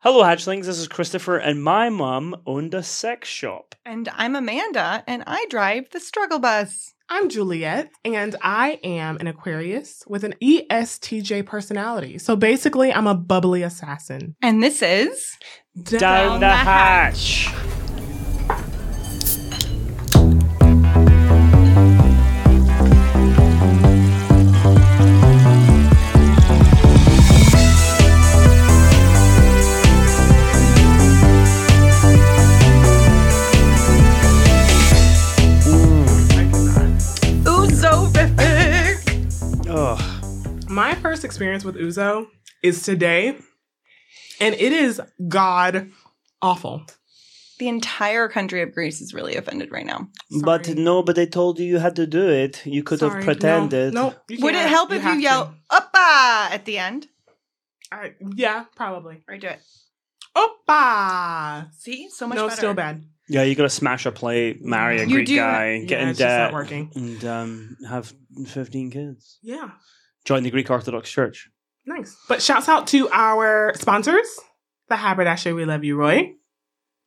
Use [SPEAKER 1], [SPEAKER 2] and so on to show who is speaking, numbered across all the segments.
[SPEAKER 1] Hello, hatchlings. This is Christopher, and my mum owned a sex shop.
[SPEAKER 2] And I'm Amanda, and I drive the struggle bus.
[SPEAKER 3] I'm Juliet, and I am an Aquarius with an E ESTJ personality. So basically, I'm a bubbly assassin.
[SPEAKER 2] And this is
[SPEAKER 1] Down, the, hatch.
[SPEAKER 2] Oozovific.
[SPEAKER 1] Oh,
[SPEAKER 3] My first experience with Uzo is today, and it is god awful.
[SPEAKER 2] The entire country of Greece is really offended right now.
[SPEAKER 1] but
[SPEAKER 3] Sorry.
[SPEAKER 1] no, but they told you you had to do it. You could
[SPEAKER 3] Sorry,
[SPEAKER 1] have
[SPEAKER 3] no,
[SPEAKER 1] pretended.
[SPEAKER 3] No, you
[SPEAKER 2] Would it
[SPEAKER 3] can't.
[SPEAKER 2] help if you
[SPEAKER 3] have to.
[SPEAKER 2] yell "Oppa" at the end?
[SPEAKER 3] I- yeah, probably.
[SPEAKER 2] Or do it.
[SPEAKER 3] Oppa.
[SPEAKER 2] See, so much
[SPEAKER 3] No,
[SPEAKER 2] better.
[SPEAKER 3] still bad.
[SPEAKER 1] Yeah, you gotta smash a plate, marry a
[SPEAKER 2] You
[SPEAKER 1] Greek
[SPEAKER 2] do-
[SPEAKER 1] guy, get
[SPEAKER 3] yeah,
[SPEAKER 1] in
[SPEAKER 3] it's just not
[SPEAKER 1] debt,
[SPEAKER 3] working.
[SPEAKER 1] and um, have fifteen kids.
[SPEAKER 3] Yeah,
[SPEAKER 1] Join the Greek Orthodox Church.
[SPEAKER 3] nice. But shouts out to our sponsors, the Haberdasher. We love you, Roy.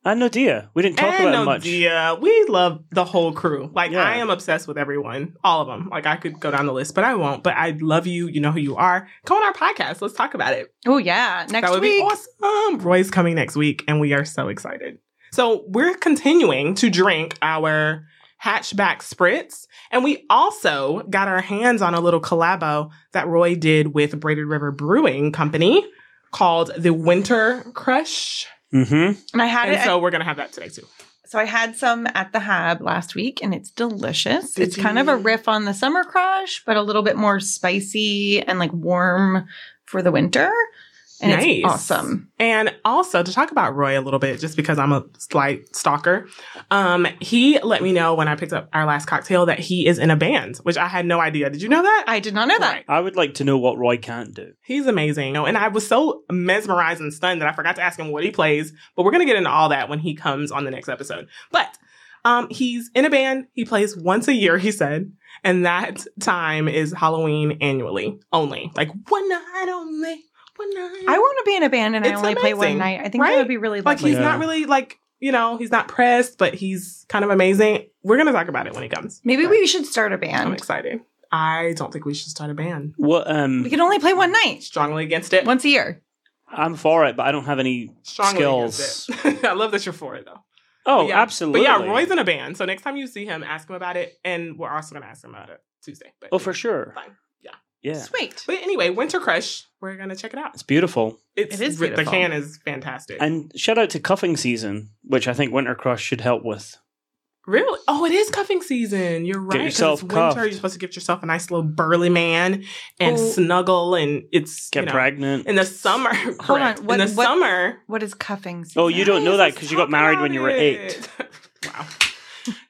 [SPEAKER 1] And no dear, we didn't talk
[SPEAKER 3] and
[SPEAKER 1] about
[SPEAKER 3] no
[SPEAKER 1] it much.
[SPEAKER 3] Dia. We love the whole crew. Like
[SPEAKER 1] Yeah.
[SPEAKER 3] I am obsessed with everyone, all of them. Like I could go down the list, but I won't. But I love you. You know who you are. Come on our podcast. Let's talk about it.
[SPEAKER 2] Oh yeah, next
[SPEAKER 3] that would
[SPEAKER 2] week.
[SPEAKER 3] be awesome. Roy's coming next week, and we are so excited. So we're continuing to drink our hatchback spritz, and we also got our hands on a little collabo that Roy did with Braided River Brewing Company called the Winter Crush.
[SPEAKER 1] Mm-hmm.
[SPEAKER 2] And I had
[SPEAKER 3] And
[SPEAKER 2] it.
[SPEAKER 3] so we're gonna have that today too.
[SPEAKER 2] so I had some at the Hab last week, and it's delicious.
[SPEAKER 3] Did
[SPEAKER 2] it's kind of a
[SPEAKER 3] you-
[SPEAKER 2] riff on the summer crush, but a little bit more spicy and like warm for the winter. And
[SPEAKER 3] Nice.
[SPEAKER 2] it's awesome.
[SPEAKER 3] And also to talk about Roy a little bit, just because I'm a slight stalker, um, he let me know when I picked up our last cocktail that he is in a band, which I had no idea. Did you know that?
[SPEAKER 2] I did not know that.
[SPEAKER 3] Right.
[SPEAKER 1] I would like to know what Roy can't do.
[SPEAKER 3] He's amazing. Oh, And I was so mesmerized and stunned that I forgot to ask him what he plays, but we're going to get into all that when he comes on the next episode. But um, he's in a band. He plays once a year, he said. And that time is Halloween annually only. Like one night only. One night.
[SPEAKER 2] I want to be in a band and I
[SPEAKER 3] It's
[SPEAKER 2] only play one
[SPEAKER 3] amazing,
[SPEAKER 2] night. I think
[SPEAKER 3] right?
[SPEAKER 2] that would be really
[SPEAKER 3] like
[SPEAKER 2] lovely.
[SPEAKER 3] he's
[SPEAKER 1] Yeah.
[SPEAKER 3] not really like you know he's not pressed but he's kind of amazing we're gonna talk about it when he comes
[SPEAKER 2] Maybe we should start a
[SPEAKER 3] i'm
[SPEAKER 2] band.
[SPEAKER 3] excited i don't think we should start a band
[SPEAKER 1] What? Um,
[SPEAKER 2] We can only play one night,
[SPEAKER 3] strongly against it
[SPEAKER 2] once a year.
[SPEAKER 1] I'm for it, but I don't have any.
[SPEAKER 3] strongly
[SPEAKER 1] skills.
[SPEAKER 3] against it. i love that you're for it though
[SPEAKER 1] Oh,
[SPEAKER 3] But yeah.
[SPEAKER 1] absolutely.
[SPEAKER 3] but yeah roy's in a band so next time you see him ask him about it and we're also gonna ask him about it tuesday but
[SPEAKER 1] Oh, for sure.
[SPEAKER 3] Fine. Yeah.
[SPEAKER 1] Yeah.
[SPEAKER 2] Sweet.
[SPEAKER 3] but anyway winter crush we're gonna check it out
[SPEAKER 1] It's beautiful.
[SPEAKER 3] it's
[SPEAKER 2] It is
[SPEAKER 3] re- the
[SPEAKER 2] beautiful.
[SPEAKER 3] can is fantastic
[SPEAKER 1] And shout out to cuffing season, which I think Winter Crush should help with.
[SPEAKER 3] Really? Oh, it is cuffing season. You're right. 'cause
[SPEAKER 1] yourself
[SPEAKER 3] it's
[SPEAKER 1] cuffed.
[SPEAKER 3] winter. You're supposed to get yourself a nice little burly man and
[SPEAKER 2] Oh.
[SPEAKER 3] snuggle, and it's
[SPEAKER 1] Get
[SPEAKER 3] you know,
[SPEAKER 1] pregnant.
[SPEAKER 3] in the summer. correct.
[SPEAKER 2] what-
[SPEAKER 3] in the
[SPEAKER 2] what-
[SPEAKER 3] summer.
[SPEAKER 2] What is cuffing?
[SPEAKER 1] Oh, you don't know that
[SPEAKER 3] Yes,
[SPEAKER 1] 'cause
[SPEAKER 3] let's
[SPEAKER 1] you got
[SPEAKER 3] talk
[SPEAKER 1] married
[SPEAKER 3] about
[SPEAKER 1] when you were
[SPEAKER 3] it.
[SPEAKER 1] eight.
[SPEAKER 3] wow.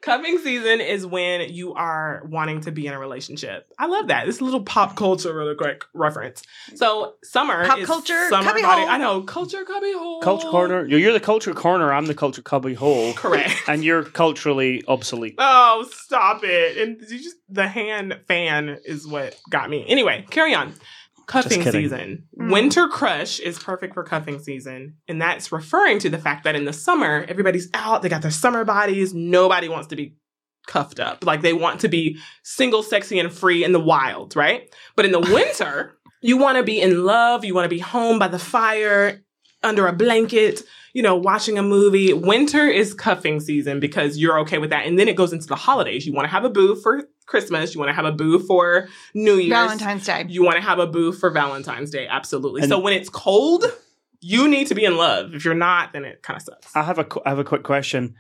[SPEAKER 3] Cuffing season is when you are wanting to be in a relationship. I love that. This little pop culture, really quick reference. So summer,
[SPEAKER 2] Pop
[SPEAKER 3] is
[SPEAKER 2] culture,
[SPEAKER 3] summer
[SPEAKER 2] cubby
[SPEAKER 3] body.
[SPEAKER 2] hole.
[SPEAKER 3] I know culture cubby hole,
[SPEAKER 1] Culture corner. You're, you're the culture corner. I'm the culture cubby hole,
[SPEAKER 3] Correct.
[SPEAKER 1] and you're culturally obsolete.
[SPEAKER 3] Oh, stop it. And you just the hand fan is what got me. Anyway, carry on. Cuffing
[SPEAKER 1] kidding.
[SPEAKER 3] season.
[SPEAKER 2] Mm.
[SPEAKER 3] Winter crush is perfect for cuffing season. And that's referring to the fact that in the summer, everybody's out, they got their summer bodies. Nobody wants to be cuffed up. Like they want to be single, sexy, and free in the wild, right? But in the winter, you want to be in love, you want to be home by the fire, under a blanket, you know, watching a movie. Winter is cuffing season because you're okay with that. And then it goes into the holidays. You want to have a boo for Christmas. You want to have a boo for New Year's.
[SPEAKER 2] Valentine's Day.
[SPEAKER 3] You want to have a boo for Valentine's Day. Absolutely.
[SPEAKER 1] And-
[SPEAKER 3] so when it's cold, you need to be in love. If you're not, then it kind of sucks.
[SPEAKER 1] I have a qu- I have a quick question.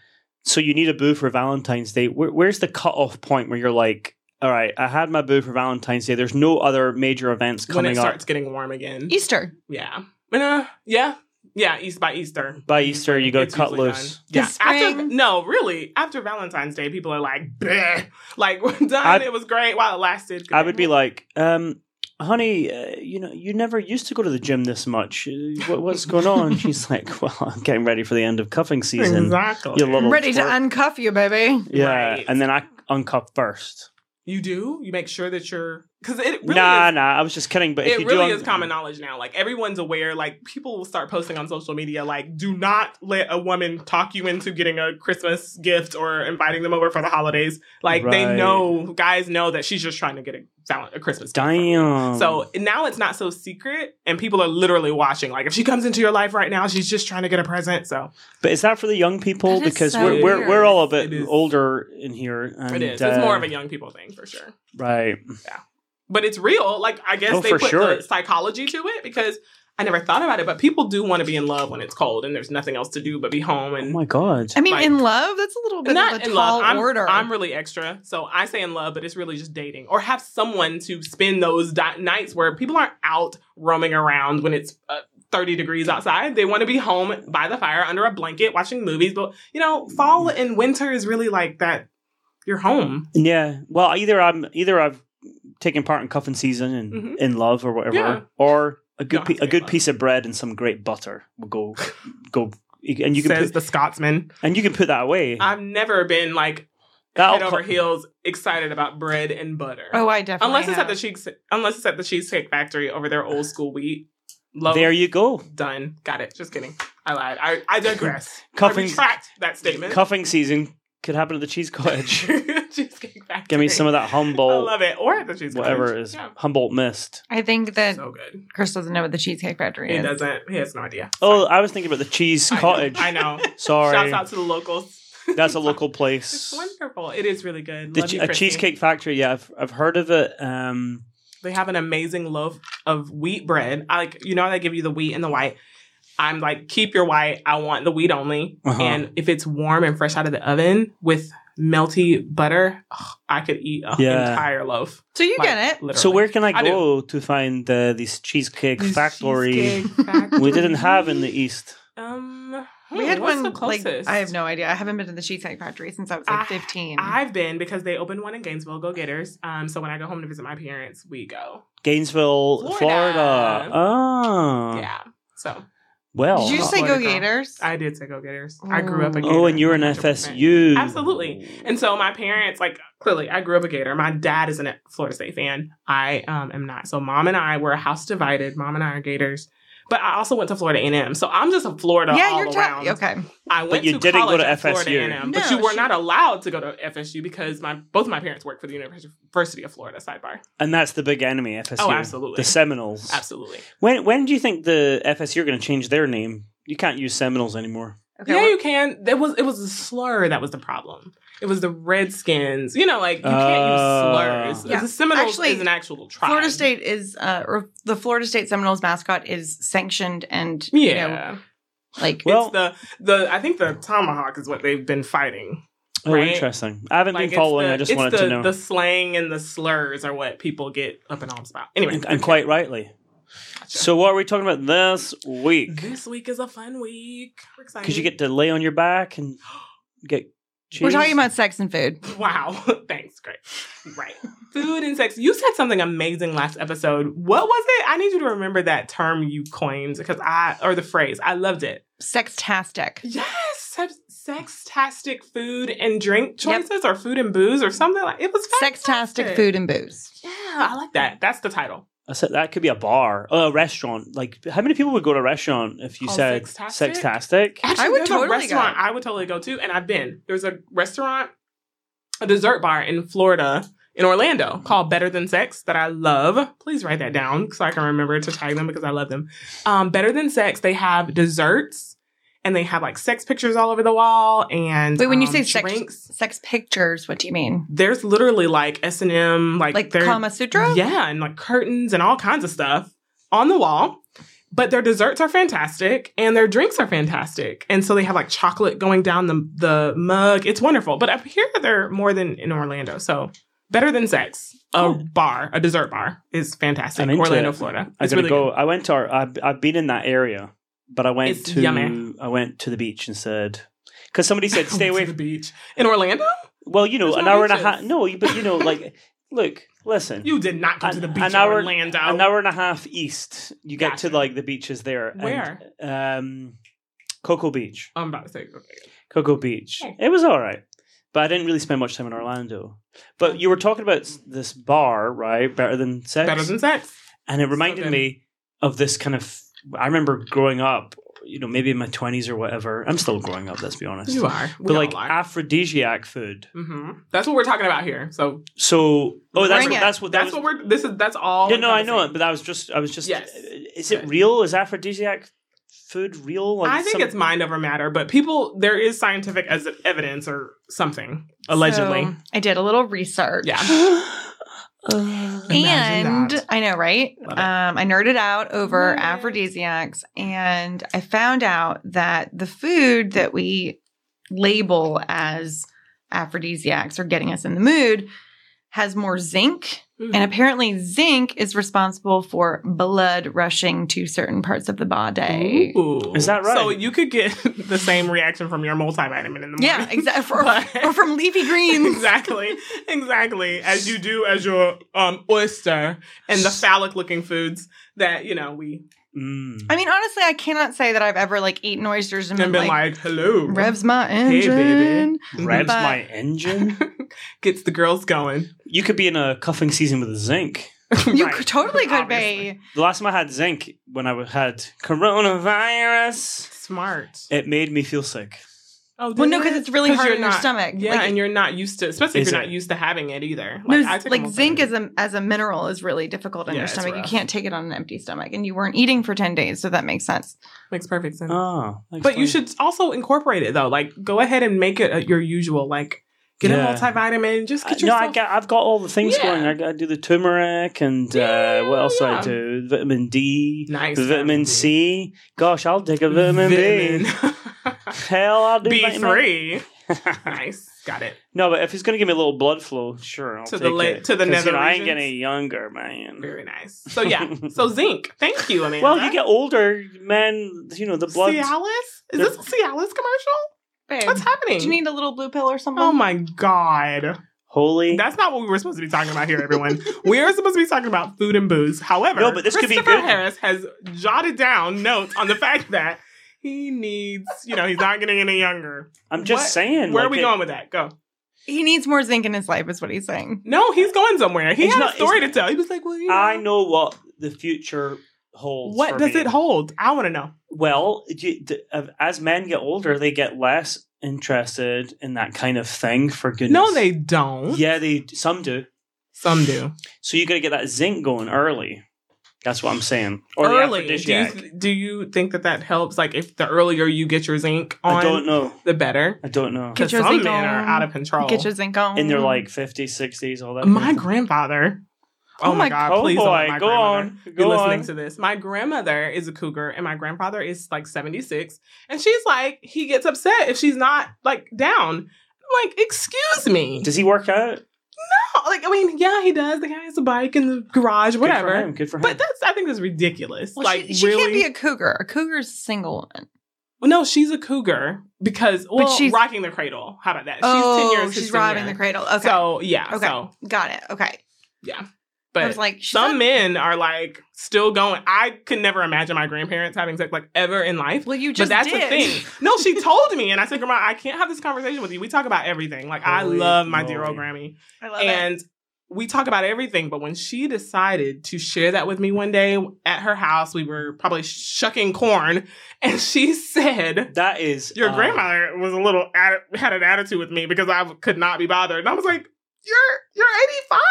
[SPEAKER 1] So you need a boo for Valentine's Day. Where, where's the cutoff point where you're like, all right, I had my boo for Valentine's Day. There's no other major events
[SPEAKER 3] when
[SPEAKER 1] coming
[SPEAKER 3] it
[SPEAKER 1] up
[SPEAKER 3] starts getting warm again.
[SPEAKER 2] Easter.
[SPEAKER 3] yeah. And, uh, yeah. Yeah. East by Easter.
[SPEAKER 1] by Easter. You got to
[SPEAKER 3] It's
[SPEAKER 1] cut
[SPEAKER 3] usually
[SPEAKER 1] loose.
[SPEAKER 3] done. Yeah.
[SPEAKER 2] The
[SPEAKER 3] After,
[SPEAKER 2] spring.
[SPEAKER 3] no, really. After Valentine's Day, people are like, Bleh. like we're done.
[SPEAKER 1] I-
[SPEAKER 3] it was great while it lasted.
[SPEAKER 1] I would be
[SPEAKER 3] Goodnight.
[SPEAKER 1] like, um, honey, uh, you know, you never used to go to the gym this much. Uh, What, what's going on? She's like, well, I'm getting ready for the end of cuffing season.
[SPEAKER 3] exactly.
[SPEAKER 1] You little
[SPEAKER 2] I'm ready to
[SPEAKER 1] twerp.
[SPEAKER 2] uncuff you, baby.
[SPEAKER 1] Yeah,
[SPEAKER 3] Right.
[SPEAKER 1] and then I uncuff first.
[SPEAKER 3] You do? You make sure that you're because it really
[SPEAKER 1] nah,
[SPEAKER 3] is,
[SPEAKER 1] nah. I was just kidding. But if
[SPEAKER 3] it
[SPEAKER 1] you
[SPEAKER 3] really
[SPEAKER 1] do,
[SPEAKER 3] is common knowledge now. Like everyone's aware. Like people will start posting on social media. Like, do not let a woman talk you into getting a Christmas gift or inviting them over for the holidays. Like
[SPEAKER 1] Right.
[SPEAKER 3] they know, guys know that she's just trying to get a, val- a Christmas. gift from you.
[SPEAKER 1] Damn.
[SPEAKER 3] So now it's not so secret, and people are literally watching. Like if she comes into your life right now, she's just trying to get a present. So
[SPEAKER 1] but is that for the young people?
[SPEAKER 2] That is
[SPEAKER 1] Because
[SPEAKER 2] so
[SPEAKER 1] we're, we're we're
[SPEAKER 2] weird.
[SPEAKER 1] all a
[SPEAKER 3] It
[SPEAKER 1] bit
[SPEAKER 3] is.
[SPEAKER 1] older in here. And,
[SPEAKER 3] it is.
[SPEAKER 1] uh,
[SPEAKER 3] it's more of a young people thing for sure.
[SPEAKER 1] right.
[SPEAKER 3] but it's real. Like I guess
[SPEAKER 1] Oh,
[SPEAKER 3] they
[SPEAKER 1] for
[SPEAKER 3] put
[SPEAKER 1] sure.
[SPEAKER 3] the psychology to it because I never thought about it. But people do want to be in love when it's cold and there's nothing else to do but be home
[SPEAKER 1] Oh
[SPEAKER 3] and
[SPEAKER 1] my god.
[SPEAKER 2] I mean,
[SPEAKER 3] Like-
[SPEAKER 2] in love, that's a little bit of
[SPEAKER 3] not
[SPEAKER 2] a
[SPEAKER 3] in
[SPEAKER 2] tall
[SPEAKER 3] love. I'm,
[SPEAKER 2] order.
[SPEAKER 3] I'm really extra, so I say in love, but it's really just dating or have someone to spend those di- nights where people aren't out roaming around when it's. Uh, 30 degrees outside. They want to be home by the fire under a blanket watching movies. But, you know, fall and winter is really like that. You're home.
[SPEAKER 1] Yeah. Well, either I'm either I've taken part in cuffing season and
[SPEAKER 3] Mhm.
[SPEAKER 1] in love or whatever,
[SPEAKER 3] Yeah.
[SPEAKER 1] or a good
[SPEAKER 3] Don't
[SPEAKER 1] pe-
[SPEAKER 3] have to
[SPEAKER 1] a
[SPEAKER 3] be
[SPEAKER 1] good
[SPEAKER 3] in love.
[SPEAKER 1] piece of bread and some great butter will go go. And you can
[SPEAKER 3] says
[SPEAKER 1] put,
[SPEAKER 3] the Scotsman.
[SPEAKER 1] and you can put that away.
[SPEAKER 3] I've never been like
[SPEAKER 1] That'll
[SPEAKER 3] head over
[SPEAKER 1] co-
[SPEAKER 3] heels excited about bread and butter.
[SPEAKER 2] oh, I definitely.
[SPEAKER 3] unless it's
[SPEAKER 2] have.
[SPEAKER 3] at the cheese, unless it's at the Cheesecake Factory over their old school wheat. Loaf
[SPEAKER 1] There you go.
[SPEAKER 3] done. Got it. Just kidding. I lied. I, I digress. I
[SPEAKER 1] Cuffing
[SPEAKER 3] retract that statement.
[SPEAKER 1] cuffing season could happen at the cheese cottage.
[SPEAKER 3] cheesecake Factory.
[SPEAKER 1] Give me some of that
[SPEAKER 3] I
[SPEAKER 1] humble
[SPEAKER 3] love it. Or at the Cheesecake
[SPEAKER 1] whatever it
[SPEAKER 3] Factory.
[SPEAKER 1] is
[SPEAKER 3] Yeah.
[SPEAKER 1] Humboldt mist.
[SPEAKER 2] I think that
[SPEAKER 3] So good.
[SPEAKER 2] Chris doesn't know what the Cheesecake Factory
[SPEAKER 3] He
[SPEAKER 2] is.
[SPEAKER 3] doesn't. He has no idea.
[SPEAKER 1] Oh, I was thinking about the cheese
[SPEAKER 3] I know.
[SPEAKER 1] cottage.
[SPEAKER 3] I know.
[SPEAKER 1] Sorry,
[SPEAKER 3] Shouts out to the locals.
[SPEAKER 1] that's a local
[SPEAKER 3] It's
[SPEAKER 1] place.
[SPEAKER 3] wonderful. It is really good.
[SPEAKER 1] The
[SPEAKER 3] Love
[SPEAKER 1] che-
[SPEAKER 3] you,
[SPEAKER 1] a
[SPEAKER 3] Christy.
[SPEAKER 1] cheesecake factory. Yeah, I've I've heard of it. Um,
[SPEAKER 3] They have an amazing loaf of wheat bread. I like, you know, how they give you the wheat and the white. I'm like, keep your white. I want the wheat only.
[SPEAKER 1] Uh-huh.
[SPEAKER 3] And if it's warm and fresh out of the oven with melty butter, ugh, I could eat an
[SPEAKER 1] Yeah.
[SPEAKER 3] entire loaf.
[SPEAKER 2] So you
[SPEAKER 3] Like,
[SPEAKER 2] get it.
[SPEAKER 3] literally.
[SPEAKER 1] so where can I
[SPEAKER 3] I do.
[SPEAKER 1] go to find uh, this cheesecake
[SPEAKER 3] This
[SPEAKER 1] factory
[SPEAKER 3] Cheesecake Factory.
[SPEAKER 1] we didn't have in the E- east?
[SPEAKER 3] Um,
[SPEAKER 2] we had
[SPEAKER 3] what's
[SPEAKER 2] one
[SPEAKER 3] the
[SPEAKER 2] like
[SPEAKER 3] closest?
[SPEAKER 2] I have no idea. I haven't been to the Cheesecake Factory since I was
[SPEAKER 3] I-
[SPEAKER 2] like 15.
[SPEAKER 3] I've been because they opened one in Gainesville, go getters. Um, so when I go home to visit my parents, we go.
[SPEAKER 1] Gainesville, Florida.
[SPEAKER 3] Florida.
[SPEAKER 1] Oh,
[SPEAKER 3] Yeah. So
[SPEAKER 1] well.
[SPEAKER 2] Did you just say go
[SPEAKER 3] Florida girl.
[SPEAKER 2] Gators?
[SPEAKER 3] I did say go getters. I grew up a
[SPEAKER 1] oh,
[SPEAKER 3] Gator,
[SPEAKER 1] and you're an
[SPEAKER 3] 100%.
[SPEAKER 1] FSU.
[SPEAKER 3] Absolutely. And so my parents, like clearly, I grew up a Gator. My dad is a Florida State fan. I um, am not. So mom and I were a house divided. Mom and I are Gators. But I also went to Florida A&M. So I'm just a Florida
[SPEAKER 2] yeah,
[SPEAKER 3] all
[SPEAKER 2] you're
[SPEAKER 3] around.
[SPEAKER 2] talking. Okay.
[SPEAKER 3] I went
[SPEAKER 1] you
[SPEAKER 3] to
[SPEAKER 1] didn't go
[SPEAKER 3] college
[SPEAKER 1] to
[SPEAKER 3] at
[SPEAKER 1] FSU.
[SPEAKER 3] Florida A&M, but
[SPEAKER 2] No,
[SPEAKER 3] you were
[SPEAKER 2] she-
[SPEAKER 3] not allowed to go to FSU because my both of my parents work for the University of Florida. Sidebar.
[SPEAKER 1] And that's the big enemy, FSU.
[SPEAKER 3] Oh, absolutely.
[SPEAKER 1] The Seminoles.
[SPEAKER 3] Absolutely.
[SPEAKER 1] When when do you think the FSU are going to change their name? You can't use Seminoles anymore.
[SPEAKER 2] Okay.
[SPEAKER 3] yeah,
[SPEAKER 2] well,
[SPEAKER 3] you can. It was it was a slur that was the problem. It was the Redskins. You know, like you
[SPEAKER 1] Oh.
[SPEAKER 3] can't use slurs.
[SPEAKER 2] Yeah.
[SPEAKER 3] The Seminoles
[SPEAKER 2] Actually,
[SPEAKER 3] is an actual tribe.
[SPEAKER 2] Florida State is uh, or the Florida State Seminoles mascot is sanctioned and
[SPEAKER 3] Yeah.
[SPEAKER 2] you know like
[SPEAKER 1] Well-
[SPEAKER 3] it's the the I think the tomahawk is what they've been fighting.
[SPEAKER 1] Oh,
[SPEAKER 3] Right.
[SPEAKER 1] interesting. I haven't
[SPEAKER 3] Like,
[SPEAKER 1] been following.
[SPEAKER 3] it's the,
[SPEAKER 1] I just
[SPEAKER 3] it's
[SPEAKER 1] wanted
[SPEAKER 3] the,
[SPEAKER 1] to know,
[SPEAKER 3] The slang and the slurs are what people get up in arms about. Anyway,
[SPEAKER 1] and, and quite rightly. So, what are we talking about this week?
[SPEAKER 3] this week is a fun week. We're excited
[SPEAKER 1] Because you get to lay on your back and get. Cheese.
[SPEAKER 2] we're talking about sex and food.
[SPEAKER 3] Wow. Thanks. Great. Right. Food and sex. You said something amazing last episode. What was it? I need you to remember that term you coined because I, or the phrase. I loved it.
[SPEAKER 2] Sextastic.
[SPEAKER 3] Yes. Sex tastic food and drink choices or food and booze or something like it was fantastic.
[SPEAKER 2] Sextastic food and booze.
[SPEAKER 3] Yeah. I like that. That's the title.
[SPEAKER 1] I said that could be a bar, oh, a restaurant. Like, how many people would go to a restaurant if you
[SPEAKER 3] Called
[SPEAKER 1] said
[SPEAKER 3] Sextastic?
[SPEAKER 1] sextastic?
[SPEAKER 3] Actually,
[SPEAKER 2] I would
[SPEAKER 3] there's
[SPEAKER 2] totally
[SPEAKER 3] a
[SPEAKER 2] go.
[SPEAKER 3] restaurant I would totally go to, and I've been. There's a restaurant, a dessert bar in Florida, in Orlando, called Better Than Sex that I love. Please write that down so I can remember to tag them because I love them. Um, Better Than Sex, they have desserts and they have like sex pictures all over the wall and
[SPEAKER 2] Wait, when you
[SPEAKER 3] um,
[SPEAKER 2] say sex
[SPEAKER 3] drinks.
[SPEAKER 2] sex pictures, what do you mean?
[SPEAKER 3] There's literally like S and M, like
[SPEAKER 2] Like
[SPEAKER 3] they're-
[SPEAKER 2] Kama Sutra?
[SPEAKER 3] yeah, and like curtains and all kinds of stuff on the wall. But their desserts are fantastic and their drinks are fantastic. And so they have like chocolate going down the, the mug. It's wonderful. But up here, they're more than in Orlando. So better than sex. A
[SPEAKER 1] Cool.
[SPEAKER 3] bar, a dessert bar is fantastic.
[SPEAKER 1] I'm into
[SPEAKER 3] Orlando,
[SPEAKER 1] it.
[SPEAKER 3] Florida.
[SPEAKER 1] I'm
[SPEAKER 3] It's
[SPEAKER 1] gonna
[SPEAKER 3] really
[SPEAKER 1] go.
[SPEAKER 3] good.
[SPEAKER 1] I went to. Our, I've, I've been in that area, but I went
[SPEAKER 3] It's
[SPEAKER 1] to.
[SPEAKER 3] yummy.
[SPEAKER 1] I went to the beach and said, because somebody said, "Stay
[SPEAKER 3] To
[SPEAKER 1] away
[SPEAKER 3] the
[SPEAKER 1] from."
[SPEAKER 3] beach. In Orlando?
[SPEAKER 1] Well, you know,
[SPEAKER 3] There's
[SPEAKER 1] an
[SPEAKER 3] no
[SPEAKER 1] hour and a
[SPEAKER 3] beaches.
[SPEAKER 1] half. No, you- but you know, like, look, listen.
[SPEAKER 3] You did not go
[SPEAKER 1] An-
[SPEAKER 3] to the beach
[SPEAKER 1] an
[SPEAKER 3] in
[SPEAKER 1] hour-
[SPEAKER 3] Orlando.
[SPEAKER 1] an hour and a half east, you get to
[SPEAKER 3] Gotcha.
[SPEAKER 1] like the beaches there. and,
[SPEAKER 3] Where? Oh,
[SPEAKER 1] um, Cocoa Beach.
[SPEAKER 3] I'm about to say, okay.
[SPEAKER 1] Cocoa Beach.
[SPEAKER 3] Okay.
[SPEAKER 1] It was all right. But I didn't really spend much time in Orlando. But you were talking about s- this bar, right? Better than sex.
[SPEAKER 3] Better than sex.
[SPEAKER 1] and it reminded
[SPEAKER 3] good.
[SPEAKER 1] me of this kind of. I remember growing up, you know, maybe in my twenties or whatever. I'm still growing up. Let's be honest.
[SPEAKER 3] You are. We
[SPEAKER 1] But like
[SPEAKER 3] all are.
[SPEAKER 1] aphrodisiac food.
[SPEAKER 3] hmm That's what we're talking about here. So
[SPEAKER 1] So, oh, that's
[SPEAKER 2] Bring it.
[SPEAKER 1] that's what that
[SPEAKER 3] that's
[SPEAKER 1] was-
[SPEAKER 3] what we're. This is that's all.
[SPEAKER 1] Yeah, no, I
[SPEAKER 3] encompassing.
[SPEAKER 1] know it, but that was just. I was just.
[SPEAKER 3] Yes.
[SPEAKER 1] Is it
[SPEAKER 3] Good.
[SPEAKER 1] real? Is aphrodisiac food real? Like
[SPEAKER 3] I think
[SPEAKER 1] some-
[SPEAKER 3] it's mind over matter, but people there is scientific as evidence or something allegedly.
[SPEAKER 2] So, I did a little research.
[SPEAKER 3] Yeah. Imagine
[SPEAKER 2] And
[SPEAKER 3] that.
[SPEAKER 2] I know, right?
[SPEAKER 3] Love it.
[SPEAKER 2] Um, I nerded out over
[SPEAKER 3] Love it.
[SPEAKER 2] aphrodisiacs and I found out that the food that we label as aphrodisiacs or getting us in the mood has more zinc.
[SPEAKER 3] Mm.
[SPEAKER 2] And apparently, zinc is responsible for blood rushing to certain parts of the body.
[SPEAKER 3] Ooh.
[SPEAKER 1] Is that right?
[SPEAKER 3] So you could get the same reaction from your multivitamin in the morning.
[SPEAKER 2] Yeah, exactly.
[SPEAKER 3] But-
[SPEAKER 2] Or from leafy greens.
[SPEAKER 3] exactly, exactly. As you do as your um, oyster and the phallic-looking foods that you know we
[SPEAKER 1] Mm.
[SPEAKER 2] I mean, honestly, I cannot say that I've ever like eaten oysters and
[SPEAKER 3] and
[SPEAKER 2] been
[SPEAKER 3] been
[SPEAKER 2] like,
[SPEAKER 3] like, "Hello,
[SPEAKER 2] revs my
[SPEAKER 3] Hey,
[SPEAKER 2] engine.
[SPEAKER 3] baby.
[SPEAKER 1] Revs
[SPEAKER 2] But-
[SPEAKER 1] my engine.
[SPEAKER 3] gets the girls going."
[SPEAKER 1] You could be in a cuffing season with zinc.
[SPEAKER 2] You
[SPEAKER 3] Right.
[SPEAKER 2] could- totally could
[SPEAKER 3] Obviously.
[SPEAKER 2] be.
[SPEAKER 1] The last time I had zinc, when I had coronavirus,
[SPEAKER 3] smart.
[SPEAKER 1] it made me feel sick.
[SPEAKER 3] Oh,
[SPEAKER 2] Well, no,
[SPEAKER 3] did it?
[SPEAKER 2] because it's really hard
[SPEAKER 3] you're
[SPEAKER 2] on your
[SPEAKER 3] not-
[SPEAKER 2] stomach.
[SPEAKER 3] Yeah,
[SPEAKER 2] like,
[SPEAKER 3] and you're not used to, especially if
[SPEAKER 1] Is
[SPEAKER 3] you're
[SPEAKER 1] it-
[SPEAKER 3] not used to having it either.
[SPEAKER 2] there's-
[SPEAKER 3] I
[SPEAKER 2] like,
[SPEAKER 3] take them
[SPEAKER 2] zinc
[SPEAKER 3] all
[SPEAKER 2] as a as a mineral is really difficult on
[SPEAKER 3] Yeah,
[SPEAKER 2] your
[SPEAKER 3] it's
[SPEAKER 2] stomach. You
[SPEAKER 3] rough.
[SPEAKER 2] can't take it on an empty stomach, and you weren't eating for ten days, so that makes sense.
[SPEAKER 3] makes perfect sense.
[SPEAKER 1] Oh, thanks,
[SPEAKER 3] Mm. but you
[SPEAKER 1] Lynn.
[SPEAKER 3] should also incorporate it though. Like, go ahead and make it uh, your usual. Like, get
[SPEAKER 1] Yeah.
[SPEAKER 3] a multivitamin. Just
[SPEAKER 1] I-
[SPEAKER 3] get
[SPEAKER 1] Uh, No,
[SPEAKER 3] yourself.
[SPEAKER 1] I got, I've got all the things
[SPEAKER 3] Yeah.
[SPEAKER 1] going. I, got- I do the turmeric and uh,
[SPEAKER 3] Yeah,
[SPEAKER 1] what else do I
[SPEAKER 3] yeah.
[SPEAKER 1] do? Vitamin D,
[SPEAKER 3] nice
[SPEAKER 1] vitamin C. Gosh, I'll take a vitamin, B. Hell, I'll do
[SPEAKER 3] B
[SPEAKER 1] vitamin-
[SPEAKER 3] three. Nice, got it.
[SPEAKER 1] No, but if he's going to give me a little blood flow, sure, I'll
[SPEAKER 3] To the
[SPEAKER 1] take
[SPEAKER 3] la-
[SPEAKER 1] it.
[SPEAKER 3] to the
[SPEAKER 1] 'Cause, you
[SPEAKER 3] nether
[SPEAKER 1] know, I ain't
[SPEAKER 3] regions.
[SPEAKER 1] getting any younger, man.
[SPEAKER 3] Very nice. So yeah, so zinc. Thank you, Amanda.
[SPEAKER 1] Well, you get older, man. You know the blood.
[SPEAKER 3] Cialis. Is this a Cialis commercial?
[SPEAKER 2] Babe,
[SPEAKER 3] What's happening?
[SPEAKER 2] do you need a little blue pill or
[SPEAKER 1] um,
[SPEAKER 2] something?
[SPEAKER 3] oh my god.
[SPEAKER 1] Holy.
[SPEAKER 3] That's not what we were supposed to be talking about here, everyone. we are supposed to be talking about food and booze. However,
[SPEAKER 1] No, but this could be
[SPEAKER 3] Christopher
[SPEAKER 1] good.
[SPEAKER 3] Harris has jotted down notes on the fact that he needs, you know, he's not getting any younger.
[SPEAKER 1] I'm just
[SPEAKER 3] What?
[SPEAKER 1] saying. like,
[SPEAKER 3] Where are we
[SPEAKER 1] it-
[SPEAKER 3] going with that? Go.
[SPEAKER 2] He needs more zinc in his life, is what he's saying.
[SPEAKER 3] No, he's going somewhere. He
[SPEAKER 1] He's
[SPEAKER 3] had
[SPEAKER 1] not-
[SPEAKER 3] a story to tell. He was like, "Well, you know,
[SPEAKER 1] I know what the future holds.
[SPEAKER 3] what
[SPEAKER 1] for
[SPEAKER 3] does
[SPEAKER 1] me.
[SPEAKER 3] it hold? I want to know."
[SPEAKER 1] Well, you, th- as men get older, they get less interested in that kind of thing. For goodness,
[SPEAKER 3] No, they don't.
[SPEAKER 1] Yeah, they some do.
[SPEAKER 3] Some do.
[SPEAKER 1] So you got to get that zinc going early. That's what I'm saying. Or the
[SPEAKER 3] Early. Do
[SPEAKER 1] aphrodisiac.
[SPEAKER 3] you, do you think that that helps? Like, if the earlier you get your zinc on,
[SPEAKER 1] I don't know.
[SPEAKER 3] the better.
[SPEAKER 1] I don't know.
[SPEAKER 2] Get
[SPEAKER 3] Because
[SPEAKER 2] your
[SPEAKER 3] some
[SPEAKER 2] zinc
[SPEAKER 3] men are
[SPEAKER 2] on.
[SPEAKER 3] out of control.
[SPEAKER 2] Get your zinc on.
[SPEAKER 1] In their like 50s, 60s, all that.
[SPEAKER 3] Um, My
[SPEAKER 1] kind of-
[SPEAKER 3] grandfather.
[SPEAKER 2] Oh my
[SPEAKER 3] god!
[SPEAKER 1] Oh
[SPEAKER 3] please don't let
[SPEAKER 1] boy,
[SPEAKER 3] my
[SPEAKER 1] go
[SPEAKER 3] grandmother
[SPEAKER 1] on,
[SPEAKER 3] Be
[SPEAKER 1] go
[SPEAKER 3] listening
[SPEAKER 1] on.
[SPEAKER 3] to this. My grandmother is a cougar, and my grandfather is like seventy six, and she's like, he gets upset if she's not like down. I'm like, excuse me.
[SPEAKER 1] Does he work out?
[SPEAKER 3] No, like I mean, yeah, he does. The guy has a bike in the garage,
[SPEAKER 1] Good for
[SPEAKER 3] whatever.
[SPEAKER 1] him. Good for him.
[SPEAKER 3] But that's I think that's ridiculous.
[SPEAKER 2] Well,
[SPEAKER 3] like
[SPEAKER 2] she, she
[SPEAKER 3] really,
[SPEAKER 2] can't be a cougar. A cougar's a single woman.
[SPEAKER 3] Well, no, she's a cougar because well,
[SPEAKER 2] she's-
[SPEAKER 3] she's rocking the cradle. How about that? She's
[SPEAKER 2] oh,
[SPEAKER 3] ten years.
[SPEAKER 2] she's
[SPEAKER 3] his
[SPEAKER 2] robbing
[SPEAKER 3] senior.
[SPEAKER 2] the cradle. Okay,
[SPEAKER 3] So yeah,
[SPEAKER 2] okay,
[SPEAKER 3] so
[SPEAKER 2] got it. Okay,
[SPEAKER 3] but
[SPEAKER 2] I was like, she's
[SPEAKER 3] some
[SPEAKER 2] not-
[SPEAKER 3] men are like still going. I could never imagine my grandparents having sex like ever in life.
[SPEAKER 2] well, you
[SPEAKER 3] But
[SPEAKER 2] just
[SPEAKER 3] that's
[SPEAKER 2] did.
[SPEAKER 3] the thing. No, she told me, and I said, Grandma, I can't have this conversation with you. We talk about everything. Like I
[SPEAKER 1] Holy
[SPEAKER 3] love my dear
[SPEAKER 1] moly.
[SPEAKER 3] old Grammy,
[SPEAKER 2] I love it.
[SPEAKER 3] and we talk about everything. But when she decided to share that with me one day at her house, we were probably shucking corn, and she said.
[SPEAKER 1] that is
[SPEAKER 3] Your
[SPEAKER 1] uh,
[SPEAKER 3] grandmother was a little atti- had an attitude with me because I could not be bothered, and I was like, "You're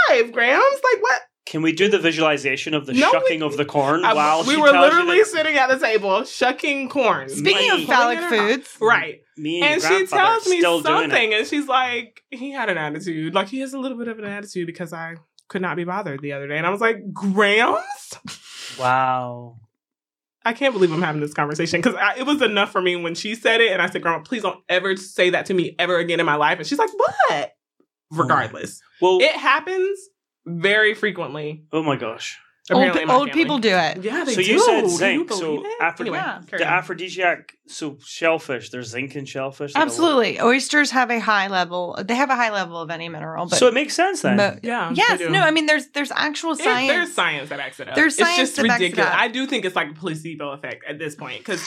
[SPEAKER 3] you're 85, Grams. Like what?
[SPEAKER 1] Can we do the visualization of the
[SPEAKER 3] No, we-
[SPEAKER 1] shucking of the corn
[SPEAKER 3] I-
[SPEAKER 1] while
[SPEAKER 3] we
[SPEAKER 1] she
[SPEAKER 3] were
[SPEAKER 1] tells you
[SPEAKER 3] literally
[SPEAKER 1] that-
[SPEAKER 3] sitting at the table shucking corn.
[SPEAKER 2] Speaking
[SPEAKER 1] Money.
[SPEAKER 2] of phallic
[SPEAKER 3] Pulling it out.
[SPEAKER 2] foods,
[SPEAKER 3] Right.
[SPEAKER 1] Me and,
[SPEAKER 3] And she tells me
[SPEAKER 1] still Doing
[SPEAKER 3] something
[SPEAKER 1] it.
[SPEAKER 3] and she's like, he had an attitude. Like he has a little bit of an attitude because I could not be bothered the other day. And I was like, Grams?
[SPEAKER 1] Wow.
[SPEAKER 3] I can't believe I'm having this conversation because it was enough for me when she said it. And I said, Grandma, please don't ever say that to me ever again in my life. And she's like, What? Regardless,
[SPEAKER 1] Well,
[SPEAKER 3] it happens very frequently.
[SPEAKER 1] oh my gosh.
[SPEAKER 2] old,
[SPEAKER 3] apparently, in my
[SPEAKER 2] old
[SPEAKER 3] family.
[SPEAKER 2] people do it.
[SPEAKER 3] Yeah, they
[SPEAKER 1] So
[SPEAKER 3] do.
[SPEAKER 1] you said
[SPEAKER 3] Can
[SPEAKER 1] zinc,
[SPEAKER 3] believe
[SPEAKER 1] so
[SPEAKER 3] it?
[SPEAKER 1] after-
[SPEAKER 2] Yeah.
[SPEAKER 3] carry
[SPEAKER 1] The
[SPEAKER 3] on.
[SPEAKER 1] aphrodisiac, so shellfish, there's zinc in shellfish. like a lot.
[SPEAKER 2] Absolutely, oysters have a high level. They have a high level of any mineral, but
[SPEAKER 1] So it makes sense then.
[SPEAKER 2] mo-
[SPEAKER 3] yeah.
[SPEAKER 2] yes,
[SPEAKER 3] they do.
[SPEAKER 2] no. I mean, there's there's actual
[SPEAKER 3] It-
[SPEAKER 2] science.
[SPEAKER 3] there's science that backs it up.
[SPEAKER 2] There's science
[SPEAKER 3] it's just
[SPEAKER 2] that backs it
[SPEAKER 3] ridiculous.
[SPEAKER 2] up.
[SPEAKER 3] I do think it's like a placebo effect at this point because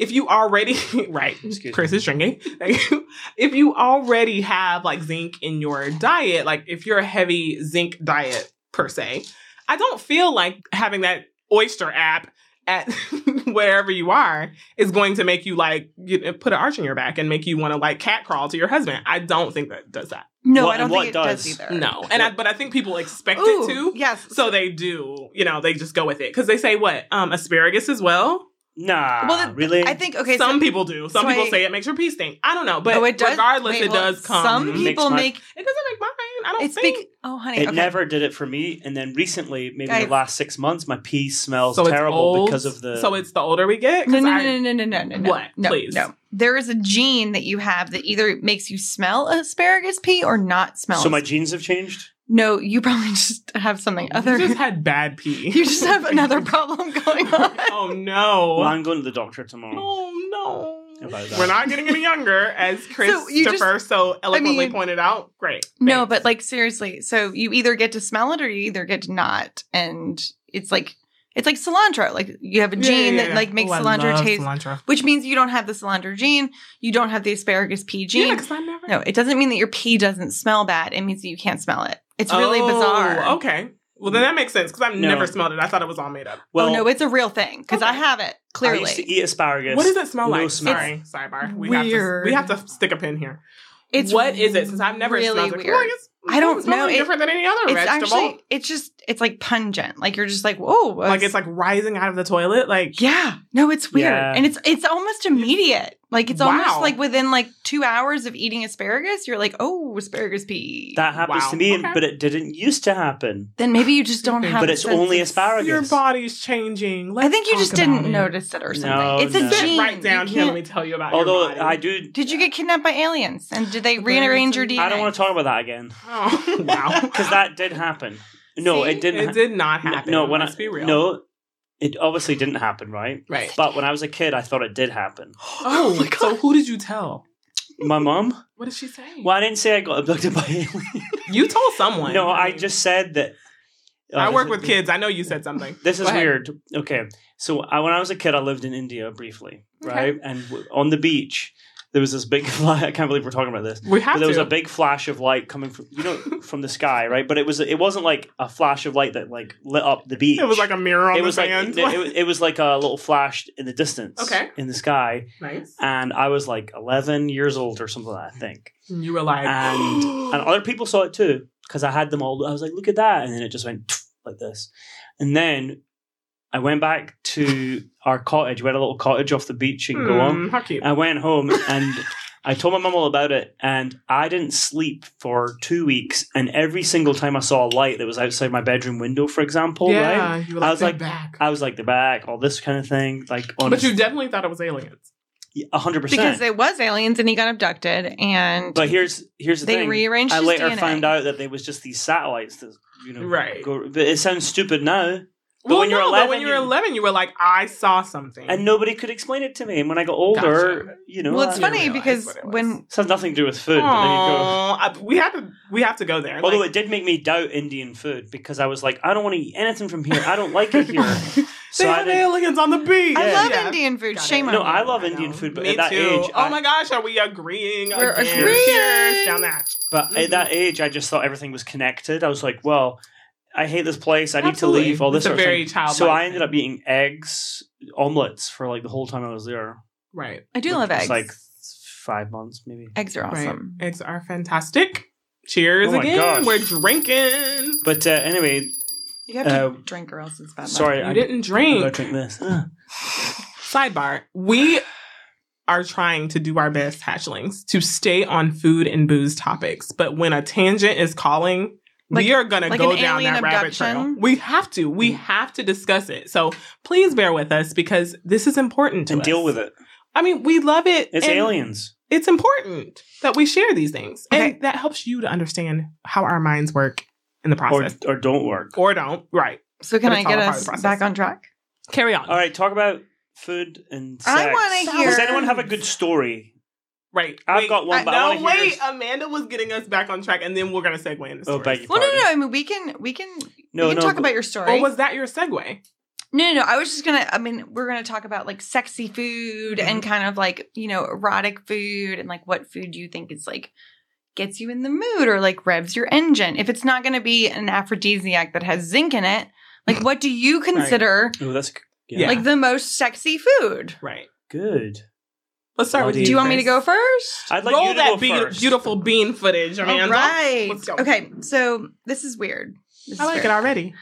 [SPEAKER 3] if you already right,
[SPEAKER 1] Excuse
[SPEAKER 3] Chris is drinking. Thank you. if you already have like zinc in your diet, like if you're a heavy zinc diet per se, I don't feel like having that oyster app at wherever you are is going to make you like you, put an arch in your back and make you want to like cat crawl to your husband. I don't think that does that.
[SPEAKER 2] No,
[SPEAKER 1] Well,
[SPEAKER 2] I don't
[SPEAKER 1] and
[SPEAKER 2] think it
[SPEAKER 1] what
[SPEAKER 2] does,
[SPEAKER 1] does-
[SPEAKER 2] either.
[SPEAKER 3] No, and I, but I think people expect
[SPEAKER 2] Ooh,
[SPEAKER 3] it to.
[SPEAKER 2] yes.
[SPEAKER 3] So they do, you know, they just go with it because they say what um, asparagus as well.
[SPEAKER 1] Nah.
[SPEAKER 2] Well, the-
[SPEAKER 1] really?
[SPEAKER 2] I think okay.
[SPEAKER 3] some
[SPEAKER 2] so,
[SPEAKER 3] people do. Some
[SPEAKER 2] so
[SPEAKER 3] people
[SPEAKER 2] I-
[SPEAKER 3] say it makes your pee stink. I don't know, but
[SPEAKER 2] Oh, it does-
[SPEAKER 3] regardless,
[SPEAKER 2] wait,
[SPEAKER 3] it
[SPEAKER 2] well,
[SPEAKER 3] does come.
[SPEAKER 2] Some
[SPEAKER 1] Makes
[SPEAKER 2] people
[SPEAKER 1] my-
[SPEAKER 2] make
[SPEAKER 3] it doesn't make mine. I don't
[SPEAKER 2] it's
[SPEAKER 3] think.
[SPEAKER 2] big. Oh, honey,
[SPEAKER 1] it
[SPEAKER 2] okay.
[SPEAKER 1] never did it for me. And then recently, maybe
[SPEAKER 2] Guys.
[SPEAKER 1] the last six months, my pee smells
[SPEAKER 3] so it's
[SPEAKER 1] terrible
[SPEAKER 3] old.
[SPEAKER 1] because of the.
[SPEAKER 3] So it's the older we get. 'Cause
[SPEAKER 2] No, no,
[SPEAKER 3] I-
[SPEAKER 2] no, no, no, no, no, no.
[SPEAKER 3] What?
[SPEAKER 2] No,
[SPEAKER 3] Please.
[SPEAKER 2] no. There is a gene that you have that either makes you smell asparagus pea or not smell.
[SPEAKER 1] so my
[SPEAKER 2] as-
[SPEAKER 1] genes have changed.
[SPEAKER 2] no, you probably just have something other.
[SPEAKER 3] You just had bad pee.
[SPEAKER 2] you just have another problem going on.
[SPEAKER 3] oh no.
[SPEAKER 1] Well, I'm going to the doctor tomorrow.
[SPEAKER 3] Oh no.
[SPEAKER 1] About that.
[SPEAKER 3] We're not getting any younger, as
[SPEAKER 2] you just-
[SPEAKER 3] Christopher so eloquently
[SPEAKER 2] mean-
[SPEAKER 3] pointed out. Great.
[SPEAKER 2] No,
[SPEAKER 3] Thanks.
[SPEAKER 2] but like seriously, so you either get to smell it or you either get to not, and it's like it's like cilantro. Like you have a
[SPEAKER 3] Yeah, yeah,
[SPEAKER 2] gene
[SPEAKER 3] yeah,
[SPEAKER 2] that
[SPEAKER 3] yeah.
[SPEAKER 2] like makes
[SPEAKER 3] Ooh, Oh, I
[SPEAKER 2] cilantro
[SPEAKER 3] love
[SPEAKER 2] taste,
[SPEAKER 3] Cilantro.
[SPEAKER 2] which means you don't have the cilantro gene. You don't have the asparagus pea gene.
[SPEAKER 3] Yeah, because I never.
[SPEAKER 2] no, it doesn't mean that your pea doesn't smell bad. It means that you can't smell it. It's really bizarre.
[SPEAKER 3] Oh, Okay. Well, then that makes sense because I've
[SPEAKER 1] No.
[SPEAKER 3] never smelled it. I thought it was all made up.
[SPEAKER 1] Well,
[SPEAKER 2] oh no, it's a real thing because I
[SPEAKER 3] Okay.
[SPEAKER 2] have it
[SPEAKER 1] I used to
[SPEAKER 2] clearly.
[SPEAKER 1] eat asparagus.
[SPEAKER 3] What does it smell
[SPEAKER 1] no
[SPEAKER 3] like?
[SPEAKER 1] smell.
[SPEAKER 3] Sorry, sorry, Bar. We
[SPEAKER 2] Weird.
[SPEAKER 3] have to we have to stick a pin here.
[SPEAKER 2] It's
[SPEAKER 3] what is it? Since I've never
[SPEAKER 2] really
[SPEAKER 3] smelled it.
[SPEAKER 2] weird.
[SPEAKER 3] Glorious.
[SPEAKER 2] I don't
[SPEAKER 3] It smells
[SPEAKER 2] know.
[SPEAKER 3] like
[SPEAKER 2] It-
[SPEAKER 3] different than any other
[SPEAKER 2] It's
[SPEAKER 3] vegetable.
[SPEAKER 2] actually it's just it's like pungent. Like you're just like whoa.
[SPEAKER 3] like it's like rising out of the toilet. Like
[SPEAKER 2] Yeah. No, it's weird.
[SPEAKER 1] Yeah.
[SPEAKER 2] And it's it's almost immediate. Like it's almost
[SPEAKER 3] Wow.
[SPEAKER 2] like within like two hours of eating asparagus, you're like, oh, asparagus pea.
[SPEAKER 1] That happens
[SPEAKER 3] Wow.
[SPEAKER 1] to me,
[SPEAKER 3] Okay.
[SPEAKER 1] but it didn't used to happen.
[SPEAKER 2] then maybe you just don't have
[SPEAKER 1] But
[SPEAKER 2] a
[SPEAKER 1] it's
[SPEAKER 2] sense
[SPEAKER 1] only
[SPEAKER 2] of-
[SPEAKER 1] asparagus.
[SPEAKER 3] your body's changing. Let's
[SPEAKER 2] I think you just
[SPEAKER 3] talk about
[SPEAKER 2] didn't
[SPEAKER 3] it.
[SPEAKER 2] notice it or something.
[SPEAKER 1] No,
[SPEAKER 2] it's a
[SPEAKER 1] no.
[SPEAKER 3] Sit
[SPEAKER 2] gene.
[SPEAKER 3] right down
[SPEAKER 2] You
[SPEAKER 3] here. Let
[SPEAKER 2] can't-
[SPEAKER 3] me tell you about.
[SPEAKER 1] Although
[SPEAKER 3] your body.
[SPEAKER 1] I do,
[SPEAKER 2] Did you get kidnapped by aliens? And did they rearrange your DNA?
[SPEAKER 1] I don't want to talk about that again
[SPEAKER 3] Oh, wow.
[SPEAKER 1] because that did happen. No,
[SPEAKER 2] See?
[SPEAKER 1] it didn't.
[SPEAKER 3] it
[SPEAKER 1] ha-
[SPEAKER 3] did not
[SPEAKER 1] No,
[SPEAKER 3] happen.
[SPEAKER 1] No, when
[SPEAKER 3] let's
[SPEAKER 1] I
[SPEAKER 3] be real.
[SPEAKER 1] no, it obviously didn't happen, right?
[SPEAKER 3] Right.
[SPEAKER 1] But when I was a kid, I thought it did happen.
[SPEAKER 3] Oh,
[SPEAKER 2] my God.
[SPEAKER 3] so who did you tell?
[SPEAKER 1] My mom?
[SPEAKER 3] What did she say?
[SPEAKER 1] Well, I didn't say I got abducted by aliens.
[SPEAKER 3] You told someone.
[SPEAKER 1] No, I
[SPEAKER 3] mean,
[SPEAKER 1] just said that.
[SPEAKER 3] I
[SPEAKER 1] Oh,
[SPEAKER 3] work
[SPEAKER 1] this is-
[SPEAKER 3] with kids. I know you said something.
[SPEAKER 1] This
[SPEAKER 3] Go
[SPEAKER 1] is
[SPEAKER 3] ahead.
[SPEAKER 1] weird. Okay, so I, when I was a kid, I lived in India briefly,
[SPEAKER 2] Okay.
[SPEAKER 1] right? And w- on the beach, there was this big. Fly- I can't believe we're talking about this.
[SPEAKER 3] We have
[SPEAKER 1] But there
[SPEAKER 3] to.
[SPEAKER 1] was a big flash of light coming from you know from the sky, right? But it was it wasn't like a flash of light that like lit up the beach.
[SPEAKER 3] it was like a mirror on
[SPEAKER 1] it
[SPEAKER 3] the
[SPEAKER 1] was like
[SPEAKER 3] sand.
[SPEAKER 1] it, it- it was like a little flash in the distance,
[SPEAKER 3] Okay.
[SPEAKER 1] in the sky.
[SPEAKER 3] nice.
[SPEAKER 1] And I was like 11 years old or something, I think.
[SPEAKER 3] You were like,
[SPEAKER 1] And- And other people saw it too because I had them all. I was like, look at that, and then it just went like this. And then I went back to our cottage. We had a little cottage off the beach in Goa.
[SPEAKER 3] Hmm, How cute.
[SPEAKER 1] I went home and I told my mum all about it, and I didn't sleep for two weeks. And every single time I saw a light that was outside my bedroom window, for example, right,
[SPEAKER 3] you were
[SPEAKER 1] I was
[SPEAKER 3] "They're
[SPEAKER 1] like-
[SPEAKER 3] back.
[SPEAKER 1] I was like the back, all this kind of thing, like on
[SPEAKER 3] but you definitely thought it was aliens.
[SPEAKER 1] a hundred
[SPEAKER 2] because
[SPEAKER 1] percent.
[SPEAKER 2] it was aliens and he got abducted and
[SPEAKER 1] But here's here's the
[SPEAKER 2] they
[SPEAKER 1] thing.
[SPEAKER 2] rearranged
[SPEAKER 1] I
[SPEAKER 2] his
[SPEAKER 1] later
[SPEAKER 2] DNA.
[SPEAKER 1] found out that they was just these satellites that you know
[SPEAKER 3] Right.
[SPEAKER 1] go. But it sounds stupid now, But
[SPEAKER 3] well,
[SPEAKER 1] when you're
[SPEAKER 3] no,
[SPEAKER 1] 11,
[SPEAKER 3] but when you were
[SPEAKER 1] you-
[SPEAKER 3] 11, you were like, I saw something.
[SPEAKER 1] and nobody could explain it to me. And when I got older,
[SPEAKER 3] Gotcha.
[SPEAKER 1] you know,
[SPEAKER 2] well it's
[SPEAKER 1] I-
[SPEAKER 3] didn't
[SPEAKER 2] funny
[SPEAKER 3] realize
[SPEAKER 2] because
[SPEAKER 3] what it was.
[SPEAKER 2] when
[SPEAKER 1] this has nothing to do with food. But there you go.
[SPEAKER 3] Aw, I- we have to we have to go there.
[SPEAKER 1] Although
[SPEAKER 3] Like,
[SPEAKER 1] it did make me doubt Indian food because I was like, I don't want to eat anything from here. I don't like it here.
[SPEAKER 3] they
[SPEAKER 1] So I
[SPEAKER 3] have
[SPEAKER 1] didn't.
[SPEAKER 3] aliens on the beach.
[SPEAKER 2] I
[SPEAKER 1] Yeah.
[SPEAKER 2] love
[SPEAKER 3] Yeah.
[SPEAKER 2] Indian food,
[SPEAKER 3] Got it.
[SPEAKER 2] shame on
[SPEAKER 1] No,
[SPEAKER 2] you.
[SPEAKER 1] I love
[SPEAKER 3] know.
[SPEAKER 1] Indian food, but
[SPEAKER 3] Me
[SPEAKER 1] at that
[SPEAKER 3] too.
[SPEAKER 1] age,
[SPEAKER 3] oh
[SPEAKER 1] I-
[SPEAKER 3] my gosh, are we agreeing?
[SPEAKER 2] We're
[SPEAKER 3] again?
[SPEAKER 1] agreeing.
[SPEAKER 3] Cheers down that.
[SPEAKER 1] But at that age, I just thought everything was connected. I was like, well, I hate this place. I need
[SPEAKER 3] Absolutely.
[SPEAKER 1] to leave. All this
[SPEAKER 3] It's a
[SPEAKER 1] sort of
[SPEAKER 3] very
[SPEAKER 1] thing.
[SPEAKER 3] childlike
[SPEAKER 1] So I ended
[SPEAKER 3] thing.
[SPEAKER 1] up eating eggs, omelets for like the whole time I was there.
[SPEAKER 3] Right.
[SPEAKER 2] I do
[SPEAKER 1] which
[SPEAKER 2] love
[SPEAKER 1] was
[SPEAKER 2] eggs.
[SPEAKER 1] Like five months, maybe.
[SPEAKER 2] eggs are awesome.
[SPEAKER 3] Right. Eggs are fantastic. Cheers
[SPEAKER 1] Oh my
[SPEAKER 3] again.
[SPEAKER 1] gosh.
[SPEAKER 3] We're drinking.
[SPEAKER 1] But uh, anyway,
[SPEAKER 2] You have to
[SPEAKER 1] Uh,
[SPEAKER 2] drink or else it's bad. luck.
[SPEAKER 1] sorry,
[SPEAKER 3] You
[SPEAKER 1] I
[SPEAKER 3] didn't
[SPEAKER 1] I'm gonna
[SPEAKER 3] drink.
[SPEAKER 1] drink this. Ah.
[SPEAKER 3] Sidebar. We are trying to do our best, hatchlings, to stay on food and booze topics. But when a tangent is calling, we
[SPEAKER 2] Like-
[SPEAKER 3] are going to
[SPEAKER 2] like
[SPEAKER 3] go
[SPEAKER 2] an
[SPEAKER 3] down
[SPEAKER 2] alien
[SPEAKER 3] that rabbit trail.
[SPEAKER 2] abduction?
[SPEAKER 3] We have to.
[SPEAKER 1] Mm.
[SPEAKER 3] We have to discuss it. So please bear with us because this is important to
[SPEAKER 1] And
[SPEAKER 3] us.
[SPEAKER 1] deal with it.
[SPEAKER 3] I mean, we love it.
[SPEAKER 1] It's
[SPEAKER 3] and
[SPEAKER 1] aliens.
[SPEAKER 3] It's important that we share these things.
[SPEAKER 2] Okay.
[SPEAKER 3] And that helps you to understand how our minds work in
[SPEAKER 1] Or,
[SPEAKER 3] the process.
[SPEAKER 1] or don't work.
[SPEAKER 3] Or, don't. Right.
[SPEAKER 2] So can
[SPEAKER 3] But
[SPEAKER 2] I
[SPEAKER 3] it's
[SPEAKER 2] get
[SPEAKER 3] all a part of
[SPEAKER 2] us
[SPEAKER 3] the process.
[SPEAKER 2] back on track?
[SPEAKER 3] Carry on.
[SPEAKER 1] All right, talk about food and sex.
[SPEAKER 2] I wanna
[SPEAKER 3] hear-
[SPEAKER 1] Does anyone have a good story?
[SPEAKER 3] Right.
[SPEAKER 1] I've
[SPEAKER 3] Wait.
[SPEAKER 1] got one,
[SPEAKER 2] I-
[SPEAKER 1] but I
[SPEAKER 3] Uh, No,
[SPEAKER 1] want to hear.
[SPEAKER 3] wait. Amanda was getting us back on track, and then we're gonna segue into
[SPEAKER 1] Oh,
[SPEAKER 3] stories.
[SPEAKER 1] beg your
[SPEAKER 2] Well, no,
[SPEAKER 1] pardon.
[SPEAKER 2] no, no. I mean, we can, we can,
[SPEAKER 1] No, no,
[SPEAKER 2] we can talk
[SPEAKER 1] but-
[SPEAKER 2] about your
[SPEAKER 3] Or
[SPEAKER 2] story.
[SPEAKER 3] was that your segue?
[SPEAKER 2] No, no, no. I was just gonna. I mean, we're gonna talk about like sexy food
[SPEAKER 3] Mm-hmm.
[SPEAKER 2] and kind of like you know erotic food and like what food do you think is like gets you in the mood or like revs your engine? If it's not gonna be an aphrodisiac that has zinc in it, like what do you consider
[SPEAKER 1] Oh, that's g-
[SPEAKER 3] Mm-hmm. Yeah.
[SPEAKER 2] like the most sexy food?
[SPEAKER 3] Right.
[SPEAKER 1] good.
[SPEAKER 3] Let's start
[SPEAKER 1] Well,
[SPEAKER 3] with
[SPEAKER 1] do
[SPEAKER 3] you.
[SPEAKER 2] Do you want me to go
[SPEAKER 3] first.
[SPEAKER 2] first?
[SPEAKER 1] I'd like
[SPEAKER 3] Roll
[SPEAKER 1] you to
[SPEAKER 3] that
[SPEAKER 1] go
[SPEAKER 3] be-
[SPEAKER 1] first.
[SPEAKER 3] beautiful bean footage, Amanda.
[SPEAKER 2] All right.
[SPEAKER 3] Let's go.
[SPEAKER 2] Okay. So this is weird. This
[SPEAKER 3] I
[SPEAKER 2] is
[SPEAKER 3] like
[SPEAKER 2] weird.
[SPEAKER 3] it already.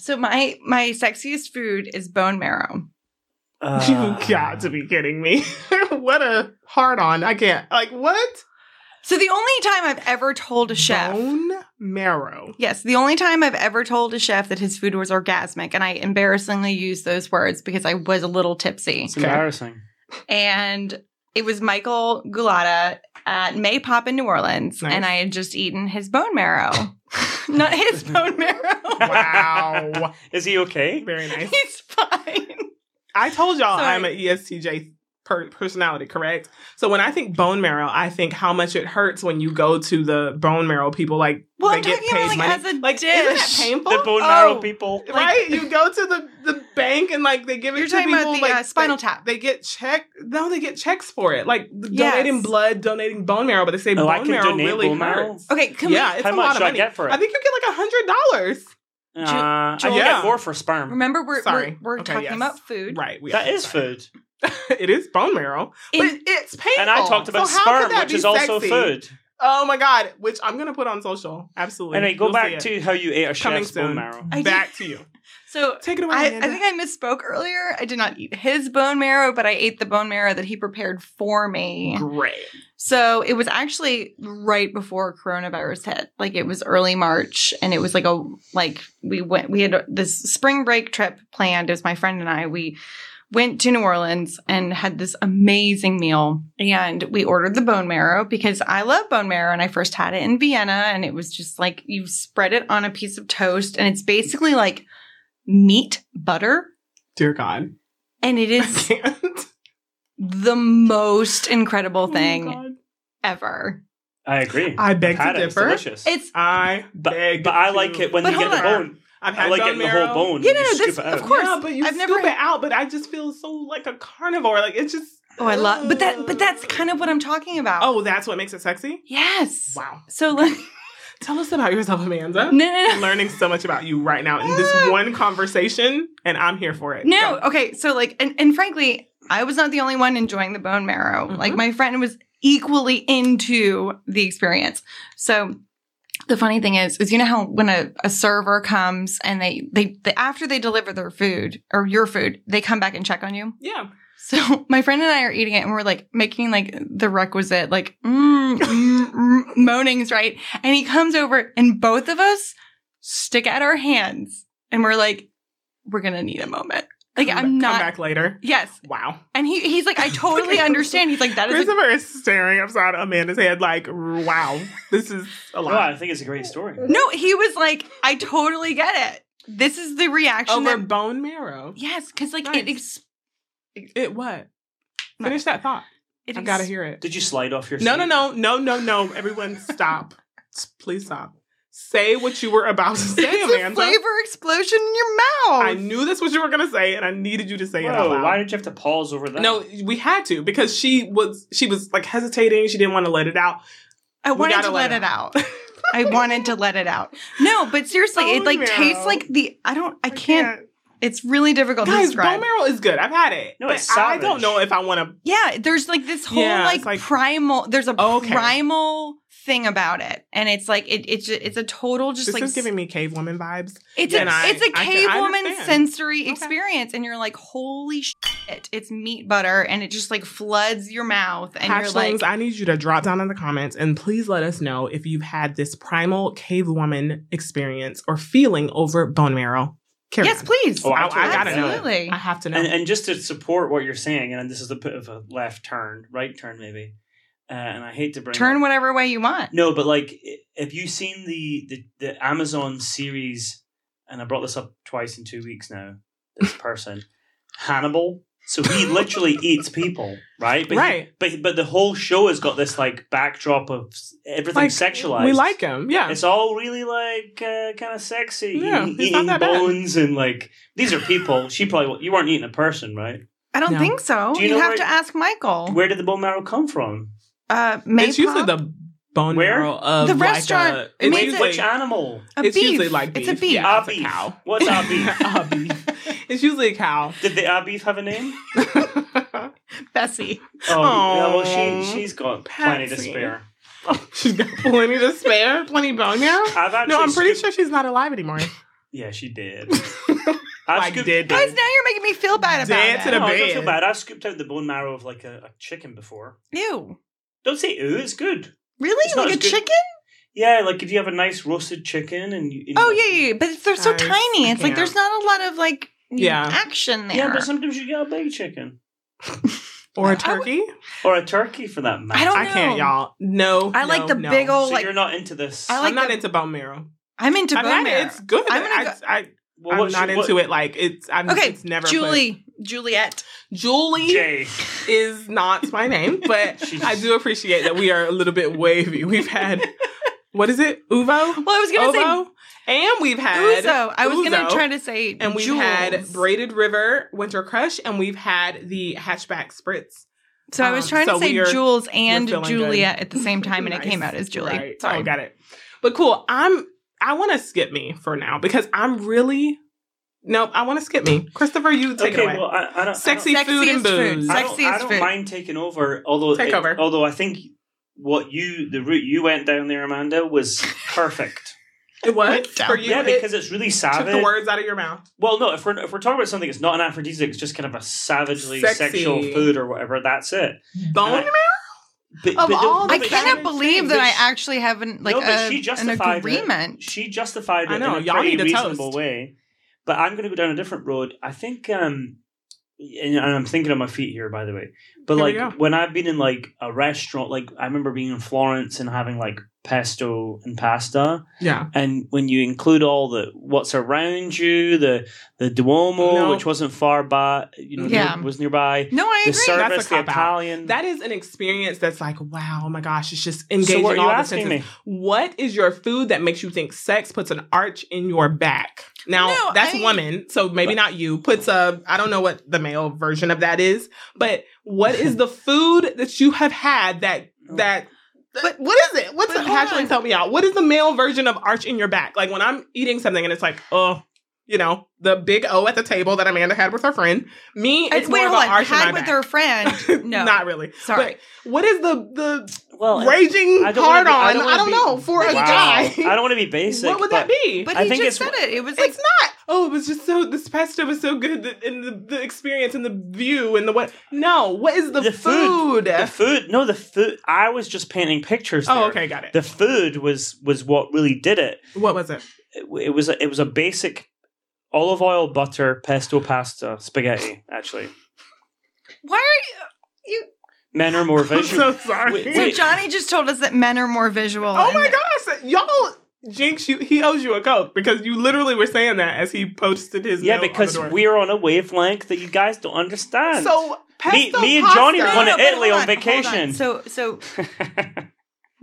[SPEAKER 2] So my my sexiest food is bone marrow.
[SPEAKER 1] Uh,
[SPEAKER 3] you got to be kidding me. what a hard on. I can't. Like, what?
[SPEAKER 2] So the only time I've ever told a chef.
[SPEAKER 3] Bone marrow.
[SPEAKER 2] Yes, the only time I've ever told a chef that his food was orgasmic, and I embarrassingly used those words because I was a little tipsy.
[SPEAKER 1] It's embarrassing.
[SPEAKER 2] And it was Michael Gulata at May Pop in New Orleans,
[SPEAKER 3] Nice.
[SPEAKER 2] and I had just eaten his bone marrow. Not his bone marrow.
[SPEAKER 3] Wow.
[SPEAKER 1] Is he okay?
[SPEAKER 3] Very nice.
[SPEAKER 2] He's fine.
[SPEAKER 3] I told y'all
[SPEAKER 2] Sorry.
[SPEAKER 3] I'm an E ESTJ per- personality, correct? So when I think bone marrow, I think how much it hurts when you go to the bone marrow people. Like,
[SPEAKER 2] Well,
[SPEAKER 3] they
[SPEAKER 2] I'm
[SPEAKER 3] get
[SPEAKER 2] talking
[SPEAKER 3] paid
[SPEAKER 2] about like
[SPEAKER 3] money.
[SPEAKER 2] as a
[SPEAKER 3] like,
[SPEAKER 2] dish.
[SPEAKER 3] isn't that painful?
[SPEAKER 1] The bone
[SPEAKER 2] Oh.
[SPEAKER 1] marrow people.
[SPEAKER 2] like-
[SPEAKER 3] right? You go to the, the bank and like they give it
[SPEAKER 2] You're
[SPEAKER 3] to
[SPEAKER 2] talking
[SPEAKER 3] people.
[SPEAKER 2] about the
[SPEAKER 3] like,
[SPEAKER 2] uh, spinal
[SPEAKER 3] they,
[SPEAKER 2] tap.
[SPEAKER 3] They get check. No, they get checks for it. Like th-
[SPEAKER 2] Yes.
[SPEAKER 3] donating blood, donating bone marrow, but they say
[SPEAKER 1] Oh, I
[SPEAKER 3] bone
[SPEAKER 1] can
[SPEAKER 3] marrow
[SPEAKER 1] donate
[SPEAKER 3] really
[SPEAKER 1] bone marrow?
[SPEAKER 3] hurts.
[SPEAKER 2] okay, can
[SPEAKER 3] yeah, it's
[SPEAKER 1] How
[SPEAKER 3] a
[SPEAKER 1] much
[SPEAKER 3] lot of
[SPEAKER 1] should I
[SPEAKER 3] money.
[SPEAKER 1] get for it?
[SPEAKER 3] I think you get like a hundred dollars.
[SPEAKER 1] uh, I
[SPEAKER 2] Joel-
[SPEAKER 1] can
[SPEAKER 3] Yeah.
[SPEAKER 1] get more for
[SPEAKER 2] we
[SPEAKER 1] sperm.
[SPEAKER 2] remember we're
[SPEAKER 3] Sorry.
[SPEAKER 2] we're, we're
[SPEAKER 3] Okay,
[SPEAKER 2] talking
[SPEAKER 3] yes.
[SPEAKER 2] about food.
[SPEAKER 3] Right, we
[SPEAKER 1] that
[SPEAKER 3] are.
[SPEAKER 1] is
[SPEAKER 3] Sorry.
[SPEAKER 1] food.
[SPEAKER 3] it is bone marrow, but
[SPEAKER 2] In-
[SPEAKER 3] it's painful.
[SPEAKER 1] And I talked about
[SPEAKER 3] So how could
[SPEAKER 1] sperm,
[SPEAKER 3] that
[SPEAKER 1] which
[SPEAKER 3] be
[SPEAKER 1] is also
[SPEAKER 3] sexy?
[SPEAKER 1] food.
[SPEAKER 3] Oh my god, which I'm gonna put on social. Absolutely.
[SPEAKER 1] Anyway, go
[SPEAKER 3] You'll see
[SPEAKER 1] back
[SPEAKER 3] it.
[SPEAKER 1] to how you ate a
[SPEAKER 3] Coming
[SPEAKER 1] chef's bone
[SPEAKER 3] soon.
[SPEAKER 1] marrow.
[SPEAKER 2] I
[SPEAKER 3] back
[SPEAKER 2] did-
[SPEAKER 3] to you.
[SPEAKER 2] So
[SPEAKER 3] Take it away.
[SPEAKER 2] I,
[SPEAKER 3] Amanda.
[SPEAKER 2] I think I misspoke earlier. I did not eat his bone marrow, but I ate the bone marrow that he prepared for me.
[SPEAKER 3] great.
[SPEAKER 2] So it was actually right before coronavirus hit. Like it was early March and it was like a like we went we had this spring break trip planned. It was my friend and I. We went to New Orleans and had this amazing meal and we ordered the bone marrow because I love bone marrow and I first had it in Vienna and it was just like you spread it on a piece of toast and it's basically like meat butter
[SPEAKER 3] Dear God,
[SPEAKER 2] and it
[SPEAKER 3] I
[SPEAKER 2] is
[SPEAKER 3] can't.
[SPEAKER 2] the most incredible
[SPEAKER 3] Oh my
[SPEAKER 2] thing
[SPEAKER 3] God.
[SPEAKER 2] ever.
[SPEAKER 1] I agree.
[SPEAKER 3] I beg
[SPEAKER 1] I've had
[SPEAKER 3] to
[SPEAKER 1] it. It's
[SPEAKER 3] differ.
[SPEAKER 1] delicious.
[SPEAKER 2] It's
[SPEAKER 3] I
[SPEAKER 1] but,
[SPEAKER 3] beg,
[SPEAKER 1] but I
[SPEAKER 3] to
[SPEAKER 1] like it when
[SPEAKER 2] But
[SPEAKER 1] you get the
[SPEAKER 2] hold on.
[SPEAKER 1] bone.
[SPEAKER 3] I've
[SPEAKER 1] I
[SPEAKER 3] had
[SPEAKER 1] like
[SPEAKER 3] bone
[SPEAKER 1] getting the
[SPEAKER 3] marrow.
[SPEAKER 1] whole bone.
[SPEAKER 2] Yeah,
[SPEAKER 1] and
[SPEAKER 2] no,
[SPEAKER 1] you
[SPEAKER 2] no,
[SPEAKER 1] scoop
[SPEAKER 2] this-
[SPEAKER 1] it
[SPEAKER 2] of
[SPEAKER 1] out.
[SPEAKER 2] course.
[SPEAKER 3] Yeah, but you
[SPEAKER 2] I've
[SPEAKER 3] scoop
[SPEAKER 2] never
[SPEAKER 3] it out. But I just feel so like a carnivore. Like it's just.
[SPEAKER 2] oh, I love, but that but that's kind of what I'm talking about.
[SPEAKER 3] Oh, that's what makes it sexy.
[SPEAKER 2] yes.
[SPEAKER 3] Wow.
[SPEAKER 2] So like,
[SPEAKER 3] Tell us about yourself, Amanda.
[SPEAKER 2] no, no,
[SPEAKER 3] I'm
[SPEAKER 2] no.
[SPEAKER 3] learning so much about you right now in this one conversation, and I'm here for it.
[SPEAKER 2] No,
[SPEAKER 3] Go.
[SPEAKER 2] okay. So like, and, and frankly, I was not the only one enjoying the bone marrow.
[SPEAKER 3] Mhm.
[SPEAKER 2] Like my friend was equally into the experience. So the funny thing is, is you know how when a, a server comes and they, they they after they deliver their food or your food, they come back and check on you.
[SPEAKER 3] Yeah.
[SPEAKER 2] So my friend and I are eating it, and we're like making like the requisite like mm, mm, mm, moanings, right? And he comes over, and both of us stick out our hands, and we're like, "We're gonna need a moment." Like
[SPEAKER 3] Come
[SPEAKER 2] I'm
[SPEAKER 3] back-
[SPEAKER 2] not.
[SPEAKER 3] Come back later.
[SPEAKER 2] Yes,
[SPEAKER 3] Wow.
[SPEAKER 2] and he he's like, "I totally understand." He's like, "That is." a-
[SPEAKER 3] Christopher is staring upside Amanda's head like, wow, this is a
[SPEAKER 1] Well, I
[SPEAKER 3] lot.
[SPEAKER 1] think it's a great story.
[SPEAKER 2] no, he was like, "I totally get it. This is the reaction."
[SPEAKER 3] Over
[SPEAKER 2] that-
[SPEAKER 3] bone marrow.
[SPEAKER 2] yes, because like it, ex-
[SPEAKER 3] It what?
[SPEAKER 2] No.
[SPEAKER 3] Finish that thought.
[SPEAKER 2] it
[SPEAKER 3] I gotta
[SPEAKER 2] ex-
[SPEAKER 3] hear it.
[SPEAKER 1] Did you slide off your
[SPEAKER 3] No,
[SPEAKER 1] seat?
[SPEAKER 3] no, no, no, no, no. Everyone stop. S- Please stop. Say what you were about to say,
[SPEAKER 2] It's a
[SPEAKER 3] Amanda.
[SPEAKER 2] flavor explosion in your mouth.
[SPEAKER 3] I knew this was what you were gonna say, and I needed you to say it out
[SPEAKER 1] Whoa,
[SPEAKER 3] loud.
[SPEAKER 1] why did you have to pause over that?
[SPEAKER 3] no, we had to because she was she was like hesitating. She didn't want to let it out.
[SPEAKER 2] I
[SPEAKER 3] We
[SPEAKER 2] wanted
[SPEAKER 3] gotta
[SPEAKER 2] to
[SPEAKER 3] let
[SPEAKER 2] let it out. I wanted to let it out. No, but seriously, it
[SPEAKER 3] Bone
[SPEAKER 2] like tastes
[SPEAKER 3] marrow.
[SPEAKER 2] like the I don't I, can't, it's really difficult to
[SPEAKER 3] Guys,
[SPEAKER 2] describe.
[SPEAKER 3] bone marrow is good. I've had it.
[SPEAKER 1] No,
[SPEAKER 3] but
[SPEAKER 1] it's
[SPEAKER 3] I
[SPEAKER 1] savage.
[SPEAKER 3] don't know if I want to.
[SPEAKER 2] yeah, there's like this whole
[SPEAKER 3] Yeah,
[SPEAKER 2] like,
[SPEAKER 3] it's like-
[SPEAKER 2] primal there's a
[SPEAKER 3] Oh, okay.
[SPEAKER 2] primal thing about it. And it's like it, it's it's a total just
[SPEAKER 3] This
[SPEAKER 2] like
[SPEAKER 3] is giving me cave woman vibes.
[SPEAKER 2] it's
[SPEAKER 3] and
[SPEAKER 2] a
[SPEAKER 3] I-
[SPEAKER 2] it's a
[SPEAKER 3] I can-
[SPEAKER 2] cave
[SPEAKER 3] I
[SPEAKER 2] woman
[SPEAKER 3] understand.
[SPEAKER 2] sensory
[SPEAKER 3] Okay.
[SPEAKER 2] experience and you're like holy shit, it's meat butter and it just like floods your mouth and
[SPEAKER 3] Hatchlings,
[SPEAKER 2] you're like
[SPEAKER 3] I need you to drop down in the comments and please let us know if you've had this primal cave woman experience or feeling over bone marrow. Carry
[SPEAKER 2] yes,
[SPEAKER 3] on.
[SPEAKER 2] please.
[SPEAKER 1] Oh, I
[SPEAKER 3] I,
[SPEAKER 1] totally
[SPEAKER 3] I gotta know.
[SPEAKER 2] Absolutely.
[SPEAKER 3] it. I have to know.
[SPEAKER 1] And, and just to support what you're saying, and this is a bit of a left turn, right turn maybe, uh, and I hate to bring
[SPEAKER 2] Turn
[SPEAKER 1] up-
[SPEAKER 2] whatever way you want.
[SPEAKER 1] No, but like, i- have you seen the, the the Amazon series? And I brought this up twice in two weeks now. This person, Hannibal. So he literally eats people, right? But he-
[SPEAKER 3] right.
[SPEAKER 1] but but the whole show has got this like backdrop of s- everything
[SPEAKER 3] Like,
[SPEAKER 1] sexualized.
[SPEAKER 3] We like him. Yeah.
[SPEAKER 1] It's all really like uh, kind of sexy.
[SPEAKER 3] Yeah,
[SPEAKER 1] eating,
[SPEAKER 3] it's not that bad.
[SPEAKER 1] bones and like these are people. She probably you weren't eating a person, right?
[SPEAKER 2] I don't
[SPEAKER 3] No.
[SPEAKER 2] think so.
[SPEAKER 1] Do you
[SPEAKER 2] you
[SPEAKER 1] know
[SPEAKER 2] have
[SPEAKER 1] where-
[SPEAKER 2] to ask
[SPEAKER 3] Oh.
[SPEAKER 2] Michael.
[SPEAKER 1] Where did the bone marrow come from?
[SPEAKER 2] uh, Maypop,
[SPEAKER 3] it's usually the bone
[SPEAKER 1] Where?
[SPEAKER 3] marrow of
[SPEAKER 2] The
[SPEAKER 3] like
[SPEAKER 2] restaurant.
[SPEAKER 3] A,
[SPEAKER 2] It
[SPEAKER 3] it's
[SPEAKER 2] makes
[SPEAKER 1] Wait,
[SPEAKER 2] it-
[SPEAKER 3] usually,
[SPEAKER 1] which animal?
[SPEAKER 2] a
[SPEAKER 3] it's
[SPEAKER 2] beef.
[SPEAKER 3] usually like beef.
[SPEAKER 2] It's a beef.
[SPEAKER 3] Yeah,
[SPEAKER 1] Ah,
[SPEAKER 3] it's
[SPEAKER 1] beef.
[SPEAKER 3] a cow.
[SPEAKER 1] What's ah, beef?
[SPEAKER 3] Ah, beef. It's usually a cow.
[SPEAKER 1] Did the ah beef have a name?
[SPEAKER 2] Bessie.
[SPEAKER 1] Oh, yeah, well, she
[SPEAKER 3] Aw.
[SPEAKER 1] she's got plenty to
[SPEAKER 3] Patsy.
[SPEAKER 1] spare.
[SPEAKER 3] She's got plenty to spare, plenty bone marrow.
[SPEAKER 1] I've actually
[SPEAKER 3] No, I'm pretty
[SPEAKER 1] scooped-
[SPEAKER 3] sure she's not alive anymore.
[SPEAKER 1] Yeah, she did. I've
[SPEAKER 3] like
[SPEAKER 1] scooped-
[SPEAKER 3] dead.
[SPEAKER 2] Guys,
[SPEAKER 3] dead.
[SPEAKER 2] now you're making me feel bad about
[SPEAKER 3] Dead to
[SPEAKER 2] it.
[SPEAKER 1] No, I don't
[SPEAKER 3] bed.
[SPEAKER 1] feel bad. I've scooped out the bone marrow of like a, a chicken before.
[SPEAKER 2] Ew.
[SPEAKER 1] Don't say ooh, it's good.
[SPEAKER 2] Really?
[SPEAKER 1] It's not
[SPEAKER 2] like
[SPEAKER 1] as
[SPEAKER 2] a
[SPEAKER 1] good-
[SPEAKER 2] chicken?
[SPEAKER 1] Yeah, like if you have a nice roasted chicken and you, you know,
[SPEAKER 2] Oh yeah, yeah, yeah. But it's- they're so
[SPEAKER 3] Guys,
[SPEAKER 2] tiny.
[SPEAKER 3] I
[SPEAKER 2] It's like there's not a lot of like
[SPEAKER 3] Yeah.
[SPEAKER 2] action there.
[SPEAKER 1] yeah, but sometimes you get a big chicken
[SPEAKER 3] Or
[SPEAKER 2] I
[SPEAKER 3] a
[SPEAKER 2] would-
[SPEAKER 3] turkey?
[SPEAKER 1] or a turkey for that matter.
[SPEAKER 2] I don't
[SPEAKER 3] I can't, y'all. No.
[SPEAKER 2] I like
[SPEAKER 3] no,
[SPEAKER 2] the
[SPEAKER 3] no.
[SPEAKER 2] big
[SPEAKER 1] So
[SPEAKER 2] old like
[SPEAKER 1] you're not into this.
[SPEAKER 2] I like
[SPEAKER 3] I'm not
[SPEAKER 2] the-
[SPEAKER 3] into bone marrow.
[SPEAKER 2] I'm into
[SPEAKER 3] I
[SPEAKER 2] bone
[SPEAKER 3] mean,
[SPEAKER 2] marrow.
[SPEAKER 3] it's good.
[SPEAKER 2] I'm
[SPEAKER 3] i
[SPEAKER 2] gonna
[SPEAKER 3] I,
[SPEAKER 1] Well,
[SPEAKER 3] am
[SPEAKER 1] what's
[SPEAKER 3] not
[SPEAKER 1] your-
[SPEAKER 3] into
[SPEAKER 1] what-
[SPEAKER 3] it. Like it's. I'm,
[SPEAKER 2] Okay,
[SPEAKER 3] it's never.
[SPEAKER 2] Julie, Juliet.
[SPEAKER 3] put- Julie
[SPEAKER 1] Jay,
[SPEAKER 3] is not my name, but
[SPEAKER 1] She's-
[SPEAKER 3] I do appreciate that we are a little bit wavy. We've had what is it? Uvo,
[SPEAKER 2] Well, I was gonna
[SPEAKER 3] Ovo, and we've
[SPEAKER 2] say
[SPEAKER 3] had
[SPEAKER 2] Uzo. I was gonna
[SPEAKER 3] Uzo.
[SPEAKER 2] try to say
[SPEAKER 3] and we've
[SPEAKER 2] Jules.
[SPEAKER 3] had Braided River Winter Crush, and we've had the Hatchback Spritz.
[SPEAKER 2] So I was
[SPEAKER 3] um,
[SPEAKER 2] trying
[SPEAKER 3] so
[SPEAKER 2] to say
[SPEAKER 3] we are-
[SPEAKER 2] Jules and
[SPEAKER 3] feeling
[SPEAKER 2] Juliet at the same time, and it came
[SPEAKER 3] Nice.
[SPEAKER 2] out as Julie.
[SPEAKER 3] Right.
[SPEAKER 2] Sorry.
[SPEAKER 3] Oh, got it. But cool. I'm. I want to skip me for now because I'm really. Nope, I want to skip me. Christopher, you take
[SPEAKER 1] okay,
[SPEAKER 3] it away.
[SPEAKER 1] well, I, I don't.
[SPEAKER 3] Sexy
[SPEAKER 2] I don't-
[SPEAKER 3] food and
[SPEAKER 2] Sexiest food.
[SPEAKER 3] booze.
[SPEAKER 1] I
[SPEAKER 2] Sex-
[SPEAKER 1] don't, I
[SPEAKER 2] Sexy
[SPEAKER 1] don't, I
[SPEAKER 2] as
[SPEAKER 1] don't
[SPEAKER 2] food.
[SPEAKER 1] mind taking over. Although
[SPEAKER 3] Take
[SPEAKER 1] it-
[SPEAKER 3] over.
[SPEAKER 1] Although I think what you the route you went down there, Amanda, was perfect.
[SPEAKER 3] it was
[SPEAKER 2] What?
[SPEAKER 3] for you.
[SPEAKER 1] yeah,
[SPEAKER 3] it
[SPEAKER 1] because it's really
[SPEAKER 3] took the
[SPEAKER 1] savage.
[SPEAKER 3] words out of your mouth.
[SPEAKER 1] Well, no, if we're if we're talking about something that's not an aphrodisiac, it's just kind of a savagely
[SPEAKER 3] Sexy.
[SPEAKER 1] sexual food or whatever. That's it.
[SPEAKER 3] Bone
[SPEAKER 1] Uh, But, but
[SPEAKER 3] Of
[SPEAKER 1] no-
[SPEAKER 3] all
[SPEAKER 1] no,
[SPEAKER 2] I
[SPEAKER 3] the
[SPEAKER 1] but
[SPEAKER 2] cannot
[SPEAKER 3] she-
[SPEAKER 2] believe that
[SPEAKER 1] but
[SPEAKER 2] I
[SPEAKER 1] she-
[SPEAKER 2] actually haven't like
[SPEAKER 1] No, but
[SPEAKER 2] a-
[SPEAKER 1] she
[SPEAKER 2] an
[SPEAKER 1] justified it.
[SPEAKER 2] agreement.
[SPEAKER 1] she justified it
[SPEAKER 3] I know,
[SPEAKER 1] in a
[SPEAKER 3] y'all
[SPEAKER 1] pretty
[SPEAKER 3] need to
[SPEAKER 1] reasonable
[SPEAKER 3] toast.
[SPEAKER 1] way. But I'm going to go down a different road. I think, um, and, and I'm thinking on my feet here, by the way. But
[SPEAKER 3] Here we
[SPEAKER 1] like
[SPEAKER 3] go.
[SPEAKER 1] when I've been in like a restaurant, like I remember being in Florence and having like pesto and pasta,
[SPEAKER 3] yeah,
[SPEAKER 1] and when you include all the what's around you, the the Duomo,
[SPEAKER 3] No.
[SPEAKER 1] which wasn't far by, you know,
[SPEAKER 2] Yeah.
[SPEAKER 1] near- was nearby.
[SPEAKER 2] No, I
[SPEAKER 1] The
[SPEAKER 2] agree.
[SPEAKER 3] That's a
[SPEAKER 1] service, the
[SPEAKER 3] cop-out.
[SPEAKER 1] Italian.
[SPEAKER 3] that is an experience that's like, wow, oh my gosh, it's just
[SPEAKER 1] so
[SPEAKER 3] engaging
[SPEAKER 1] what are you
[SPEAKER 3] all the
[SPEAKER 1] asking me?
[SPEAKER 3] senses. What is your food that makes you think sex puts an arch in your back? Now
[SPEAKER 2] No,
[SPEAKER 3] that's
[SPEAKER 2] I-
[SPEAKER 3] woman, so maybe not you. Puts a I don't know what the male version of that is, but what is the food that you have had that that? But what is it? What's
[SPEAKER 2] Oh. But
[SPEAKER 3] the,
[SPEAKER 2] hold
[SPEAKER 3] Ashley,
[SPEAKER 2] on.
[SPEAKER 3] help me out. What is the male version of arch in your back? Like when I'm eating something and it's like, oh, you know, the big O at the table that Amanda had with her friend. Me,
[SPEAKER 2] I-
[SPEAKER 3] it's
[SPEAKER 2] Uh, Wait,
[SPEAKER 3] more
[SPEAKER 2] hold
[SPEAKER 3] of an
[SPEAKER 2] on.
[SPEAKER 3] arch in my
[SPEAKER 2] Had with
[SPEAKER 3] back.
[SPEAKER 2] her friend. No,
[SPEAKER 3] not really.
[SPEAKER 2] sorry.
[SPEAKER 3] But what is the the
[SPEAKER 1] Well,
[SPEAKER 3] raging
[SPEAKER 1] I don't wanna
[SPEAKER 3] hard
[SPEAKER 1] be-
[SPEAKER 3] on.
[SPEAKER 1] I
[SPEAKER 3] I
[SPEAKER 1] don't
[SPEAKER 3] don't,
[SPEAKER 1] wanna be-
[SPEAKER 3] know for a
[SPEAKER 2] Wow.
[SPEAKER 3] guy.
[SPEAKER 1] I don't want to be basic.
[SPEAKER 3] what would
[SPEAKER 1] but
[SPEAKER 3] that be?
[SPEAKER 2] But
[SPEAKER 1] I
[SPEAKER 2] he
[SPEAKER 1] think
[SPEAKER 2] just
[SPEAKER 1] it's-
[SPEAKER 2] said it. It was like
[SPEAKER 3] it's not. Oh, it was just so. This pasta was so good, that- and the, the experience, and the view, and the what? No, what is the,
[SPEAKER 1] The food.
[SPEAKER 3] food?
[SPEAKER 1] the food no the food i was just painting pictures
[SPEAKER 3] oh,
[SPEAKER 1] there.
[SPEAKER 3] okay, got it.
[SPEAKER 1] the food was was what really did it
[SPEAKER 3] what was it?
[SPEAKER 1] it, w- it was a, it was a basic olive oil butter pesto pasta spaghetti actually
[SPEAKER 2] why are you?
[SPEAKER 1] men are more
[SPEAKER 3] I'm
[SPEAKER 1] visual
[SPEAKER 3] so sorry.
[SPEAKER 1] Wait,
[SPEAKER 2] you so
[SPEAKER 1] wait.
[SPEAKER 2] Johnny just told us that men are more visual.
[SPEAKER 3] oh my
[SPEAKER 2] and-
[SPEAKER 3] gosh, y'all jinx you. He owes you a coke because you literally were saying that as he posted his.
[SPEAKER 1] yeah
[SPEAKER 3] note on
[SPEAKER 1] because
[SPEAKER 3] the door.
[SPEAKER 1] we're on a wavelength that you guys don't understand
[SPEAKER 3] So
[SPEAKER 1] Me-
[SPEAKER 3] pesto
[SPEAKER 1] me and
[SPEAKER 3] pasta-
[SPEAKER 1] Johnny
[SPEAKER 2] No, no,
[SPEAKER 1] Going to
[SPEAKER 2] no, but
[SPEAKER 1] Italy
[SPEAKER 2] hold
[SPEAKER 1] on
[SPEAKER 2] hold
[SPEAKER 1] vacation.
[SPEAKER 2] So so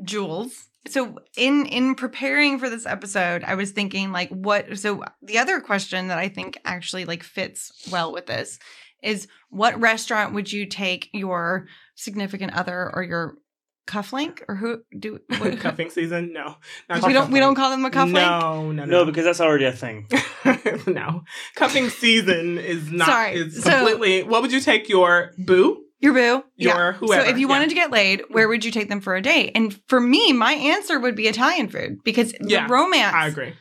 [SPEAKER 2] Jules. So in in preparing for this episode, I was thinking like what so the other question that I think actually like fits well with this is what restaurant would you take your significant other or your cufflink or who do what,
[SPEAKER 3] cuffing season. No,
[SPEAKER 2] we
[SPEAKER 3] not
[SPEAKER 2] don't we
[SPEAKER 3] cuffing.
[SPEAKER 2] don't call them a cufflink?
[SPEAKER 3] No,
[SPEAKER 1] no
[SPEAKER 3] no, no.
[SPEAKER 1] because that's already a thing
[SPEAKER 3] no, cuffing season is not.
[SPEAKER 2] Sorry.
[SPEAKER 3] Is
[SPEAKER 2] So-
[SPEAKER 3] completely. what would you take your boo,
[SPEAKER 2] Your boo?
[SPEAKER 3] your
[SPEAKER 2] yeah.
[SPEAKER 3] whoever?
[SPEAKER 2] So if you wanted to get laid, where would you take them for a date? And for me, my answer would be Italian food because
[SPEAKER 3] Yeah,
[SPEAKER 2] the romance.
[SPEAKER 3] yeah, I agree.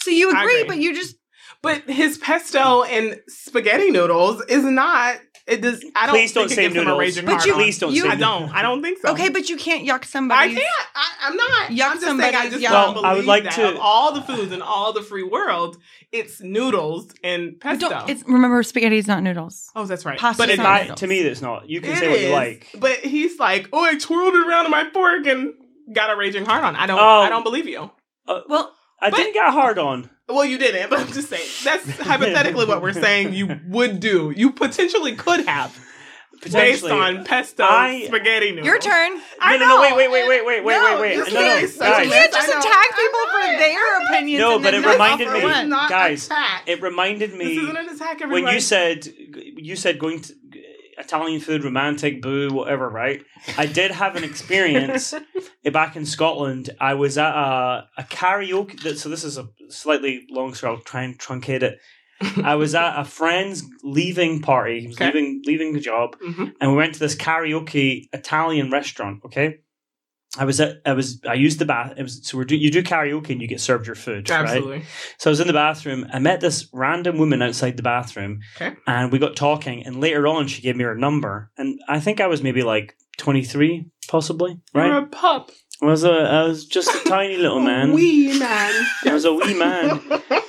[SPEAKER 2] So you
[SPEAKER 3] I
[SPEAKER 2] agree,
[SPEAKER 3] agree.
[SPEAKER 2] but you just
[SPEAKER 3] But his pesto and spaghetti noodles is not. It does. I don't.
[SPEAKER 1] please don't
[SPEAKER 3] think it
[SPEAKER 1] say
[SPEAKER 3] gives him
[SPEAKER 1] noodles
[SPEAKER 3] A raging
[SPEAKER 2] But
[SPEAKER 3] hard
[SPEAKER 2] you-
[SPEAKER 3] on.
[SPEAKER 1] please don't
[SPEAKER 2] you-
[SPEAKER 1] say
[SPEAKER 3] I don't. I don't think so.
[SPEAKER 2] Okay, but you can't yuck
[SPEAKER 3] I
[SPEAKER 2] somebody's.
[SPEAKER 3] can't. I, I'm
[SPEAKER 2] Yuck
[SPEAKER 3] not. I'm just saying. I
[SPEAKER 2] somebody's
[SPEAKER 3] just
[SPEAKER 2] yum.
[SPEAKER 3] don't
[SPEAKER 1] Well,
[SPEAKER 3] believe
[SPEAKER 1] I would like
[SPEAKER 3] that
[SPEAKER 1] to-
[SPEAKER 3] of all the foods in all the free world, it's noodles and
[SPEAKER 2] But
[SPEAKER 3] pesto.
[SPEAKER 2] Don't, it's, remember, spaghetti is not noodles.
[SPEAKER 3] oh, that's right.
[SPEAKER 2] Pasta's
[SPEAKER 3] but
[SPEAKER 1] In
[SPEAKER 3] it,
[SPEAKER 2] not
[SPEAKER 1] my-
[SPEAKER 2] noodles.
[SPEAKER 1] to me that's not you can
[SPEAKER 3] It
[SPEAKER 1] say what you
[SPEAKER 3] is,
[SPEAKER 1] like
[SPEAKER 3] But he's like, oh, I twirled it around in my fork and got a raging heart on. I don't.
[SPEAKER 1] Oh.
[SPEAKER 3] I don't believe you.
[SPEAKER 2] Well,
[SPEAKER 1] i
[SPEAKER 3] but-
[SPEAKER 1] didn't get a hard on
[SPEAKER 3] Well, you didn't, but I'm just saying that's hypothetically what we're saying. You would do. You potentially could have based
[SPEAKER 1] Potentially.
[SPEAKER 3] on pesto
[SPEAKER 1] I-
[SPEAKER 3] spaghetti noodles.
[SPEAKER 2] Your turn.
[SPEAKER 3] I
[SPEAKER 1] no, no,
[SPEAKER 3] know.
[SPEAKER 1] no, wait, wait, wait, wait, wait, wait,
[SPEAKER 3] No,
[SPEAKER 1] wait,
[SPEAKER 3] you
[SPEAKER 1] wait. No,
[SPEAKER 3] can't
[SPEAKER 1] no,
[SPEAKER 3] say
[SPEAKER 2] You
[SPEAKER 3] Yes,
[SPEAKER 1] guys.
[SPEAKER 2] can't just
[SPEAKER 3] I know.
[SPEAKER 2] attack people
[SPEAKER 3] I
[SPEAKER 2] for
[SPEAKER 3] know.
[SPEAKER 2] their opinions.
[SPEAKER 1] No,
[SPEAKER 2] and
[SPEAKER 1] but
[SPEAKER 2] then
[SPEAKER 1] it
[SPEAKER 2] not
[SPEAKER 1] reminded
[SPEAKER 2] for
[SPEAKER 1] me-
[SPEAKER 2] one.
[SPEAKER 3] not
[SPEAKER 1] guys,
[SPEAKER 3] attack.
[SPEAKER 1] It reminded
[SPEAKER 3] this
[SPEAKER 1] me
[SPEAKER 3] isn't an attack. Everybody.
[SPEAKER 1] when you said you said going to Italian food, romantic, boo, whatever. Right? I did have an experience back in Scotland. I was at a, a karaoke. that- So this is a slightly long story. I'll try and truncate it. I was at a friend's leaving party. He was
[SPEAKER 3] Okay.
[SPEAKER 1] leaving leaving the job,
[SPEAKER 3] Mhm.
[SPEAKER 1] and we went to this karaoke Italian restaurant. Okay, I was at I was I used the bath. It was, so we are do, you do karaoke and you get served your food, right?
[SPEAKER 3] absolutely.
[SPEAKER 1] So I was in the bathroom. I met this random woman outside the bathroom,
[SPEAKER 3] Okay.
[SPEAKER 1] and we got talking. And later on, she gave me her number, and I think I was maybe like twenty three, possibly.
[SPEAKER 3] You're
[SPEAKER 1] Right?
[SPEAKER 3] a pup.
[SPEAKER 1] I was a I was just a tiny little man.
[SPEAKER 3] Wee man.
[SPEAKER 1] I was a wee man,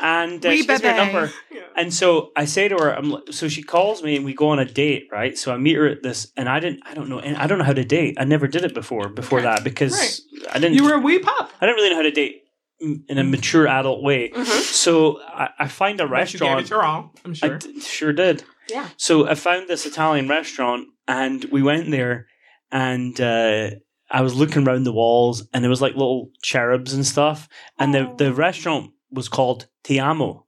[SPEAKER 1] and uh,
[SPEAKER 2] Wee
[SPEAKER 1] she gives me her
[SPEAKER 2] bebe.
[SPEAKER 1] number.
[SPEAKER 3] Yeah.
[SPEAKER 1] And so I say to her, I'm li- so she calls me and we go on a date, right? So I meet her at this, and I didn't, I don't know, and I don't know how to date. I never did it before before
[SPEAKER 3] Okay.
[SPEAKER 1] that because
[SPEAKER 3] Right.
[SPEAKER 1] I didn't,
[SPEAKER 3] You were a wee pup.
[SPEAKER 1] I didn't really know how to date m- in a mature adult way.
[SPEAKER 2] Mm-hmm.
[SPEAKER 3] Mhm.
[SPEAKER 1] So I, I find a
[SPEAKER 3] But You gave
[SPEAKER 1] restaurant.
[SPEAKER 3] it your all. I'm
[SPEAKER 1] I
[SPEAKER 3] sure.
[SPEAKER 1] d- sure did.
[SPEAKER 3] Yeah.
[SPEAKER 1] So I found this Italian restaurant, and we went there, and uh, I was looking around the walls, and there was like little cherubs and stuff, and the
[SPEAKER 2] Oh.
[SPEAKER 1] the restaurant was called Ti Amo.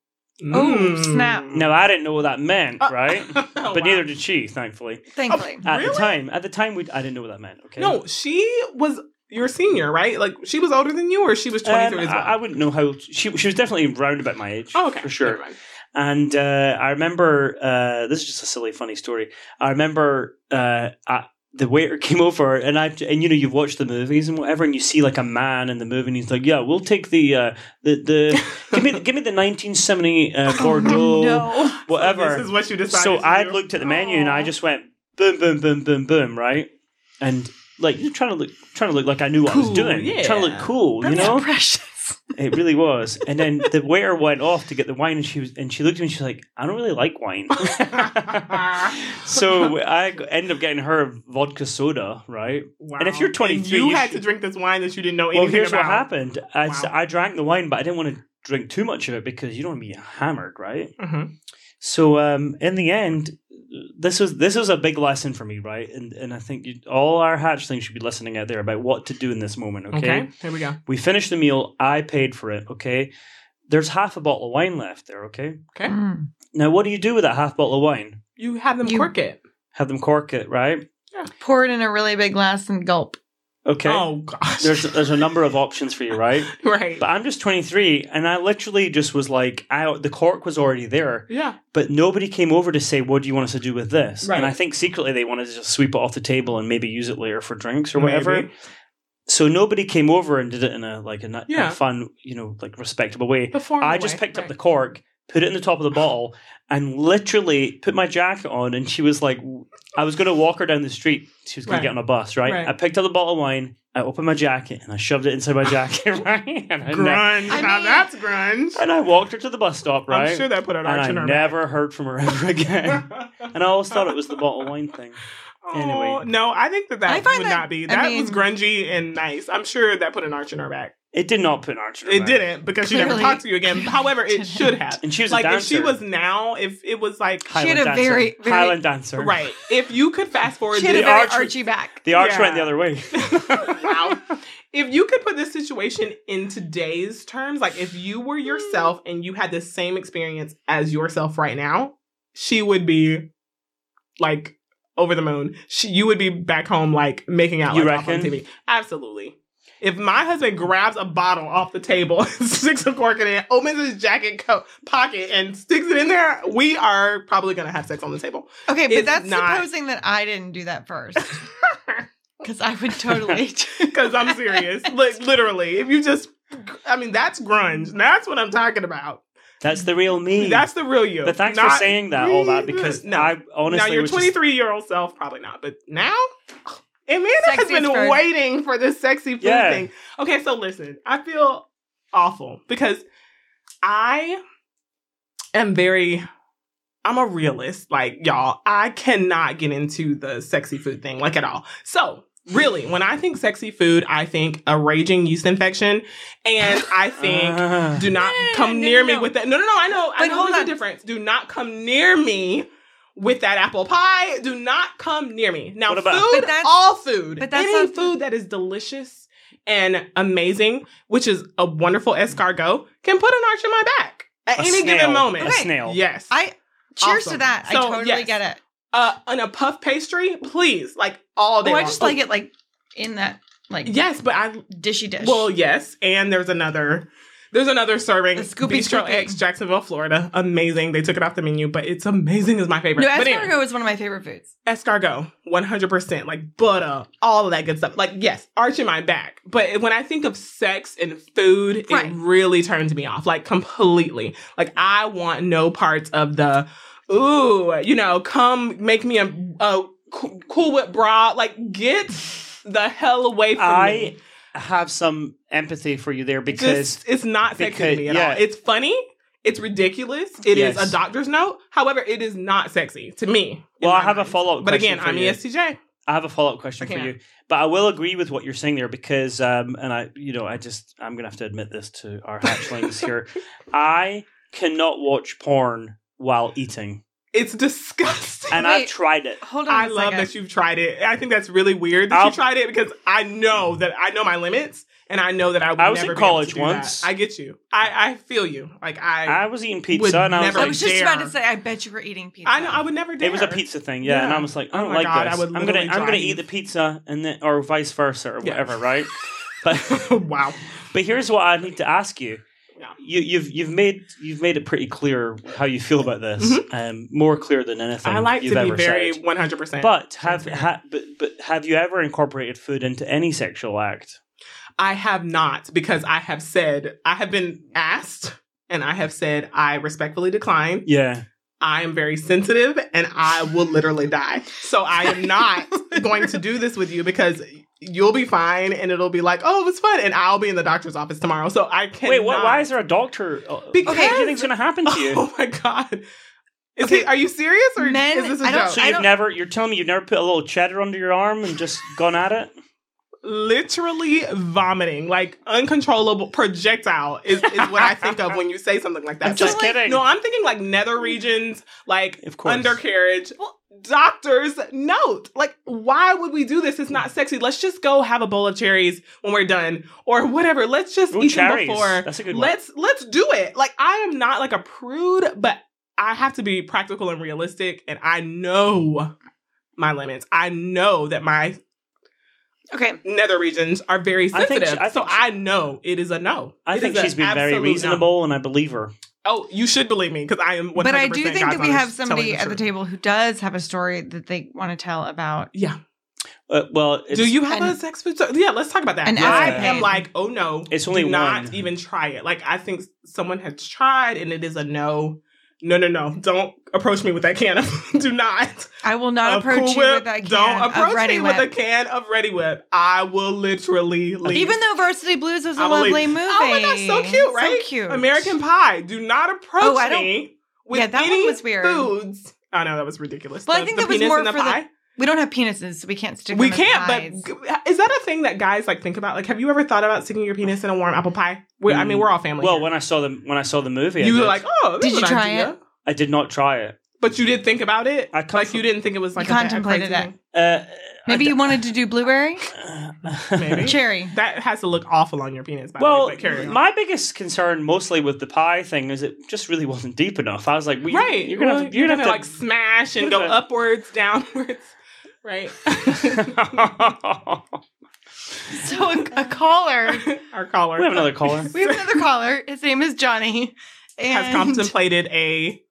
[SPEAKER 2] Oh, snap.
[SPEAKER 1] Now I didn't know what that meant,
[SPEAKER 3] Uh,
[SPEAKER 1] Mm. right?
[SPEAKER 3] oh,
[SPEAKER 1] but
[SPEAKER 3] wow.
[SPEAKER 1] neither did uh, she, thankfully.
[SPEAKER 2] Thankfully.
[SPEAKER 1] At the
[SPEAKER 3] Really?
[SPEAKER 1] time, at the time, we I didn't know what that meant. Okay, Um,
[SPEAKER 3] No, she was your senior, right? Like she was older than you, or she was
[SPEAKER 1] Um,
[SPEAKER 3] 23 as well.
[SPEAKER 1] I, I wouldn't know how old- she she was definitely round about my age.
[SPEAKER 3] oh, okay,
[SPEAKER 1] for sure.
[SPEAKER 3] Never mind.
[SPEAKER 1] And uh, I remember uh, this is just a silly, funny story. I remember uh, I, the waiter came over, and I and you know you've watched the movies and whatever, and you see like a man in the movie, and he's like, "Yeah, we'll take the uh, the the give me give me the 1970 uh,
[SPEAKER 3] Oh,
[SPEAKER 1] Bordeaux,
[SPEAKER 2] Oh, no.
[SPEAKER 1] whatever."
[SPEAKER 3] So this is what you decided.
[SPEAKER 1] so
[SPEAKER 3] to
[SPEAKER 1] I
[SPEAKER 3] do.
[SPEAKER 1] looked at the menu and I
[SPEAKER 2] Aw.
[SPEAKER 1] just went boom, boom, boom, boom, boom, right? And like you're trying to look, trying to look like I knew what I was
[SPEAKER 3] Cool,
[SPEAKER 1] doing,
[SPEAKER 3] yeah.
[SPEAKER 1] trying to look cool,
[SPEAKER 2] That's
[SPEAKER 1] you know.
[SPEAKER 2] precious.
[SPEAKER 1] It really was. And then the waiter went off to get the wine, and she was, and she looked at me, and she's like, "I don't really like wine." so I g- ended up getting her vodka soda, right?
[SPEAKER 3] Wow.
[SPEAKER 1] And if you're 23,
[SPEAKER 3] you,
[SPEAKER 1] you
[SPEAKER 3] had
[SPEAKER 1] should-
[SPEAKER 3] to drink this wine that you didn't know
[SPEAKER 1] Well,
[SPEAKER 3] anything
[SPEAKER 1] here's
[SPEAKER 3] about.
[SPEAKER 1] what happened. I, s-
[SPEAKER 3] Wow.
[SPEAKER 1] I drank the wine, but I didn't want to drink too much of it because you don't want to be hammered, right?
[SPEAKER 3] Mhm.
[SPEAKER 1] So um, in the end, this was this was a big lesson for me, right? And and I think you, all our hatchlings should be listening out there about what to do in this moment.
[SPEAKER 3] Okay.
[SPEAKER 1] Okay,
[SPEAKER 3] here we go.
[SPEAKER 1] we finished the meal. I paid for it. Okay, there's half a bottle of wine left there. Okay,
[SPEAKER 3] Mm.
[SPEAKER 1] now what do you do with that half bottle of wine?
[SPEAKER 3] You have them
[SPEAKER 2] You-
[SPEAKER 3] quirk it.
[SPEAKER 1] Have them cork it, right?
[SPEAKER 2] Pour it in a really big glass and gulp.
[SPEAKER 1] Okay.
[SPEAKER 3] Oh gosh,
[SPEAKER 1] There's there's a number of options for you, right?
[SPEAKER 3] right.
[SPEAKER 1] But I'm just 23, and I literally just was like, I, the cork was already there.
[SPEAKER 3] yeah,
[SPEAKER 1] but nobody came over to say, "What do you want us to do with this?"
[SPEAKER 3] Right.
[SPEAKER 1] And I think secretly they wanted to just sweep it off the table and maybe use it later for drinks or whatever.
[SPEAKER 3] Maybe.
[SPEAKER 1] So nobody came over and did it in a like a, n- a
[SPEAKER 3] Yeah.
[SPEAKER 1] fun, you know, like respectable way.
[SPEAKER 3] The formal
[SPEAKER 1] I just
[SPEAKER 3] way,
[SPEAKER 1] picked up the
[SPEAKER 3] right.
[SPEAKER 1] cork, put it in the top of the bottle, and literally put my jacket on. And she was like, "I was going to walk her down the street. She was going
[SPEAKER 3] Right.
[SPEAKER 1] to get on a bus, right?
[SPEAKER 3] Right.
[SPEAKER 1] I picked up the bottle of wine." I opened my jacket and I shoved it inside my jacket, right? And I, ne-
[SPEAKER 3] grunge.
[SPEAKER 2] I
[SPEAKER 3] now
[SPEAKER 2] mean-
[SPEAKER 3] that's grunge.
[SPEAKER 1] and I walked her to the bus stop, right?
[SPEAKER 3] I'm sure that put an arch in
[SPEAKER 1] and I
[SPEAKER 3] her
[SPEAKER 1] never heard from her ever again.
[SPEAKER 3] back.
[SPEAKER 1] and I always thought it was the bottle of wine thing. Anyway.
[SPEAKER 3] Oh, no, I think that that
[SPEAKER 2] I find
[SPEAKER 3] would
[SPEAKER 2] that-
[SPEAKER 3] not be.
[SPEAKER 2] I
[SPEAKER 3] That
[SPEAKER 2] mean-
[SPEAKER 3] was grungy and nice. I'm sure that put an arch in her back.
[SPEAKER 1] It did not put an arch. in her
[SPEAKER 3] It
[SPEAKER 1] back.
[SPEAKER 3] didn't because she never
[SPEAKER 2] Clearly.
[SPEAKER 3] talked to you again. However, it
[SPEAKER 2] Didn't.
[SPEAKER 3] should have.
[SPEAKER 1] And she was
[SPEAKER 3] Like
[SPEAKER 1] a dancer.
[SPEAKER 3] if she was now, if it was like
[SPEAKER 1] Highland
[SPEAKER 2] had a
[SPEAKER 1] dancer.
[SPEAKER 2] very- very-
[SPEAKER 1] Highland dancer.
[SPEAKER 3] right, if you could fast forward
[SPEAKER 2] She had
[SPEAKER 1] the
[SPEAKER 2] a very
[SPEAKER 1] arch-
[SPEAKER 2] archy back.
[SPEAKER 1] The arch
[SPEAKER 3] Yeah.
[SPEAKER 1] went the other way.
[SPEAKER 3] wow. If you could put this situation in today's terms, like if you were yourself
[SPEAKER 1] Hmm.
[SPEAKER 3] and you had the same experience as yourself right now, she would be like over the moon. She, you would be back home like making out
[SPEAKER 1] You
[SPEAKER 3] like, off on
[SPEAKER 1] reckon?
[SPEAKER 3] TV. Absolutely. If my husband grabs a bottle off the table, sticks a cork in it, opens his jacket co- pocket, and sticks it in there, we are probably gonna have sex on the table.
[SPEAKER 2] Okay,
[SPEAKER 3] It's
[SPEAKER 2] but that's
[SPEAKER 3] not-
[SPEAKER 2] supposing that I didn't do that first. Because I would totally.
[SPEAKER 3] Because I'm serious. like, literally, if you just, I mean, that's grunge. That's what I'm talking about.
[SPEAKER 1] That's the real me.
[SPEAKER 3] That's the real you.
[SPEAKER 1] But thanks for
[SPEAKER 3] Not-
[SPEAKER 1] saying that, all that, because
[SPEAKER 3] No.
[SPEAKER 1] I honestly
[SPEAKER 3] now, your
[SPEAKER 1] was
[SPEAKER 3] 23 year old self, probably not. But now, Amanda has
[SPEAKER 2] Sexy
[SPEAKER 3] been
[SPEAKER 2] is first.
[SPEAKER 3] waiting for this sexy food
[SPEAKER 1] Yeah.
[SPEAKER 3] thing. Okay, so listen, I feel awful because I am very. I'm a realist, like y'all. I cannot get into the sexy food thing, like at all. So Really, when I think sexy food, I think a raging yeast infection, and I think
[SPEAKER 1] Ah.
[SPEAKER 3] do not
[SPEAKER 2] No, no, no,
[SPEAKER 3] come
[SPEAKER 2] no,
[SPEAKER 3] near
[SPEAKER 2] no,
[SPEAKER 3] me
[SPEAKER 2] no.
[SPEAKER 3] with that. No, no, no. I know. I
[SPEAKER 2] But
[SPEAKER 3] know
[SPEAKER 2] hold
[SPEAKER 3] there's a
[SPEAKER 2] on.
[SPEAKER 3] difference. Do not come near me with that apple pie. Do not come near me. Now,
[SPEAKER 1] What about-
[SPEAKER 3] food,
[SPEAKER 2] But that's-
[SPEAKER 3] all food,
[SPEAKER 2] but that's
[SPEAKER 3] any
[SPEAKER 2] not-
[SPEAKER 3] food that is delicious and amazing, which is a wonderful escargot, can put an arch in my back at
[SPEAKER 1] A
[SPEAKER 3] any
[SPEAKER 1] snail.
[SPEAKER 3] given moment.
[SPEAKER 1] A
[SPEAKER 2] Okay.
[SPEAKER 1] snail.
[SPEAKER 3] Yes.
[SPEAKER 2] I cheers
[SPEAKER 3] Awesome.
[SPEAKER 2] to that. I
[SPEAKER 3] So,
[SPEAKER 2] totally
[SPEAKER 3] yes.
[SPEAKER 2] get it.
[SPEAKER 3] uh, and a puff pastry, please, like all day.
[SPEAKER 2] Oh, I
[SPEAKER 3] long.
[SPEAKER 2] just like it like in that like
[SPEAKER 3] Yes, but I
[SPEAKER 2] dishy dish.
[SPEAKER 3] Well, yes, and there's another. There's another serving.
[SPEAKER 2] The Scoopy
[SPEAKER 3] Bistro
[SPEAKER 2] Scoopy.
[SPEAKER 3] X, Jacksonville, Florida. Amazing. They took it off the menu, but it's amazing. Is my favorite.
[SPEAKER 2] no,
[SPEAKER 3] But
[SPEAKER 2] escargot
[SPEAKER 3] anyway,
[SPEAKER 2] is one of my favorite foods.
[SPEAKER 3] escargot, one hundred percent, like butter, all of that good stuff. Like yes, arching my back. But when I think of sex and food,
[SPEAKER 2] Right.
[SPEAKER 3] it really turns me off, like completely. Like I want no parts of the, ooh, you know, come make me a, a cool, cool whip bra. Like get the hell away from me
[SPEAKER 1] I have some empathy for you there because
[SPEAKER 3] just it's not sexy
[SPEAKER 1] because-
[SPEAKER 3] to me at
[SPEAKER 1] yeah.
[SPEAKER 3] all. It's funny. It's ridiculous. It is
[SPEAKER 1] Yes.
[SPEAKER 3] a doctor's note. However, it is not sexy to me. in
[SPEAKER 1] Well, I
[SPEAKER 3] my
[SPEAKER 1] have a
[SPEAKER 3] mind.
[SPEAKER 1] follow-up
[SPEAKER 3] But
[SPEAKER 1] question
[SPEAKER 3] again,
[SPEAKER 1] for
[SPEAKER 3] I'm E
[SPEAKER 1] you.
[SPEAKER 3] ESTJ.
[SPEAKER 1] I have a follow up question
[SPEAKER 3] Okay,
[SPEAKER 1] for
[SPEAKER 3] ma'am.
[SPEAKER 1] you, but I will agree with what you're saying there because, um, and I, you know, I just I'm gonna have to admit this to our hatchlings here. I cannot watch porn while eating,
[SPEAKER 3] It's disgusting.
[SPEAKER 1] and I've
[SPEAKER 2] Wait.
[SPEAKER 1] tried it.
[SPEAKER 2] Hold on.
[SPEAKER 3] I
[SPEAKER 2] a
[SPEAKER 3] love
[SPEAKER 2] second.
[SPEAKER 3] that you've tried it. I think that's really weird that
[SPEAKER 1] I'll-
[SPEAKER 3] you tried it because I know that I know my limits and I know that I would
[SPEAKER 1] I was
[SPEAKER 3] never
[SPEAKER 1] in
[SPEAKER 3] be able to
[SPEAKER 1] college
[SPEAKER 3] do that.
[SPEAKER 1] once.
[SPEAKER 3] I get you. I, I feel you. Like I,
[SPEAKER 1] I
[SPEAKER 3] I
[SPEAKER 1] was eating
[SPEAKER 3] Would
[SPEAKER 1] pizza, and I was
[SPEAKER 3] never
[SPEAKER 1] like,
[SPEAKER 2] I was just about
[SPEAKER 3] dare.
[SPEAKER 2] to say. I bet you were eating pizza.
[SPEAKER 3] know I would never do
[SPEAKER 1] it was a pizza thing, yeah, and
[SPEAKER 3] Yeah.
[SPEAKER 1] I was like, I
[SPEAKER 3] Oh
[SPEAKER 1] don't
[SPEAKER 3] my
[SPEAKER 1] like
[SPEAKER 3] God,
[SPEAKER 1] this.
[SPEAKER 3] I would
[SPEAKER 1] I'm gonna
[SPEAKER 3] literally
[SPEAKER 1] I'm gonna
[SPEAKER 3] drive
[SPEAKER 1] eat
[SPEAKER 3] you.
[SPEAKER 1] the pizza and then or vice versa or
[SPEAKER 3] Yeah.
[SPEAKER 1] whatever, right? But
[SPEAKER 3] wow.
[SPEAKER 1] but here's what I need to ask you.
[SPEAKER 3] Yeah.
[SPEAKER 1] You, you've you've made you've made it pretty clear how you feel about this, um, more clear than anything
[SPEAKER 3] Mm-hmm. I like
[SPEAKER 1] you've
[SPEAKER 3] to be
[SPEAKER 1] ever
[SPEAKER 3] very
[SPEAKER 1] said.
[SPEAKER 3] 100%.
[SPEAKER 1] But have
[SPEAKER 3] Transparent.
[SPEAKER 1] ha, but, but have you ever incorporated food into any sexual act?
[SPEAKER 3] I have not because I have said I have been asked and I have said I respectfully decline.
[SPEAKER 1] Yeah.
[SPEAKER 3] I am very sensitive and I will literally die. So I am not going to do this with you because you'll be fine and it'll be like, oh, it was fun. And I'll be in the doctor's office tomorrow. So I can't.
[SPEAKER 1] Wait, what, why is there a doctor? uh,
[SPEAKER 3] Because-
[SPEAKER 1] what do you think's going to happen to you?
[SPEAKER 3] Oh my God. Is
[SPEAKER 2] Okay.
[SPEAKER 3] he, are you serious or
[SPEAKER 2] Men-
[SPEAKER 3] is this a
[SPEAKER 2] I don't-
[SPEAKER 3] joke?
[SPEAKER 1] so
[SPEAKER 2] I
[SPEAKER 1] you've never you're telling me you've never put a little cheddar under your arm and just gone at it?
[SPEAKER 3] literally vomiting, like uncontrollable projectile is, is what I think of when you say something like that.
[SPEAKER 1] I'm just
[SPEAKER 3] Like,
[SPEAKER 1] kidding.
[SPEAKER 3] No, I'm thinking like nether regions, like
[SPEAKER 1] Of course.
[SPEAKER 3] undercarriage. Doctor's note. Like, why would we do this? It's not sexy. Let's just go have a bowl of cherries when we're done, or whatever. Let's just
[SPEAKER 1] Ooh,
[SPEAKER 3] eat
[SPEAKER 1] cherries.
[SPEAKER 3] them before.
[SPEAKER 1] That's a good one.
[SPEAKER 3] let's let's do it. Like, I am not like a prude, but I have to be practical and realistic, and I know my limits. I know that my
[SPEAKER 2] Okay.
[SPEAKER 3] nether regions are very
[SPEAKER 1] I think
[SPEAKER 3] sensitive.
[SPEAKER 1] she- I
[SPEAKER 3] so
[SPEAKER 1] think she-
[SPEAKER 3] I know it is a no.
[SPEAKER 1] I
[SPEAKER 3] It
[SPEAKER 1] think
[SPEAKER 3] is a
[SPEAKER 1] she's been very
[SPEAKER 3] absolute no.
[SPEAKER 1] reasonable, and I believe her.
[SPEAKER 3] Oh, you should believe me because I am. 100%
[SPEAKER 2] But I do think
[SPEAKER 3] God's
[SPEAKER 2] that we
[SPEAKER 3] honest
[SPEAKER 2] have somebody
[SPEAKER 3] telling
[SPEAKER 2] at the
[SPEAKER 3] truth.
[SPEAKER 2] table who does have a story that they want to tell about.
[SPEAKER 1] Uh, well, it's,
[SPEAKER 3] Do you have
[SPEAKER 2] an-
[SPEAKER 3] a sex food? So, yeah, let's talk about that.
[SPEAKER 2] an
[SPEAKER 3] I
[SPEAKER 1] escapade.
[SPEAKER 3] am like, oh no,
[SPEAKER 1] It's only
[SPEAKER 3] do not
[SPEAKER 1] one.
[SPEAKER 3] even try it. Like I think someone has tried and it is a no. No, no, no! Don't approach me with that can of. do not.
[SPEAKER 2] I will not
[SPEAKER 3] Of
[SPEAKER 2] approach
[SPEAKER 3] Cool
[SPEAKER 2] you
[SPEAKER 3] Whip.
[SPEAKER 2] with that can
[SPEAKER 3] Don't
[SPEAKER 2] of
[SPEAKER 3] approach
[SPEAKER 2] Ready
[SPEAKER 3] me
[SPEAKER 2] Whip.
[SPEAKER 3] with a can of Ready Whip. I will literally leave.
[SPEAKER 2] Even though Varsity Blues was a
[SPEAKER 3] I'm a
[SPEAKER 2] lovely
[SPEAKER 3] leaf.
[SPEAKER 2] movie.
[SPEAKER 3] Oh my gosh, so cute, right?
[SPEAKER 2] So cute.
[SPEAKER 3] American Pie. Do not approach
[SPEAKER 2] Oh, I don't-
[SPEAKER 3] me with
[SPEAKER 2] Yeah, that one
[SPEAKER 3] any
[SPEAKER 2] was weird.
[SPEAKER 3] foods. I know that was ridiculous.
[SPEAKER 2] Well, I
[SPEAKER 3] The-
[SPEAKER 2] think
[SPEAKER 3] the
[SPEAKER 2] that was
[SPEAKER 3] penis
[SPEAKER 2] more
[SPEAKER 3] in the
[SPEAKER 2] for the-
[SPEAKER 3] pie.
[SPEAKER 2] We don't have penises, so we can't stick.
[SPEAKER 3] we
[SPEAKER 2] them in
[SPEAKER 3] can't.
[SPEAKER 2] pies.
[SPEAKER 3] But g- is that a thing that guys like think about? Like, have you ever thought about sticking your penis in a warm apple pie? We, I mean,
[SPEAKER 1] Mm.
[SPEAKER 3] we're all family.
[SPEAKER 1] Well,
[SPEAKER 3] here.
[SPEAKER 1] when I saw the when I saw the movie, I
[SPEAKER 3] you
[SPEAKER 1] did.
[SPEAKER 3] were like, oh, this
[SPEAKER 2] Did
[SPEAKER 3] is
[SPEAKER 2] you
[SPEAKER 3] an
[SPEAKER 2] try
[SPEAKER 3] idea.
[SPEAKER 1] I did not try it.
[SPEAKER 3] But you did think about it.
[SPEAKER 1] I
[SPEAKER 3] Like,
[SPEAKER 1] come from-
[SPEAKER 3] you didn't think it was like
[SPEAKER 2] You
[SPEAKER 3] a bad-
[SPEAKER 2] contemplated
[SPEAKER 3] crazy
[SPEAKER 2] it.
[SPEAKER 3] thing?
[SPEAKER 1] Uh,
[SPEAKER 2] maybe you wanted to do blueberry,
[SPEAKER 1] Maybe.
[SPEAKER 3] Maybe.
[SPEAKER 2] cherry.
[SPEAKER 3] That has to look awful on your penis. By the
[SPEAKER 1] Well,
[SPEAKER 3] way, but carry on.
[SPEAKER 1] my biggest concern mostly with the pie thing is it just really wasn't deep enough. I was like, well, you-
[SPEAKER 3] right,
[SPEAKER 1] you're gonna,
[SPEAKER 3] Well,
[SPEAKER 1] have, to- you're gonna,
[SPEAKER 3] like smash and
[SPEAKER 1] What
[SPEAKER 3] go
[SPEAKER 1] is it?
[SPEAKER 3] upwards, downwards, right?
[SPEAKER 1] have to.
[SPEAKER 2] So a, a caller.
[SPEAKER 3] Our caller.
[SPEAKER 1] we have another caller.
[SPEAKER 2] We have another caller. His name is Johnny. And
[SPEAKER 3] has contemplated a.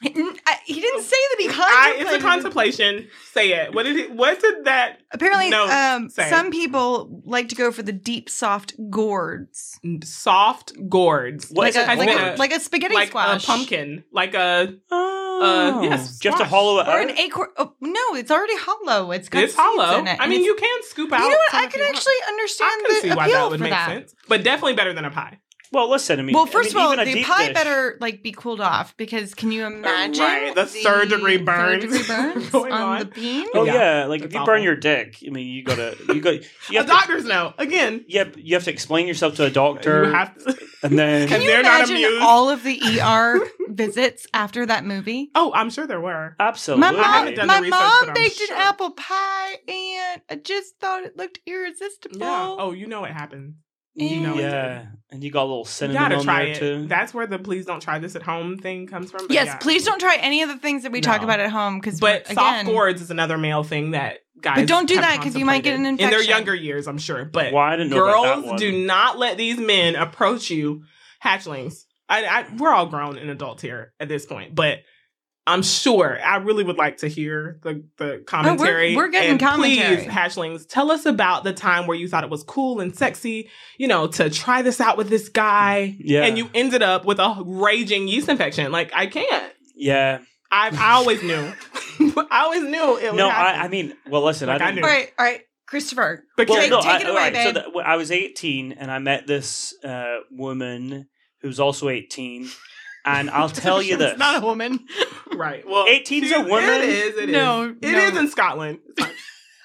[SPEAKER 2] He didn't say that he
[SPEAKER 3] I,
[SPEAKER 2] contemplated.
[SPEAKER 3] it's a contemplation. Say it. What did it, what did that?
[SPEAKER 2] Apparently,
[SPEAKER 3] No,
[SPEAKER 2] um,
[SPEAKER 3] say it.
[SPEAKER 2] some people like to go for the deep, soft gourds,
[SPEAKER 3] Soft gourds,
[SPEAKER 1] What
[SPEAKER 2] like
[SPEAKER 1] is
[SPEAKER 2] a,
[SPEAKER 1] it
[SPEAKER 2] like, a,
[SPEAKER 1] called?
[SPEAKER 2] like a spaghetti
[SPEAKER 3] like
[SPEAKER 2] squash,
[SPEAKER 3] a pumpkin, like a.
[SPEAKER 1] Oh.
[SPEAKER 3] Uh, yes,
[SPEAKER 1] just to
[SPEAKER 3] squash.
[SPEAKER 1] hollow it
[SPEAKER 2] or
[SPEAKER 1] out.
[SPEAKER 2] an acorn. Oh, no, it's already hollow. It's got
[SPEAKER 3] It's
[SPEAKER 2] seeds
[SPEAKER 3] hollow.
[SPEAKER 2] In it,
[SPEAKER 3] I
[SPEAKER 2] and
[SPEAKER 3] mean,
[SPEAKER 2] it's-
[SPEAKER 3] you can scoop out.
[SPEAKER 2] You know what?
[SPEAKER 3] some
[SPEAKER 2] I
[SPEAKER 3] if
[SPEAKER 2] can
[SPEAKER 3] you want.
[SPEAKER 2] actually
[SPEAKER 3] I
[SPEAKER 2] understand
[SPEAKER 3] can
[SPEAKER 2] the
[SPEAKER 3] see why
[SPEAKER 2] appeal
[SPEAKER 3] that would
[SPEAKER 2] for
[SPEAKER 3] make
[SPEAKER 2] that.
[SPEAKER 3] sense, but definitely better than a pie.
[SPEAKER 1] Well, listen, I mean,
[SPEAKER 2] well,
[SPEAKER 1] I
[SPEAKER 2] first
[SPEAKER 1] mean,
[SPEAKER 2] of all,
[SPEAKER 1] even a
[SPEAKER 2] the
[SPEAKER 1] deep
[SPEAKER 2] pie
[SPEAKER 1] dish-
[SPEAKER 2] better like be cooled off because can you imagine
[SPEAKER 3] Right, the third-degree burns
[SPEAKER 2] third-degree burns on,
[SPEAKER 3] going
[SPEAKER 2] the
[SPEAKER 3] on.
[SPEAKER 2] bean?
[SPEAKER 1] Oh yeah,
[SPEAKER 3] Yeah,
[SPEAKER 1] like if
[SPEAKER 3] that's
[SPEAKER 1] you burn
[SPEAKER 3] awful.
[SPEAKER 1] your dick, I mean, you gotta, you got, you
[SPEAKER 3] The
[SPEAKER 1] have to,
[SPEAKER 3] doctors know again.
[SPEAKER 1] yeah, you have to explain yourself to a doctor,
[SPEAKER 3] You have to.
[SPEAKER 1] and then
[SPEAKER 2] Can
[SPEAKER 3] And
[SPEAKER 2] you
[SPEAKER 3] they're not
[SPEAKER 2] imagine
[SPEAKER 3] amused.
[SPEAKER 2] all of the ER visits after that movie?
[SPEAKER 3] Oh, I'm sure there were.
[SPEAKER 1] absolutely,
[SPEAKER 2] My
[SPEAKER 3] haven't
[SPEAKER 2] mom,
[SPEAKER 3] done
[SPEAKER 2] my
[SPEAKER 3] the research, but
[SPEAKER 2] mom
[SPEAKER 3] I'm
[SPEAKER 2] baked
[SPEAKER 3] sure.
[SPEAKER 2] an apple pie, and I just thought it looked irresistible.
[SPEAKER 3] Yeah. Oh, you know what happened.
[SPEAKER 1] You
[SPEAKER 2] know it
[SPEAKER 1] yeah, and you got a little
[SPEAKER 3] You
[SPEAKER 1] cinnamon
[SPEAKER 3] gotta
[SPEAKER 1] on
[SPEAKER 3] try
[SPEAKER 1] there
[SPEAKER 3] it.
[SPEAKER 1] too.
[SPEAKER 3] That's where the please don't try this at home thing comes from. but
[SPEAKER 2] yes,
[SPEAKER 3] yeah.
[SPEAKER 2] please don't try any of the things that we talk
[SPEAKER 3] No.
[SPEAKER 2] about at home because,
[SPEAKER 3] But
[SPEAKER 2] again,
[SPEAKER 3] soft gourds is another male thing that guys.
[SPEAKER 2] But don't do
[SPEAKER 3] have
[SPEAKER 2] that 'cause you might get an
[SPEAKER 3] contemplated In their
[SPEAKER 2] infection.
[SPEAKER 3] younger years, I'm sure. But
[SPEAKER 1] well, I didn't know about that one.
[SPEAKER 3] girls do not let these men approach you hatchlings I, I we're all grown and adults here at this point but i'm sure i really would like to hear the, the commentary
[SPEAKER 2] Oh, we're getting
[SPEAKER 3] And
[SPEAKER 2] commentary.
[SPEAKER 3] please hatchlings tell us about the time where you thought it was cool and sexy you know to try this out with this guy
[SPEAKER 1] Yeah.
[SPEAKER 3] and you ended up with a raging yeast infection like i can't
[SPEAKER 1] yeah,
[SPEAKER 3] i, I always knew i always knew it would
[SPEAKER 1] no,
[SPEAKER 3] happen.
[SPEAKER 1] I, I mean, well, listen,
[SPEAKER 3] Like,
[SPEAKER 1] I
[SPEAKER 3] I
[SPEAKER 1] didn't.
[SPEAKER 3] knew.
[SPEAKER 2] all right, all right, Christopher,
[SPEAKER 3] But
[SPEAKER 1] Well,
[SPEAKER 3] Carrie,
[SPEAKER 1] no,
[SPEAKER 2] take
[SPEAKER 1] I,
[SPEAKER 2] it
[SPEAKER 1] all
[SPEAKER 2] away,
[SPEAKER 1] right,
[SPEAKER 2] babe.
[SPEAKER 1] So the, I was 18 and I met this uh, woman who's also 18. And I'll tell you
[SPEAKER 2] It's
[SPEAKER 1] this.
[SPEAKER 2] not a woman.
[SPEAKER 3] right well
[SPEAKER 1] 18's a woman?
[SPEAKER 3] it is it is.
[SPEAKER 2] No,
[SPEAKER 3] It
[SPEAKER 2] no.
[SPEAKER 3] is in scotland It's fine.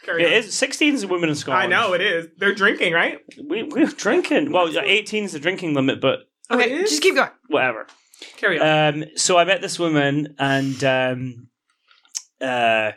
[SPEAKER 3] Carry
[SPEAKER 1] It
[SPEAKER 3] on.
[SPEAKER 1] is 16's a woman in
[SPEAKER 3] I
[SPEAKER 1] Scotland.
[SPEAKER 3] know it is. They're drinking, right?
[SPEAKER 1] We, we're drinking. Well, 18's the drinking limit, but
[SPEAKER 3] Oh, it
[SPEAKER 2] Okay,
[SPEAKER 3] is?
[SPEAKER 2] just keep going.
[SPEAKER 1] whatever.
[SPEAKER 3] carry
[SPEAKER 1] Um,
[SPEAKER 3] on.
[SPEAKER 1] so I met this woman and. Um, uh,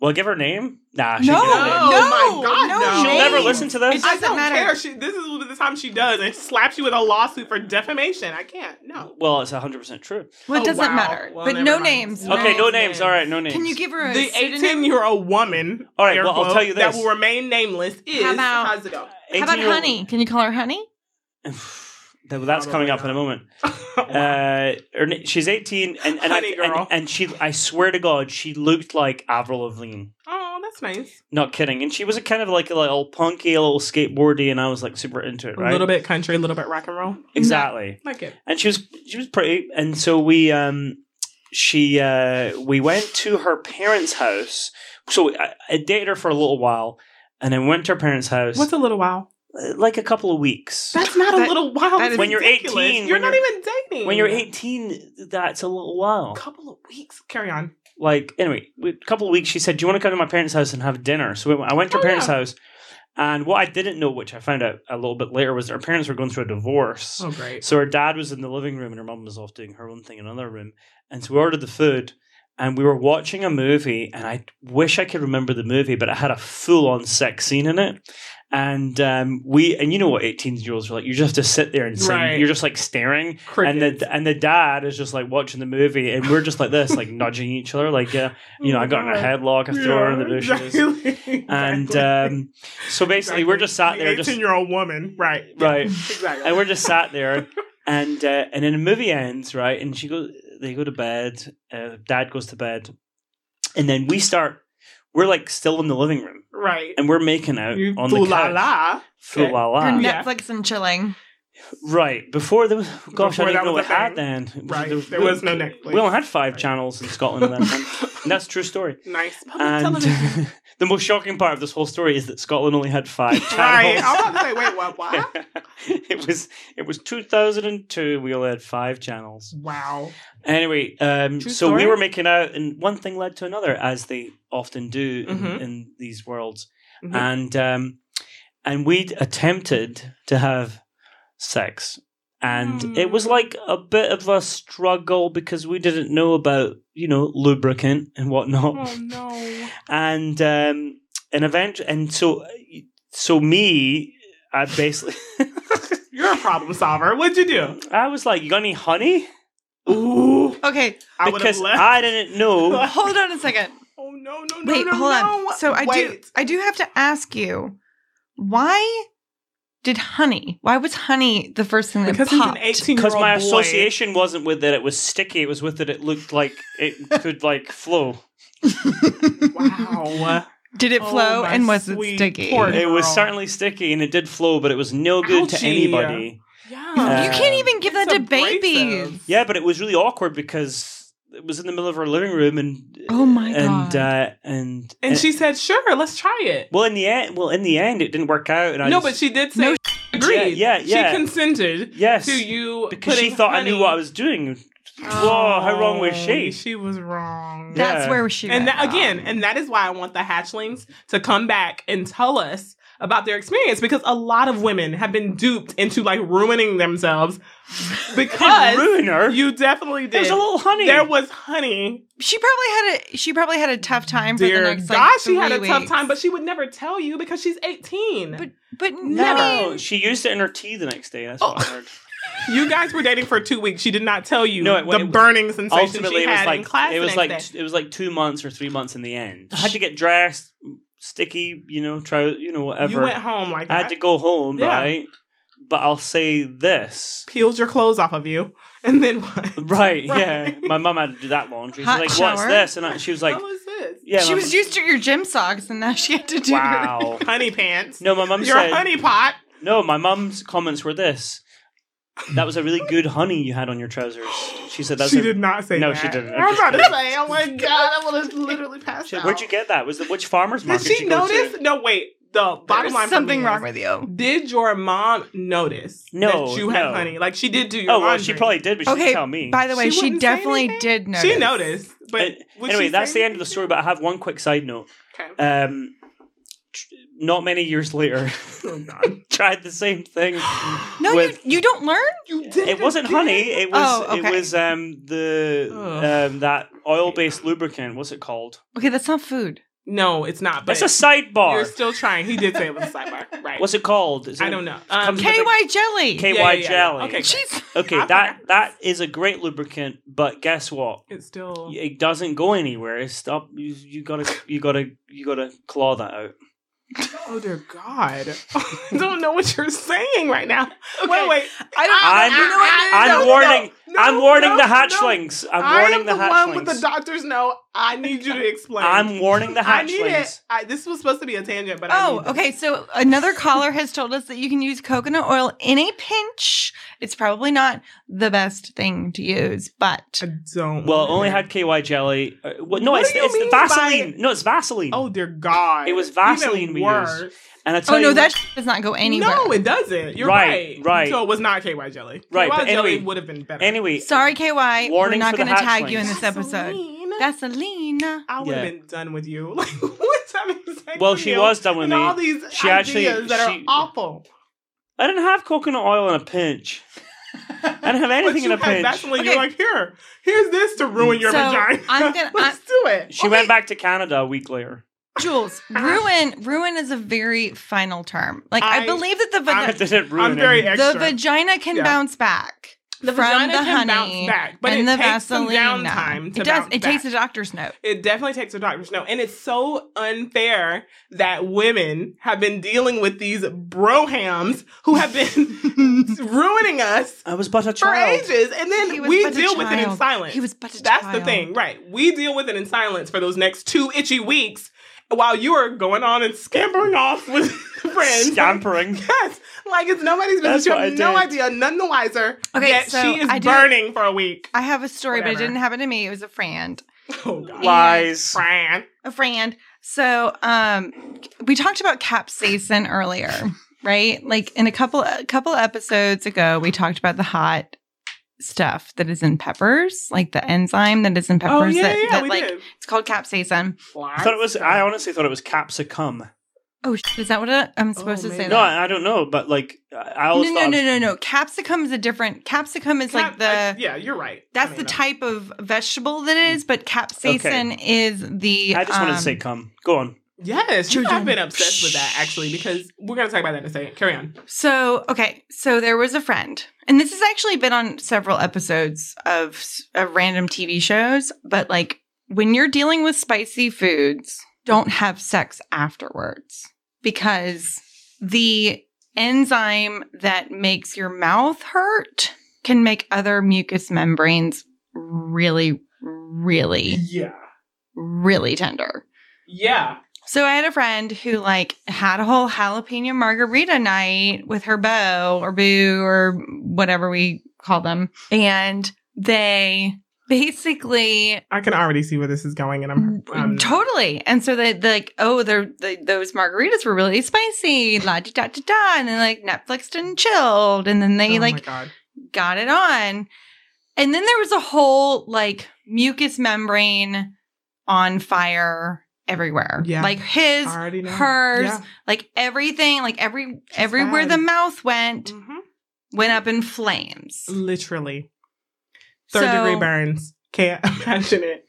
[SPEAKER 1] well, give her name. Nah, she
[SPEAKER 2] No,
[SPEAKER 1] give her name.
[SPEAKER 3] Oh
[SPEAKER 2] no,
[SPEAKER 3] my God,
[SPEAKER 2] no,
[SPEAKER 3] no.
[SPEAKER 1] She'll
[SPEAKER 2] name.
[SPEAKER 1] never listen to this.
[SPEAKER 2] It
[SPEAKER 3] I
[SPEAKER 2] doesn't
[SPEAKER 3] don't
[SPEAKER 2] matter.
[SPEAKER 3] care. She, this is the time she does and slaps you with a lawsuit for defamation. I can't. No.
[SPEAKER 1] Well, it's 100% true.
[SPEAKER 2] Well, it
[SPEAKER 3] Oh,
[SPEAKER 2] doesn't
[SPEAKER 3] wow.
[SPEAKER 2] matter.
[SPEAKER 3] Well,
[SPEAKER 2] but
[SPEAKER 3] never
[SPEAKER 2] no
[SPEAKER 3] mind.
[SPEAKER 2] names.
[SPEAKER 1] Okay, no names.
[SPEAKER 3] Nice names.
[SPEAKER 1] All right, no names.
[SPEAKER 2] Can you give her a
[SPEAKER 3] The
[SPEAKER 2] pseudonym?
[SPEAKER 3] 18 year old woman.
[SPEAKER 1] All right,
[SPEAKER 3] air
[SPEAKER 1] well, I'll
[SPEAKER 3] quote,
[SPEAKER 1] tell you
[SPEAKER 3] That
[SPEAKER 1] this.
[SPEAKER 3] will remain nameless is.
[SPEAKER 2] How about-
[SPEAKER 3] how's it go?
[SPEAKER 2] How about
[SPEAKER 1] 18-year-old
[SPEAKER 2] honey? Can you call her honey?
[SPEAKER 1] That- well, that's coming up in a moment. Uh, her, na- she's 18, and and,
[SPEAKER 3] Honey
[SPEAKER 1] I, and
[SPEAKER 3] girl.
[SPEAKER 1] and she, I swear to God, she looked like Avril Lavigne.
[SPEAKER 3] oh, that's nice.
[SPEAKER 1] Not kidding. And she was a kind of like a little punky, little skateboardy, and I was like super into it, right?
[SPEAKER 3] A little bit country, a little bit rock and roll.
[SPEAKER 1] Exactly.
[SPEAKER 3] Like it.
[SPEAKER 1] And she was she was pretty, and so we um she uh we went to her parents' house. So I, I dated her for a little while, and then went to her parents' house, uh,
[SPEAKER 3] What's a little while?
[SPEAKER 1] like a couple of weeks.
[SPEAKER 3] That's not
[SPEAKER 2] That-
[SPEAKER 3] a little while.
[SPEAKER 2] that is-
[SPEAKER 1] When you're 18,
[SPEAKER 3] you're
[SPEAKER 1] when
[SPEAKER 3] not
[SPEAKER 1] you're-
[SPEAKER 3] even dating.
[SPEAKER 1] When you're 18, that's a little while.
[SPEAKER 3] a couple of weeks. Carry on.
[SPEAKER 1] like anyway, we- a couple of weeks. She said, "Do you want to come to my parents' house and have dinner?" So we, went- I went to her
[SPEAKER 3] Oh,
[SPEAKER 1] parents'
[SPEAKER 3] yeah.
[SPEAKER 1] house, and what I didn't know, which I found out a little bit later, was that her parents were going through a divorce.
[SPEAKER 3] Oh, great.
[SPEAKER 1] So her dad was in the living room, and her mum was off doing her own thing in another room. And so we ordered the food, and we were watching a movie, and I wish I could remember the movie, but it had a full-on sex scene in it. And um, we, and you know what, eighteen-year-olds are like—you just have to sit there and sing.
[SPEAKER 3] Right.
[SPEAKER 1] You're just like staring. And the and the dad is just like watching the movie, and we're just like this, like nudging each other, like yeah, you know, I got in a headlock, I threw her in the bushes,
[SPEAKER 3] Exactly.
[SPEAKER 1] and um, so basically we're just sat there, just
[SPEAKER 3] year old woman, right?
[SPEAKER 1] right,
[SPEAKER 3] Exactly.
[SPEAKER 1] and we're just sat there, and uh, and then the movie ends, right, and she goes, they go to bed, uh, dad goes to bed, and then we start, we're like still in the living room,
[SPEAKER 3] right.
[SPEAKER 1] and we're making out
[SPEAKER 3] You
[SPEAKER 1] on the couch,
[SPEAKER 3] la la.
[SPEAKER 1] Foo la la.
[SPEAKER 2] Or
[SPEAKER 3] Yeah.
[SPEAKER 2] Netflix and chilling.
[SPEAKER 1] Right. Before there was, gosh,
[SPEAKER 3] Before
[SPEAKER 1] I didn't
[SPEAKER 3] that
[SPEAKER 1] know what
[SPEAKER 3] was a
[SPEAKER 1] had
[SPEAKER 3] thing.
[SPEAKER 1] then. It
[SPEAKER 3] Right.
[SPEAKER 1] was-
[SPEAKER 3] There was no Netflix.
[SPEAKER 1] We only had five channels in Scotland at that time. And that's a true story.
[SPEAKER 3] Nice public
[SPEAKER 1] And uh,
[SPEAKER 3] television.
[SPEAKER 1] the most shocking part of this whole story is that Scotland only had five
[SPEAKER 3] Right. Oh. I
[SPEAKER 1] channels.
[SPEAKER 3] was about to say, wait, what? What?
[SPEAKER 1] it was it was 2002. We only had five channels.
[SPEAKER 3] wow.
[SPEAKER 1] Anyway, um,
[SPEAKER 3] True
[SPEAKER 1] so we
[SPEAKER 3] story.
[SPEAKER 1] were making out, and one thing led to another, as they often do in,
[SPEAKER 3] Mhm.
[SPEAKER 1] in these worlds.
[SPEAKER 3] Mhm.
[SPEAKER 1] And um, and we'd attempted to have sex, and it was
[SPEAKER 3] Hmm.
[SPEAKER 1] like a bit of a struggle because we didn't know about you know lubricant and whatnot,
[SPEAKER 3] Oh no.
[SPEAKER 1] and um, and eventually, and so so me, I basically,
[SPEAKER 3] You're a problem solver. What'd you do?
[SPEAKER 1] I was like, "You got any honey?"
[SPEAKER 3] Ooh.
[SPEAKER 2] Okay,
[SPEAKER 3] I would have
[SPEAKER 1] because
[SPEAKER 3] left.
[SPEAKER 1] I didn't know.
[SPEAKER 2] hold on a second.
[SPEAKER 3] oh no, no, no,
[SPEAKER 2] Wait,
[SPEAKER 3] no,
[SPEAKER 2] hold
[SPEAKER 3] no.
[SPEAKER 2] on. So I do
[SPEAKER 3] Wait.
[SPEAKER 2] I do have to ask you, why did honey? Why was honey the first thing that
[SPEAKER 3] Because he's an
[SPEAKER 2] popped?
[SPEAKER 3] 18 year old
[SPEAKER 1] because
[SPEAKER 3] boy.
[SPEAKER 1] my association wasn't with that it was sticky it was with that it looked like it could like flow
[SPEAKER 3] Wow.
[SPEAKER 2] Did it
[SPEAKER 3] Oh,
[SPEAKER 2] flow
[SPEAKER 3] my
[SPEAKER 2] and was it
[SPEAKER 3] sweet
[SPEAKER 2] sticky?
[SPEAKER 3] pork.
[SPEAKER 1] it was
[SPEAKER 3] Girl.
[SPEAKER 1] certainly sticky and it did flow but it was no good
[SPEAKER 3] Ouchie.
[SPEAKER 1] to anybody
[SPEAKER 3] Yeah.
[SPEAKER 2] you can't
[SPEAKER 1] Um,
[SPEAKER 2] even give that
[SPEAKER 3] It's
[SPEAKER 2] to
[SPEAKER 3] abrasive.
[SPEAKER 2] babies.
[SPEAKER 1] yeah but it was really awkward because it was in the middle of her living room and
[SPEAKER 2] Oh my God.
[SPEAKER 1] and uh and
[SPEAKER 3] And she said, sure, let's try it.
[SPEAKER 1] well in the end well in the end it didn't work out and I
[SPEAKER 3] no,
[SPEAKER 1] just-
[SPEAKER 3] but she did say
[SPEAKER 2] No
[SPEAKER 3] agreed.
[SPEAKER 1] Yeah, yeah, yeah.
[SPEAKER 3] She consented
[SPEAKER 1] Yes,
[SPEAKER 3] to you
[SPEAKER 1] because she
[SPEAKER 3] putting
[SPEAKER 1] thought I
[SPEAKER 3] honey- Oh,
[SPEAKER 1] knew what I was doing. Whoa, how wrong was she?
[SPEAKER 3] She was wrong.
[SPEAKER 1] Yeah.
[SPEAKER 2] That's where she
[SPEAKER 3] and
[SPEAKER 2] went
[SPEAKER 3] that again,
[SPEAKER 2] wrong.
[SPEAKER 3] and that is why I want the hatchlings to come back and tell us about their experience because a lot of women have been duped into like ruining themselves
[SPEAKER 1] Didn't
[SPEAKER 3] because
[SPEAKER 1] ruin her.
[SPEAKER 3] you definitely
[SPEAKER 1] There's
[SPEAKER 3] did.
[SPEAKER 1] a little honey.
[SPEAKER 3] There was honey.
[SPEAKER 2] she probably had a she probably had a tough time for
[SPEAKER 3] Dear
[SPEAKER 2] the next
[SPEAKER 3] God,
[SPEAKER 2] like,
[SPEAKER 3] she had a
[SPEAKER 2] three
[SPEAKER 3] tough
[SPEAKER 2] weeks.
[SPEAKER 3] time, but she would never tell you because she's 18.
[SPEAKER 2] but but
[SPEAKER 1] no,
[SPEAKER 2] I mean,
[SPEAKER 1] she used it in her tea the next day. That's
[SPEAKER 3] Oh.
[SPEAKER 1] what I heard.
[SPEAKER 3] you guys were dating for two weeks. She did not tell you
[SPEAKER 1] No, it-
[SPEAKER 3] the
[SPEAKER 1] it-
[SPEAKER 3] burning sensation
[SPEAKER 1] Ultimately,
[SPEAKER 3] she
[SPEAKER 1] it
[SPEAKER 3] had
[SPEAKER 1] was
[SPEAKER 3] in
[SPEAKER 1] like
[SPEAKER 3] class.
[SPEAKER 1] it was
[SPEAKER 3] the
[SPEAKER 1] like
[SPEAKER 3] next day.
[SPEAKER 1] t- it was like two months or three months in the end. I had to get dressed, sticky, you know, try, you know, whatever.
[SPEAKER 3] you went home like
[SPEAKER 1] I
[SPEAKER 3] that.
[SPEAKER 1] had to go home,
[SPEAKER 3] Yeah.
[SPEAKER 1] right? But I'll say this.
[SPEAKER 3] peeled your clothes off of you, and then what?
[SPEAKER 1] Right, yeah. My mum had to do that laundry. She's
[SPEAKER 2] Hot
[SPEAKER 1] like, what's
[SPEAKER 2] shower?
[SPEAKER 1] this? And I, she was like,
[SPEAKER 3] what Oh, was this?
[SPEAKER 1] yeah.
[SPEAKER 2] she
[SPEAKER 1] my
[SPEAKER 2] was
[SPEAKER 1] mum-
[SPEAKER 2] used to your gym socks, and now she had to do.
[SPEAKER 1] Wow.
[SPEAKER 3] Honey pants.
[SPEAKER 1] No, my mum
[SPEAKER 3] You're
[SPEAKER 1] said,
[SPEAKER 3] a honey pot.
[SPEAKER 1] no, my mum's comments were this. That was a really good honey you had on your trousers. She said, that's
[SPEAKER 3] she
[SPEAKER 1] a,
[SPEAKER 3] did not say
[SPEAKER 1] No,
[SPEAKER 3] that.
[SPEAKER 1] she didn't.
[SPEAKER 3] I
[SPEAKER 1] I'm
[SPEAKER 3] was about to
[SPEAKER 1] just
[SPEAKER 3] say, oh my god, I would have literally passed
[SPEAKER 1] She-
[SPEAKER 3] out.
[SPEAKER 1] Where'd you get that? Was the which farmer's
[SPEAKER 3] Did
[SPEAKER 1] market?
[SPEAKER 3] she
[SPEAKER 1] you go to?
[SPEAKER 3] notice? No, wait. The bottom line.
[SPEAKER 2] There's
[SPEAKER 3] for
[SPEAKER 2] something
[SPEAKER 3] me
[SPEAKER 2] wrong
[SPEAKER 3] is,
[SPEAKER 2] with you.
[SPEAKER 3] Did your mom notice
[SPEAKER 1] No,
[SPEAKER 3] that you had
[SPEAKER 1] no.
[SPEAKER 3] honey? Like she did do your
[SPEAKER 1] Oh well,
[SPEAKER 3] laundry.
[SPEAKER 1] she probably did, but she
[SPEAKER 2] Okay,
[SPEAKER 1] didn't tell me.
[SPEAKER 2] By the way,
[SPEAKER 3] She
[SPEAKER 2] she,
[SPEAKER 3] wouldn't say
[SPEAKER 2] definitely
[SPEAKER 3] anything?
[SPEAKER 2] did notice.
[SPEAKER 3] She noticed, but
[SPEAKER 1] And-
[SPEAKER 3] would
[SPEAKER 1] anyway,
[SPEAKER 3] she
[SPEAKER 1] that's
[SPEAKER 3] say
[SPEAKER 1] the end of the story. But I have one quick side note.
[SPEAKER 3] Okay.
[SPEAKER 1] Um, tr- not many years later,
[SPEAKER 3] Oh god,
[SPEAKER 1] tried the same thing.
[SPEAKER 2] No,
[SPEAKER 1] with,
[SPEAKER 2] you you don't learn.
[SPEAKER 3] you did.
[SPEAKER 1] it wasn't honey. It was
[SPEAKER 2] Oh, okay.
[SPEAKER 1] it was um the
[SPEAKER 3] Ugh.
[SPEAKER 1] um that oil based lubricant. What's it called?
[SPEAKER 2] Okay, that's not food.
[SPEAKER 3] No, it's not. But
[SPEAKER 1] That's a
[SPEAKER 3] you're
[SPEAKER 1] sidebar.
[SPEAKER 3] still trying. He did say it was a sidebar, right?
[SPEAKER 1] What's it called? Is
[SPEAKER 3] I
[SPEAKER 1] it-
[SPEAKER 3] don't know. Um,
[SPEAKER 1] comes with
[SPEAKER 2] KY jelly.
[SPEAKER 1] KY
[SPEAKER 3] Yeah, yeah, yeah.
[SPEAKER 1] jelly.
[SPEAKER 3] Okay.
[SPEAKER 2] She's
[SPEAKER 1] Okay,
[SPEAKER 3] I
[SPEAKER 1] that
[SPEAKER 3] forgot.
[SPEAKER 1] that is a great lubricant, but guess what?
[SPEAKER 3] It's still.
[SPEAKER 1] It doesn't go anywhere. It's up. You, you gotta, you gotta, you gotta claw that out.
[SPEAKER 3] Oh dear God! I don't know what you're saying right now. Wait,
[SPEAKER 2] Okay.
[SPEAKER 3] wait.
[SPEAKER 2] I don't.
[SPEAKER 1] I'm-
[SPEAKER 2] you know what? No, no,
[SPEAKER 1] I'm
[SPEAKER 2] no, no.
[SPEAKER 1] warning.
[SPEAKER 3] no,
[SPEAKER 1] I'm warning
[SPEAKER 3] no,
[SPEAKER 1] the
[SPEAKER 3] no.
[SPEAKER 1] hatchlings. I'm
[SPEAKER 3] I
[SPEAKER 1] warning
[SPEAKER 3] am
[SPEAKER 1] the,
[SPEAKER 3] the, one with the
[SPEAKER 1] hatchlings.
[SPEAKER 3] doctors. No, I need you to explain.
[SPEAKER 1] I'm warning the
[SPEAKER 3] I need it.
[SPEAKER 1] hatchlings.
[SPEAKER 3] I, this was supposed to be a tangent, but I
[SPEAKER 2] Oh,
[SPEAKER 3] need it.
[SPEAKER 2] okay. So another caller has told us that you can use coconut oil in a pinch. It's probably not the best thing to use, but
[SPEAKER 3] I don't.
[SPEAKER 1] Well, it
[SPEAKER 3] want
[SPEAKER 1] only
[SPEAKER 3] it.
[SPEAKER 1] had KY jelly. Uh, well, no,
[SPEAKER 3] What
[SPEAKER 1] it's,
[SPEAKER 3] do you
[SPEAKER 1] it's
[SPEAKER 3] mean
[SPEAKER 1] Vaseline. No, it's Vaseline.
[SPEAKER 3] Oh dear God!
[SPEAKER 1] It was Vaseline
[SPEAKER 3] Even
[SPEAKER 1] we
[SPEAKER 3] worse.
[SPEAKER 1] and I tell
[SPEAKER 2] oh
[SPEAKER 1] you
[SPEAKER 2] no,
[SPEAKER 1] what-
[SPEAKER 2] that does not go anywhere.
[SPEAKER 3] No, it doesn't. You're
[SPEAKER 1] Right,
[SPEAKER 3] right.
[SPEAKER 1] right.
[SPEAKER 3] So it was not KY jelly.
[SPEAKER 1] Right,
[SPEAKER 3] KY
[SPEAKER 1] but
[SPEAKER 3] jelly
[SPEAKER 1] anyway-
[SPEAKER 3] would have been better.
[SPEAKER 1] Anyway,
[SPEAKER 2] Sorry, KY. We're
[SPEAKER 1] Warning
[SPEAKER 2] not
[SPEAKER 1] for the
[SPEAKER 2] going to tag you in
[SPEAKER 1] hatchlings.
[SPEAKER 2] this episode.
[SPEAKER 3] That's.
[SPEAKER 2] Vaseline.
[SPEAKER 3] I would have
[SPEAKER 1] Yeah.
[SPEAKER 3] been done with you. Like what time exactly?
[SPEAKER 1] Well, she was done with
[SPEAKER 3] and
[SPEAKER 1] me.
[SPEAKER 3] all these
[SPEAKER 1] She actually-
[SPEAKER 3] ideas that
[SPEAKER 1] she-
[SPEAKER 3] are awful.
[SPEAKER 1] I didn't have coconut oil in a pinch. I didn't have
[SPEAKER 3] But
[SPEAKER 1] anything
[SPEAKER 3] you
[SPEAKER 1] in a
[SPEAKER 3] had
[SPEAKER 1] pinch.
[SPEAKER 3] Vaseline.
[SPEAKER 2] Okay.
[SPEAKER 3] You're like, here, here's this to ruin your
[SPEAKER 2] So,
[SPEAKER 3] vagina.
[SPEAKER 2] I'm gonna-
[SPEAKER 3] Let's do it.
[SPEAKER 1] She went
[SPEAKER 2] Okay.
[SPEAKER 1] back to Canada a week later.
[SPEAKER 2] Jules, ruin ruin is a very final term. Like I,
[SPEAKER 3] I-
[SPEAKER 2] believe that the
[SPEAKER 1] I
[SPEAKER 2] vagina
[SPEAKER 1] didn't ruin
[SPEAKER 3] I'm very
[SPEAKER 1] it.
[SPEAKER 3] extra.
[SPEAKER 2] the vagina can
[SPEAKER 3] Yeah.
[SPEAKER 2] bounce back. from the honey
[SPEAKER 3] back, but
[SPEAKER 2] and
[SPEAKER 3] it
[SPEAKER 2] the
[SPEAKER 3] takes some
[SPEAKER 2] Vaseline.
[SPEAKER 3] downtime to
[SPEAKER 2] it does.
[SPEAKER 3] bounce
[SPEAKER 2] It
[SPEAKER 3] back.
[SPEAKER 2] takes a doctor's note.
[SPEAKER 3] It definitely takes a doctor's note. And it's so unfair that women have been dealing with these brohams who have been ruining us
[SPEAKER 1] I was but a
[SPEAKER 3] for
[SPEAKER 1] child.
[SPEAKER 3] ages. And
[SPEAKER 2] He
[SPEAKER 3] then
[SPEAKER 2] was
[SPEAKER 3] we
[SPEAKER 2] but a
[SPEAKER 3] deal with it in
[SPEAKER 2] child.
[SPEAKER 3] silence.
[SPEAKER 2] He was but a
[SPEAKER 3] That's the
[SPEAKER 2] child.
[SPEAKER 3] thing, right? We deal with it in silence for those next two itchy weeks while you are going on and scampering off with friends.
[SPEAKER 1] Scampering.
[SPEAKER 3] Yes, like it's nobody's
[SPEAKER 1] That's
[SPEAKER 3] business. You
[SPEAKER 1] what
[SPEAKER 3] have
[SPEAKER 1] I
[SPEAKER 3] no
[SPEAKER 1] did.
[SPEAKER 3] idea, none the wiser.
[SPEAKER 2] Okay,
[SPEAKER 3] yet
[SPEAKER 2] so
[SPEAKER 3] she is
[SPEAKER 2] I do-
[SPEAKER 3] burning for a week.
[SPEAKER 2] I have a story, but
[SPEAKER 3] Whatever.
[SPEAKER 2] it didn't happen to me. It was a friend.
[SPEAKER 3] Oh God,
[SPEAKER 1] Lies.
[SPEAKER 3] Fran.
[SPEAKER 2] a friend. So, um, we talked about capsaicin earlier, right? Like in a couple a couple episodes ago, we talked about the hot stuff that is in peppers, like the enzyme that is in peppers.
[SPEAKER 3] Oh yeah,
[SPEAKER 2] that,
[SPEAKER 3] yeah,
[SPEAKER 2] that,
[SPEAKER 3] we
[SPEAKER 2] like
[SPEAKER 3] did.
[SPEAKER 2] it's called capsaicin.
[SPEAKER 1] I thought it was. I honestly thought it was capsicum.
[SPEAKER 2] Oh, sh- is that what I- I'm supposed to
[SPEAKER 3] maybe.
[SPEAKER 2] say?
[SPEAKER 1] No,
[SPEAKER 2] that?
[SPEAKER 1] I, I don't know, but like I- I
[SPEAKER 2] No,
[SPEAKER 1] always
[SPEAKER 2] no,
[SPEAKER 1] thought.
[SPEAKER 2] no, no, no. Capsicum is a different. Capsicum is like
[SPEAKER 3] Cap-
[SPEAKER 2] the.
[SPEAKER 3] I- yeah, you're right.
[SPEAKER 2] that's
[SPEAKER 3] I
[SPEAKER 2] the
[SPEAKER 1] uh,
[SPEAKER 3] mean,
[SPEAKER 2] type of vegetable that it is, but capsaicin is the.
[SPEAKER 1] I just wanted to
[SPEAKER 2] um,
[SPEAKER 1] say cum. Go on.
[SPEAKER 3] Yes, you
[SPEAKER 2] Children.
[SPEAKER 3] have been obsessed with that actually because we're gonna talk about that in a second. Carry on.
[SPEAKER 2] So, okay, so there was a friend, and this has actually been on several episodes of, s- of random TV shows, but like when you're dealing with spicy foods, don't have sex afterwards because the enzyme that makes your mouth hurt can make other mucous membranes really, really,
[SPEAKER 3] Yeah,
[SPEAKER 2] really tender.
[SPEAKER 3] yeah.
[SPEAKER 2] So I had a friend who like had a whole jalapeno margarita night with her beau or boo or whatever we call them. And they basically
[SPEAKER 3] I can already see where this is going, and I'm, I'm
[SPEAKER 2] Mm, totally. And so they they like, oh, they're, they those margaritas were really spicy, la da da da da, and then like Netflix and chilled, and then they
[SPEAKER 3] oh my
[SPEAKER 2] like
[SPEAKER 3] God.
[SPEAKER 2] got it on, and then there was a whole like mucous membrane on fire everywhere,
[SPEAKER 3] Yeah.
[SPEAKER 2] like his,
[SPEAKER 3] I already know.
[SPEAKER 2] hers,
[SPEAKER 3] Yeah.
[SPEAKER 2] like everything, like every everywhere
[SPEAKER 3] bad.
[SPEAKER 2] the mouth went
[SPEAKER 3] Mhm.
[SPEAKER 2] went up in flames.
[SPEAKER 3] literally third
[SPEAKER 2] So,
[SPEAKER 3] degree burns. Can't imagine it.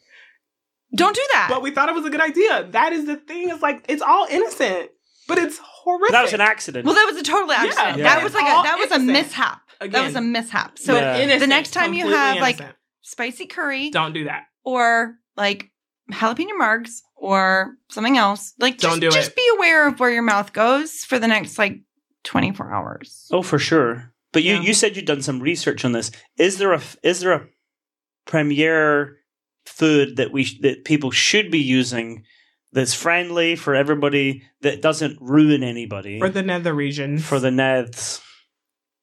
[SPEAKER 2] Don't do that.
[SPEAKER 3] But we thought it was a good idea. That is the thing. It's like it's all innocent, but it's horrific.
[SPEAKER 1] That was an accident.
[SPEAKER 2] well, that was a total accident.
[SPEAKER 1] Yeah.
[SPEAKER 2] That was like a,
[SPEAKER 3] All
[SPEAKER 2] that was a
[SPEAKER 3] innocent.
[SPEAKER 2] mishap.
[SPEAKER 3] Again,
[SPEAKER 2] That was a mishap. So
[SPEAKER 1] Yeah.
[SPEAKER 3] but innocent,
[SPEAKER 2] The next time you
[SPEAKER 3] completely
[SPEAKER 2] have, like-
[SPEAKER 3] innocent.
[SPEAKER 2] spicy curry
[SPEAKER 3] don't do that.
[SPEAKER 2] or like jalapeno margs or something else. Like just,
[SPEAKER 3] Don't do
[SPEAKER 2] just
[SPEAKER 3] it.
[SPEAKER 2] be aware of where your mouth goes for the next like 24 hours.
[SPEAKER 1] oh, for sure. But you,
[SPEAKER 3] Yeah.
[SPEAKER 1] you said you'd done some research on this. Is there a f- is there a premier food that we sh- that people should be using that's friendly for everybody that doesn't ruin anybody
[SPEAKER 3] For the nether region.
[SPEAKER 1] for the neds?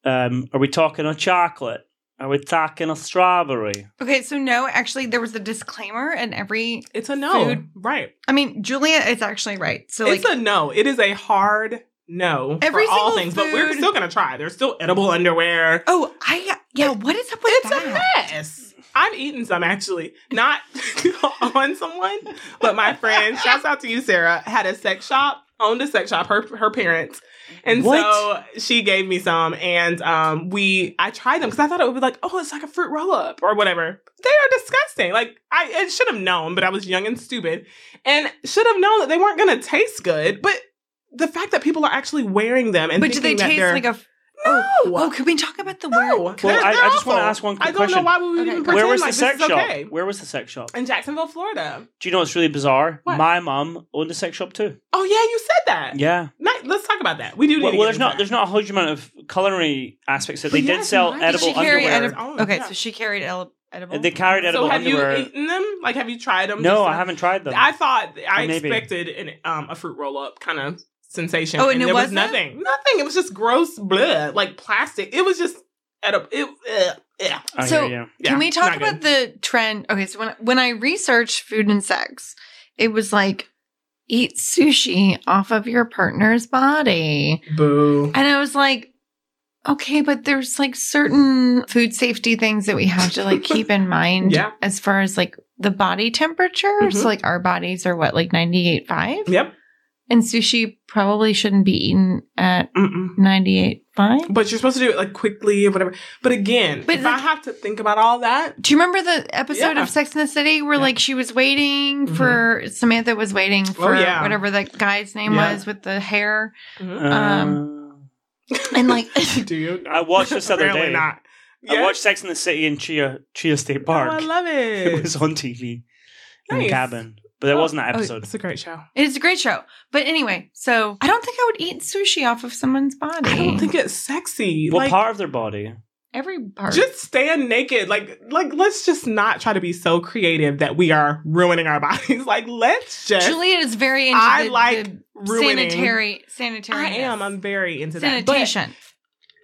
[SPEAKER 1] Um, are we talking a chocolate? Are we talking a strawberry?
[SPEAKER 2] Okay, so no, actually there was a disclaimer in every
[SPEAKER 3] it's a no.
[SPEAKER 2] food.
[SPEAKER 3] Right.
[SPEAKER 2] I mean, Julia is actually right. So like
[SPEAKER 3] it's a no. It is a hard no
[SPEAKER 2] Every
[SPEAKER 3] for all
[SPEAKER 2] single
[SPEAKER 3] things, but we're
[SPEAKER 2] food-
[SPEAKER 3] still gonna try. There's still edible underwear.
[SPEAKER 2] Oh, I yeah, what is up with
[SPEAKER 3] It's
[SPEAKER 2] that?
[SPEAKER 3] a mess. I've eaten some actually, not on someone, but my friend. Shouts out to you, Sarah. Had a sex shop, owned a sex shop. Her her parents, and
[SPEAKER 1] What?
[SPEAKER 3] so she gave me some, and um, we I tried them because I thought it would be like, oh, it's like a fruit roll up or whatever. They are disgusting. Like I, I should have known, but I was young and stupid, and should have known that they weren't going to taste good, but. The fact that people are actually wearing them and
[SPEAKER 2] But do they
[SPEAKER 3] thinking that
[SPEAKER 2] taste
[SPEAKER 3] they're-
[SPEAKER 2] like a
[SPEAKER 3] no,
[SPEAKER 2] Oh, can we talk about the
[SPEAKER 3] no.
[SPEAKER 2] word?
[SPEAKER 1] Well,
[SPEAKER 3] They're-
[SPEAKER 1] I-
[SPEAKER 3] they're
[SPEAKER 1] I just wanna
[SPEAKER 3] awful.
[SPEAKER 1] ask one
[SPEAKER 3] I
[SPEAKER 1] quick
[SPEAKER 3] don't know
[SPEAKER 1] question.
[SPEAKER 3] why we would
[SPEAKER 2] Okay, go
[SPEAKER 3] even
[SPEAKER 2] ahead.
[SPEAKER 3] pretend
[SPEAKER 1] Where was
[SPEAKER 3] like
[SPEAKER 1] the
[SPEAKER 3] this
[SPEAKER 1] sex
[SPEAKER 3] is
[SPEAKER 1] shop?
[SPEAKER 3] okay.
[SPEAKER 1] Where was the sex shop?
[SPEAKER 3] In Jacksonville, Florida.
[SPEAKER 1] Do you know what's really bizarre?
[SPEAKER 3] What?
[SPEAKER 1] My mum owned a sex shop too.
[SPEAKER 3] Oh yeah, you said that.
[SPEAKER 1] Yeah.
[SPEAKER 3] Not- let's talk about that. We do need.
[SPEAKER 1] Well,
[SPEAKER 3] to
[SPEAKER 1] well,
[SPEAKER 3] get
[SPEAKER 1] there's
[SPEAKER 3] into
[SPEAKER 1] not
[SPEAKER 3] that.
[SPEAKER 1] there's not a huge amount of culinary aspects that they
[SPEAKER 3] But
[SPEAKER 1] did
[SPEAKER 3] yes,
[SPEAKER 1] sell
[SPEAKER 3] mine- Did
[SPEAKER 1] edible
[SPEAKER 2] she carry
[SPEAKER 1] underwear.
[SPEAKER 2] edib-
[SPEAKER 3] Oh,
[SPEAKER 2] okay,
[SPEAKER 3] yeah.
[SPEAKER 2] so she carried el- edible.
[SPEAKER 1] They carried edible
[SPEAKER 3] So have
[SPEAKER 1] underwear.
[SPEAKER 3] you eaten them? Like, have you tried them?
[SPEAKER 1] no,
[SPEAKER 3] Just
[SPEAKER 1] I
[SPEAKER 3] like-
[SPEAKER 1] haven't tried them.
[SPEAKER 3] I thought I
[SPEAKER 1] Or maybe.
[SPEAKER 3] expected an, um, a fruit roll up kind of sensation.
[SPEAKER 2] Oh, and it
[SPEAKER 3] there was
[SPEAKER 2] wasn't?
[SPEAKER 3] nothing. Nothing. It was just gross, blood, like plastic. It was just edible. It, ugh, yeah.
[SPEAKER 1] I
[SPEAKER 2] so-
[SPEAKER 1] hear you.
[SPEAKER 2] Can we talk
[SPEAKER 3] not good.
[SPEAKER 2] about the trend? Okay, so when when I researched food and sex, it was like eat sushi off of your partner's body.
[SPEAKER 3] boo?
[SPEAKER 2] And I was like, okay, but there's like certain food safety things that we have to like keep in mind
[SPEAKER 3] Yeah.
[SPEAKER 2] as far as like the body temperature.
[SPEAKER 3] Mhm.
[SPEAKER 2] So like our bodies are what like 98.5
[SPEAKER 3] Yep.
[SPEAKER 2] and sushi probably shouldn't be eaten at
[SPEAKER 3] Mm-mm.
[SPEAKER 2] 98.5.
[SPEAKER 3] But you're supposed to do it like quickly or whatever. But again,
[SPEAKER 2] But,
[SPEAKER 3] if I
[SPEAKER 2] like-
[SPEAKER 3] have to think about all that,
[SPEAKER 2] Do you remember the episode
[SPEAKER 3] Yeah.
[SPEAKER 2] of Sex in the City where
[SPEAKER 3] Yeah.
[SPEAKER 2] like she was waiting
[SPEAKER 3] Mhm.
[SPEAKER 2] for Samantha was waiting for
[SPEAKER 3] yeah.
[SPEAKER 2] whatever that guy's name
[SPEAKER 3] Yeah.
[SPEAKER 2] was with the hair
[SPEAKER 1] Um,
[SPEAKER 2] Mm-hmm. and like
[SPEAKER 3] do you?
[SPEAKER 1] I watched this other
[SPEAKER 3] Apparently
[SPEAKER 1] day.
[SPEAKER 3] Not.
[SPEAKER 1] I
[SPEAKER 3] Yeah.
[SPEAKER 1] watched Sex in the City in Chia Chia State
[SPEAKER 3] Oh,
[SPEAKER 1] Park.
[SPEAKER 3] I love it.
[SPEAKER 1] it was on TV in the
[SPEAKER 3] Nice.
[SPEAKER 1] cabin, but there
[SPEAKER 3] Oh.
[SPEAKER 1] wasn't that
[SPEAKER 2] Oh,
[SPEAKER 1] episode.
[SPEAKER 3] It's a great show.
[SPEAKER 2] it's a great show. But anyway, so I don't think I would eat sushi off of someone's body.
[SPEAKER 3] I don't think it's sexy.
[SPEAKER 1] What
[SPEAKER 3] like,
[SPEAKER 1] part of their body?
[SPEAKER 2] every part.
[SPEAKER 3] Just stand naked. Like, like let's just not try to be so creative that we are ruining our bodies. Like, let's just
[SPEAKER 2] Juliet is very into
[SPEAKER 3] I
[SPEAKER 2] the-
[SPEAKER 3] like
[SPEAKER 2] the
[SPEAKER 3] ruining.
[SPEAKER 2] sanitary sanitary.
[SPEAKER 3] I am. I'm very into that. But
[SPEAKER 2] sanitation.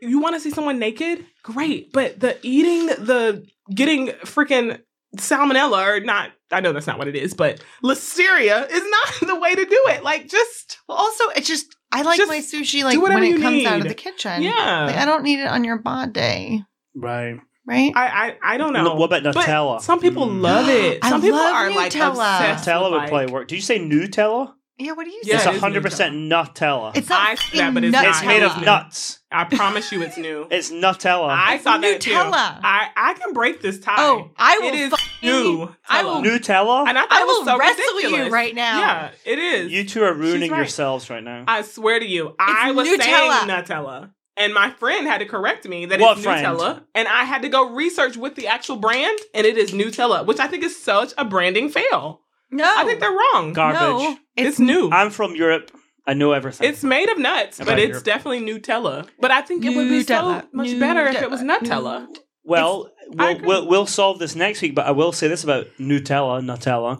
[SPEAKER 3] you want to see someone naked? Great. But the eating, the getting freaking salmonella or not. I know that's not what it is, but listeria is not the way to do it. Like, just
[SPEAKER 2] well, also it's just I like
[SPEAKER 3] Just
[SPEAKER 2] my sushi like
[SPEAKER 3] whatever
[SPEAKER 2] when it
[SPEAKER 3] you
[SPEAKER 2] comes out of
[SPEAKER 3] need.
[SPEAKER 2] the kitchen. Like,
[SPEAKER 3] yeah.
[SPEAKER 2] I don't need it on your body,
[SPEAKER 1] Right.
[SPEAKER 2] right?
[SPEAKER 3] I, I I don't know.
[SPEAKER 1] No, what about
[SPEAKER 3] But
[SPEAKER 1] Nutella?
[SPEAKER 3] Some people
[SPEAKER 1] Mm.
[SPEAKER 3] love it.
[SPEAKER 2] I
[SPEAKER 3] Some people
[SPEAKER 2] love
[SPEAKER 3] are like
[SPEAKER 2] Nutella.
[SPEAKER 3] obsessed with,
[SPEAKER 1] Nutella would
[SPEAKER 3] like-
[SPEAKER 1] play work. Did you say Nutella?
[SPEAKER 2] yeah, what do you
[SPEAKER 3] Yeah,
[SPEAKER 2] say?
[SPEAKER 1] it's
[SPEAKER 3] it is
[SPEAKER 1] hundred percent Nutella.
[SPEAKER 2] It's not
[SPEAKER 3] I said
[SPEAKER 2] fucking
[SPEAKER 3] that, but it's not.
[SPEAKER 1] It's made of
[SPEAKER 2] Nutella.
[SPEAKER 1] nuts.
[SPEAKER 3] I promise you, it's new.
[SPEAKER 1] It's Nutella.
[SPEAKER 3] I
[SPEAKER 2] It's
[SPEAKER 3] saw that too.
[SPEAKER 2] Nutella.
[SPEAKER 3] I I can break this tie.
[SPEAKER 2] Oh, I will.
[SPEAKER 3] it is
[SPEAKER 2] fucking-
[SPEAKER 3] new.
[SPEAKER 2] I will-
[SPEAKER 3] Nutella.
[SPEAKER 1] Nutella.
[SPEAKER 3] And I thought
[SPEAKER 2] I
[SPEAKER 3] it was
[SPEAKER 2] will
[SPEAKER 3] so
[SPEAKER 2] wrestle
[SPEAKER 3] ridiculous.
[SPEAKER 2] you right now.
[SPEAKER 3] Yeah, it is.
[SPEAKER 1] you two are ruining
[SPEAKER 3] right.
[SPEAKER 1] yourselves right now.
[SPEAKER 3] I swear to you, I was
[SPEAKER 2] Nutella.
[SPEAKER 3] saying Nutella, and my friend had to correct me that
[SPEAKER 1] What
[SPEAKER 3] it's
[SPEAKER 1] friend?
[SPEAKER 3] Nutella, and I had to go research with the actual brand, and it is Nutella, which I think is such a branding fail.
[SPEAKER 2] No,
[SPEAKER 3] I think they're wrong.
[SPEAKER 1] Garbage.
[SPEAKER 2] No,
[SPEAKER 3] it's, new.
[SPEAKER 1] I'm from Europe. I know everything.
[SPEAKER 3] It's made of nuts,
[SPEAKER 1] About
[SPEAKER 3] but it's
[SPEAKER 1] your-
[SPEAKER 3] definitely Nutella. But I think it would be so
[SPEAKER 2] Nutella.
[SPEAKER 3] much better if it was
[SPEAKER 2] Nutella.
[SPEAKER 3] Nutella.
[SPEAKER 1] well,
[SPEAKER 3] I
[SPEAKER 1] we'll,
[SPEAKER 3] agree.
[SPEAKER 1] we'll we'll solve this next week. But I will say this about Nutella. Nutella.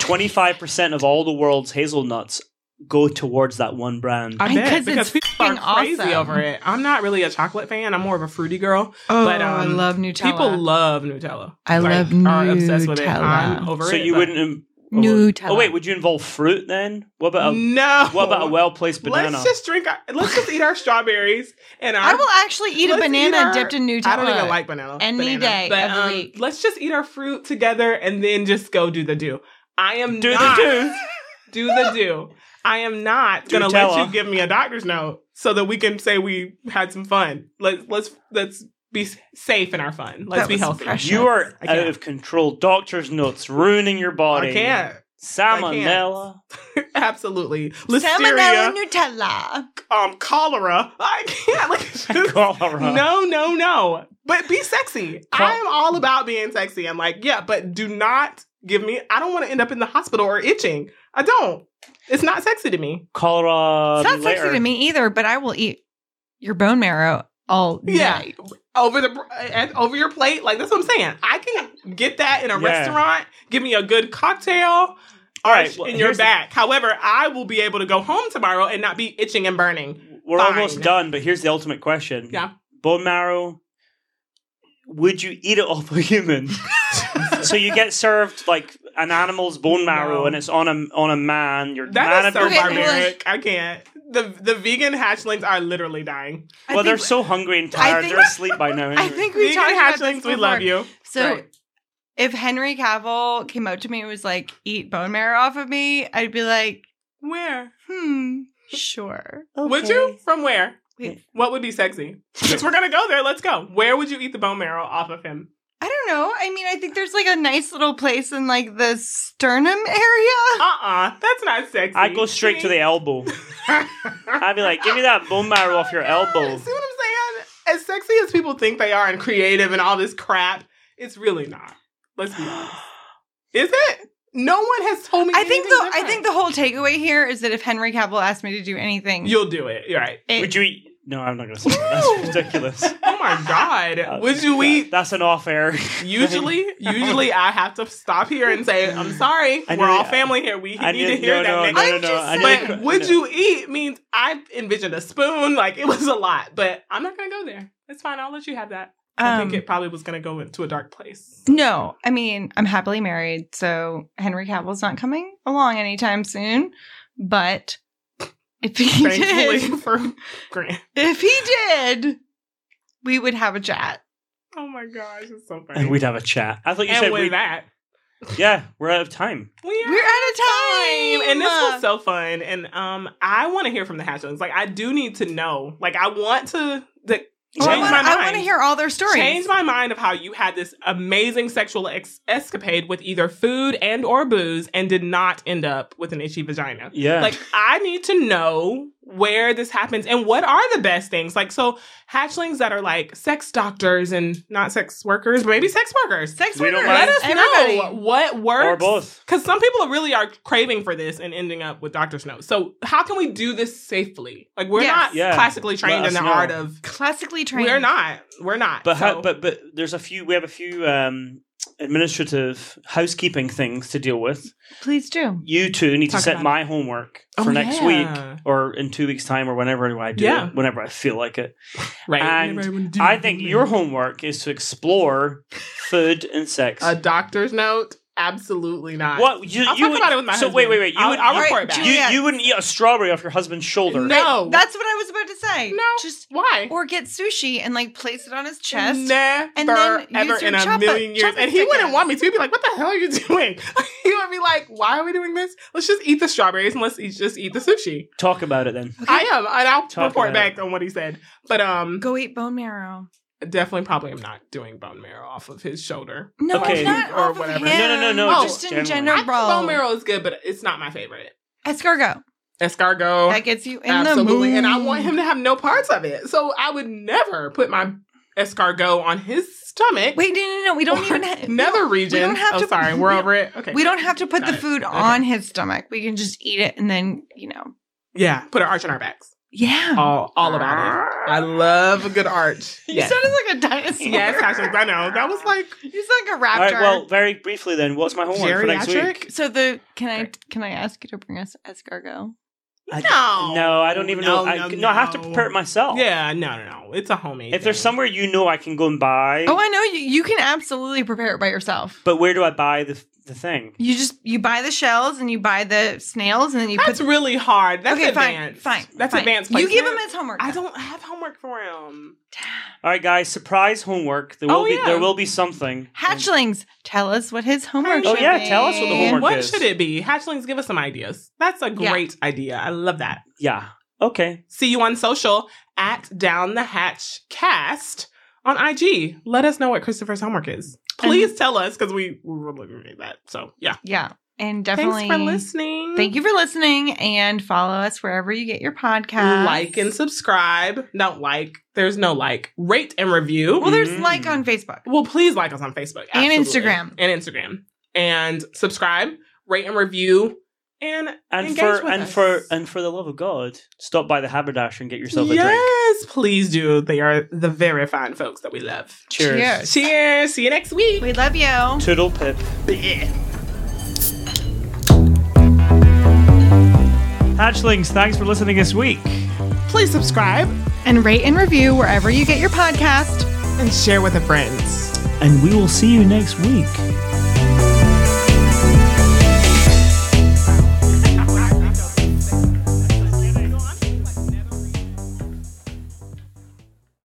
[SPEAKER 1] Twenty five percent of all the world's hazelnuts go towards that one brand.
[SPEAKER 2] I
[SPEAKER 3] I
[SPEAKER 2] mean, 'cause
[SPEAKER 3] bet
[SPEAKER 2] it's
[SPEAKER 3] because people
[SPEAKER 2] fucking
[SPEAKER 3] are crazy
[SPEAKER 2] awesome.
[SPEAKER 3] over it. I'm not really a chocolate fan. I'm more of a fruity girl.
[SPEAKER 2] Oh,
[SPEAKER 3] But, um,
[SPEAKER 2] I love Nutella.
[SPEAKER 3] People love Nutella.
[SPEAKER 2] I love
[SPEAKER 3] Are obsessed with it. I'm
[SPEAKER 2] Nutella.
[SPEAKER 3] over
[SPEAKER 1] so
[SPEAKER 3] it.
[SPEAKER 1] you
[SPEAKER 3] but-
[SPEAKER 1] wouldn't. Im-
[SPEAKER 2] Nutella.
[SPEAKER 1] Oh wait, would you involve fruit then? What about a,
[SPEAKER 3] no.
[SPEAKER 1] what about a well placed banana?
[SPEAKER 3] Let's just drink. Our, let's just eat our strawberries and our.
[SPEAKER 2] I will actually eat a
[SPEAKER 3] Let's eat
[SPEAKER 2] banana
[SPEAKER 3] our-
[SPEAKER 2] dipped in Nutella.
[SPEAKER 3] I don't even like banana.
[SPEAKER 2] Any
[SPEAKER 3] banana.
[SPEAKER 2] day
[SPEAKER 3] but,
[SPEAKER 2] of the
[SPEAKER 3] um,
[SPEAKER 2] week.
[SPEAKER 3] Let's just eat our fruit together and then just go do the do. I am
[SPEAKER 1] Do the
[SPEAKER 3] not
[SPEAKER 1] do.
[SPEAKER 3] do the do. I am not gonna let
[SPEAKER 1] Nutella.
[SPEAKER 3] you give me a doctor's note so that we can say we had some fun. Let's let's let's be s- safe in our fun. Let's
[SPEAKER 2] That
[SPEAKER 3] be
[SPEAKER 2] was
[SPEAKER 3] healthy.
[SPEAKER 2] fresh.
[SPEAKER 1] you are
[SPEAKER 3] I can't.
[SPEAKER 1] out of control. Doctor's notes ruining your body.
[SPEAKER 3] I can't.
[SPEAKER 1] Salmonella.
[SPEAKER 3] Absolutely.
[SPEAKER 2] Salmonella
[SPEAKER 3] Listeria.
[SPEAKER 2] Nutella.
[SPEAKER 3] Um, cholera. I can't. Like, it's just-
[SPEAKER 1] Cholera.
[SPEAKER 3] no, no, no. But be sexy.
[SPEAKER 1] Col-
[SPEAKER 3] I am all about being sexy. I'm like, yeah, but do not give me. I don't want to end up in the hospital or itching. I don't. It's not sexy to me.
[SPEAKER 1] Cholera.
[SPEAKER 2] it's not
[SPEAKER 1] later.
[SPEAKER 2] sexy to me either, but I will eat your bone marrow all
[SPEAKER 3] Yeah.
[SPEAKER 2] night.
[SPEAKER 3] over the at, over your plate. Like that's what I'm saying. I can get that in a
[SPEAKER 1] Yeah.
[SPEAKER 3] restaurant. Give me a good cocktail. All
[SPEAKER 1] right,
[SPEAKER 3] right,
[SPEAKER 1] well,
[SPEAKER 3] in your
[SPEAKER 1] here's the-
[SPEAKER 3] back. However, I will be able to go home tomorrow and not be itching and burning.
[SPEAKER 1] We're
[SPEAKER 3] Fine.
[SPEAKER 1] almost done, but here's the ultimate question.
[SPEAKER 3] Yeah.
[SPEAKER 1] Bone marrow. Would you eat it off a human? so you get served like an animal's bone marrow,
[SPEAKER 3] No.
[SPEAKER 1] and it's on a on a man. You're
[SPEAKER 3] That
[SPEAKER 1] man of
[SPEAKER 3] is so
[SPEAKER 1] your
[SPEAKER 2] Okay, well,
[SPEAKER 1] barbarian.
[SPEAKER 3] barbaric. I can't. The the vegan hatchlings are literally dying.
[SPEAKER 2] I
[SPEAKER 1] Well, they're
[SPEAKER 2] think-
[SPEAKER 1] so hungry and tired;
[SPEAKER 2] think-
[SPEAKER 1] they're asleep by now.
[SPEAKER 2] I
[SPEAKER 1] anyway.
[SPEAKER 2] think we
[SPEAKER 3] vegan
[SPEAKER 2] talked about this
[SPEAKER 3] hatchlings,
[SPEAKER 2] before.
[SPEAKER 3] we love you.
[SPEAKER 2] So
[SPEAKER 3] Right.
[SPEAKER 2] if Henry Cavill came out to me and was like, "Eat bone marrow off of me," I'd be like,
[SPEAKER 3] Where
[SPEAKER 2] "Hmm, sure."
[SPEAKER 3] would you? From where?
[SPEAKER 2] Wait.
[SPEAKER 3] What would be sexy? Since we're gonna go there, let's go. Where would you eat the bone marrow off of him?
[SPEAKER 2] I don't know. I mean, I think there's like a nice little place in like the sternum area.
[SPEAKER 3] Uh uh that's not sexy.
[SPEAKER 1] I'd go straight to the elbow.
[SPEAKER 3] the.
[SPEAKER 1] I'd be like, "Give me that bone marrow off your elbow."
[SPEAKER 3] See what I'm saying? As sexy as people think they are and creative and all this crap, it's really not. Let's be honest. Is it? No one has told me.
[SPEAKER 2] I think
[SPEAKER 3] anything
[SPEAKER 2] the I think
[SPEAKER 3] different.
[SPEAKER 2] the whole takeaway here is that if Henry Cavill asked me to do anything,
[SPEAKER 3] you'll do it. You're right.
[SPEAKER 2] it-
[SPEAKER 1] Would you eat? No, I'm not going to say that. That's ridiculous.
[SPEAKER 3] Oh my god. Would you eat?
[SPEAKER 1] That's an off air.
[SPEAKER 3] Usually, usually I have to stop here and say I'm sorry.
[SPEAKER 1] I
[SPEAKER 3] We're
[SPEAKER 1] knew-
[SPEAKER 3] all family here. We
[SPEAKER 1] I
[SPEAKER 3] need to
[SPEAKER 1] didn't- no,
[SPEAKER 3] hear
[SPEAKER 1] no,
[SPEAKER 3] that.
[SPEAKER 1] no,
[SPEAKER 3] next-
[SPEAKER 1] no,
[SPEAKER 2] I'm
[SPEAKER 1] no.
[SPEAKER 2] just
[SPEAKER 1] I
[SPEAKER 2] saying.
[SPEAKER 1] didn't-
[SPEAKER 3] But would
[SPEAKER 1] no.
[SPEAKER 3] you eat means I envisioned a spoon. Like it was a lot, but I'm not gonna go there. It's fine. I'll let you have that. I think
[SPEAKER 2] Um,
[SPEAKER 3] it probably was gonna go into a dark place.
[SPEAKER 2] No, I mean, I'm happily married, so Henry Cavill's not coming along anytime soon. But if he
[SPEAKER 3] Thankfully
[SPEAKER 2] did,
[SPEAKER 3] for Grant.
[SPEAKER 2] if he did, we would have a chat.
[SPEAKER 3] Oh my gosh, it's so funny.
[SPEAKER 1] And we'd have a chat. I thought you
[SPEAKER 3] and
[SPEAKER 1] said
[SPEAKER 3] with
[SPEAKER 1] we.
[SPEAKER 3] that,
[SPEAKER 1] Yeah, we're out of time.
[SPEAKER 3] we are
[SPEAKER 2] We're out of time,
[SPEAKER 3] time. And this was so fun. And um, I want to hear from the hatchlings. Like, I do need to know. Like, I want to like,
[SPEAKER 2] Well, I wanna-
[SPEAKER 3] change my mind.
[SPEAKER 2] I want to hear all their stories.
[SPEAKER 3] Change my mind of how you had this amazing sexual ex- escapade with either food and or booze, and did not end up with an itchy vagina.
[SPEAKER 1] Yeah.
[SPEAKER 3] Like I need to know where this happens and what are the best things. Like so hatchlings that are like sex doctors and not sex workers, but maybe sex workers.
[SPEAKER 2] Sex
[SPEAKER 1] We
[SPEAKER 2] workers.
[SPEAKER 1] don't
[SPEAKER 3] Let
[SPEAKER 1] mind.
[SPEAKER 3] us
[SPEAKER 2] Everybody.
[SPEAKER 3] know what works.
[SPEAKER 1] or both.
[SPEAKER 3] Because some people really are craving for this and ending up with doctor's notes. So how can we do this safely? Like we're
[SPEAKER 2] Yes.
[SPEAKER 3] not
[SPEAKER 1] Yeah.
[SPEAKER 3] classically trained
[SPEAKER 1] Let
[SPEAKER 3] in the
[SPEAKER 1] us know.
[SPEAKER 3] art of
[SPEAKER 2] Classically trained.
[SPEAKER 3] We're not. We're not.
[SPEAKER 1] But
[SPEAKER 3] So-
[SPEAKER 1] ha- but but there's a few. We have a few um, administrative housekeeping things to deal with.
[SPEAKER 2] Please do.
[SPEAKER 1] You two need
[SPEAKER 3] Talk
[SPEAKER 1] to set
[SPEAKER 3] about
[SPEAKER 1] my homework
[SPEAKER 3] Oh,
[SPEAKER 1] for next week
[SPEAKER 3] yeah.
[SPEAKER 1] or in two weeks' time or whenever I do
[SPEAKER 3] Yeah.
[SPEAKER 1] it, whenever I feel like it.
[SPEAKER 3] right.
[SPEAKER 1] and
[SPEAKER 3] Whenever wanna do
[SPEAKER 1] I think
[SPEAKER 3] it.
[SPEAKER 1] your homework is to explore food and sex.
[SPEAKER 3] a doctor's note? Absolutely not.
[SPEAKER 1] what you,
[SPEAKER 3] I'll
[SPEAKER 1] you
[SPEAKER 3] talk
[SPEAKER 1] would,
[SPEAKER 3] about it with my
[SPEAKER 1] so wait
[SPEAKER 3] husband.
[SPEAKER 1] wait wait you
[SPEAKER 3] I'll-
[SPEAKER 1] would
[SPEAKER 3] I'll
[SPEAKER 1] you-
[SPEAKER 3] report back.
[SPEAKER 2] Right,
[SPEAKER 1] you,
[SPEAKER 2] Juliet.
[SPEAKER 1] you wouldn't eat a strawberry off your husband's shoulder.
[SPEAKER 3] No. Oh.
[SPEAKER 2] That's what I was about to say.
[SPEAKER 3] No.
[SPEAKER 2] Just
[SPEAKER 3] Why?
[SPEAKER 2] or get sushi and like place it on his chest.
[SPEAKER 3] Never
[SPEAKER 2] and then
[SPEAKER 3] ever
[SPEAKER 2] use your
[SPEAKER 3] in a
[SPEAKER 2] choppa-
[SPEAKER 3] million years. And he
[SPEAKER 2] chopstick
[SPEAKER 3] wouldn't
[SPEAKER 2] guns.
[SPEAKER 3] want me to. He'd be like, what the hell are you doing? he would be like, why are we doing this? Let's just eat the strawberries and let's eat, just eat the sushi.
[SPEAKER 1] Talk about it then.
[SPEAKER 2] Okay.
[SPEAKER 3] I am. And I'll
[SPEAKER 1] Talk
[SPEAKER 3] report
[SPEAKER 1] about
[SPEAKER 3] back
[SPEAKER 1] it.
[SPEAKER 3] on what he said. But um
[SPEAKER 2] Go eat bone marrow.
[SPEAKER 3] definitely probably am not doing bone marrow off of his shoulder.
[SPEAKER 2] No,
[SPEAKER 1] Okay.
[SPEAKER 2] not
[SPEAKER 3] Or
[SPEAKER 2] off of
[SPEAKER 3] whatever.
[SPEAKER 2] him.
[SPEAKER 1] No, no, no, no,
[SPEAKER 2] Oh,
[SPEAKER 3] just
[SPEAKER 2] just in
[SPEAKER 1] generally.
[SPEAKER 2] general,
[SPEAKER 3] I think
[SPEAKER 2] bro.
[SPEAKER 3] bone marrow is good, but it's not my favorite.
[SPEAKER 2] Escargot.
[SPEAKER 3] Escargot.
[SPEAKER 2] That gets you in the
[SPEAKER 3] Oh, absolutely.
[SPEAKER 2] mood.
[SPEAKER 3] And I want him to have no parts of it. So I would never put my escargot on his stomach.
[SPEAKER 2] Wait, no, no, no. We don't
[SPEAKER 3] or
[SPEAKER 2] even. Ha-
[SPEAKER 3] nether region.
[SPEAKER 2] don't have
[SPEAKER 3] I'm
[SPEAKER 2] to-
[SPEAKER 3] sorry, we're
[SPEAKER 2] we-
[SPEAKER 3] over it. Okay.
[SPEAKER 2] We don't have to put
[SPEAKER 3] Got
[SPEAKER 2] the
[SPEAKER 3] it.
[SPEAKER 2] food
[SPEAKER 3] Okay.
[SPEAKER 2] on his stomach. We can just eat it and then, you know.
[SPEAKER 3] Yeah, put an arch on our backs.
[SPEAKER 2] Yeah.
[SPEAKER 3] All, all about it. I love a good arch.
[SPEAKER 2] You
[SPEAKER 3] Yes,
[SPEAKER 2] sounded like a dinosaur.
[SPEAKER 3] yes, actually, I know that was like
[SPEAKER 2] You sound like a
[SPEAKER 1] All
[SPEAKER 2] raptor.
[SPEAKER 1] right. Well, very briefly then, what's my homework for next week?
[SPEAKER 3] geriatric.
[SPEAKER 2] so the can I can I ask you to bring us escargot?
[SPEAKER 1] I,
[SPEAKER 3] No.
[SPEAKER 1] no, I don't even know.
[SPEAKER 3] No,
[SPEAKER 1] I,
[SPEAKER 3] no,
[SPEAKER 1] no, I have to
[SPEAKER 3] no.
[SPEAKER 1] prepare it myself.
[SPEAKER 3] Yeah, no, no, no. It's a homemade.
[SPEAKER 1] If there's
[SPEAKER 3] thing.
[SPEAKER 1] somewhere you know I can go and buy,
[SPEAKER 2] Oh, I know you. You can absolutely prepare it by yourself.
[SPEAKER 1] but where do I buy the the thing?
[SPEAKER 2] You just you buy the shells and you buy the snails and then you
[SPEAKER 3] that's
[SPEAKER 2] put.
[SPEAKER 3] really hard. That's
[SPEAKER 2] okay, fine,
[SPEAKER 3] advanced.
[SPEAKER 2] fine.
[SPEAKER 3] That's
[SPEAKER 2] fine.
[SPEAKER 3] advanced.
[SPEAKER 2] You give him
[SPEAKER 3] placement.
[SPEAKER 2] his homework.
[SPEAKER 3] I don't have homework for him.
[SPEAKER 1] All right, guys, surprise homework. There will
[SPEAKER 3] Oh,
[SPEAKER 1] be
[SPEAKER 3] yeah.
[SPEAKER 1] there will be something.
[SPEAKER 2] Hatchlings, tell us what his homework.
[SPEAKER 1] Oh,
[SPEAKER 2] should
[SPEAKER 1] yeah, tell us what the
[SPEAKER 2] be.
[SPEAKER 1] homework-
[SPEAKER 3] what
[SPEAKER 1] is.
[SPEAKER 3] should it be? Hatchlings, give us some ideas. That's a
[SPEAKER 2] Yeah.
[SPEAKER 3] great idea. I love that.
[SPEAKER 1] Yeah. Okay.
[SPEAKER 3] See you on social at Down the Hatch Cast on IG. Let us know what Christopher's homework is. Please tell us because we we're looking at that. So yeah,
[SPEAKER 2] Yeah, and definitely.
[SPEAKER 3] thanks for listening.
[SPEAKER 2] Thank you for listening, and follow us wherever you get your podcast.
[SPEAKER 3] Like and subscribe. Don't like. There's no like. Rate and review.
[SPEAKER 2] well,
[SPEAKER 3] Well,
[SPEAKER 2] there's
[SPEAKER 1] Mm.
[SPEAKER 2] like on Facebook.
[SPEAKER 3] please like us on Facebook
[SPEAKER 2] And
[SPEAKER 3] Absolutely.
[SPEAKER 2] Instagram.
[SPEAKER 3] and Instagram and subscribe, rate and review, and
[SPEAKER 1] And
[SPEAKER 3] Engage
[SPEAKER 1] for
[SPEAKER 3] with
[SPEAKER 1] and
[SPEAKER 3] us.
[SPEAKER 1] for and for the love of God, stop by the haberdasher and get yourself a drink.
[SPEAKER 3] yes, please do. They are the very fine folks that we love.
[SPEAKER 1] Cheers.
[SPEAKER 2] Cheers.
[SPEAKER 3] Cheers. See you next week.
[SPEAKER 2] We love you.
[SPEAKER 1] Toodle pip. Hatchlings, thanks for listening this week.
[SPEAKER 3] Please subscribe
[SPEAKER 2] And rate and review wherever you get your podcast.
[SPEAKER 3] and share with a friend.
[SPEAKER 1] And we will see you next week.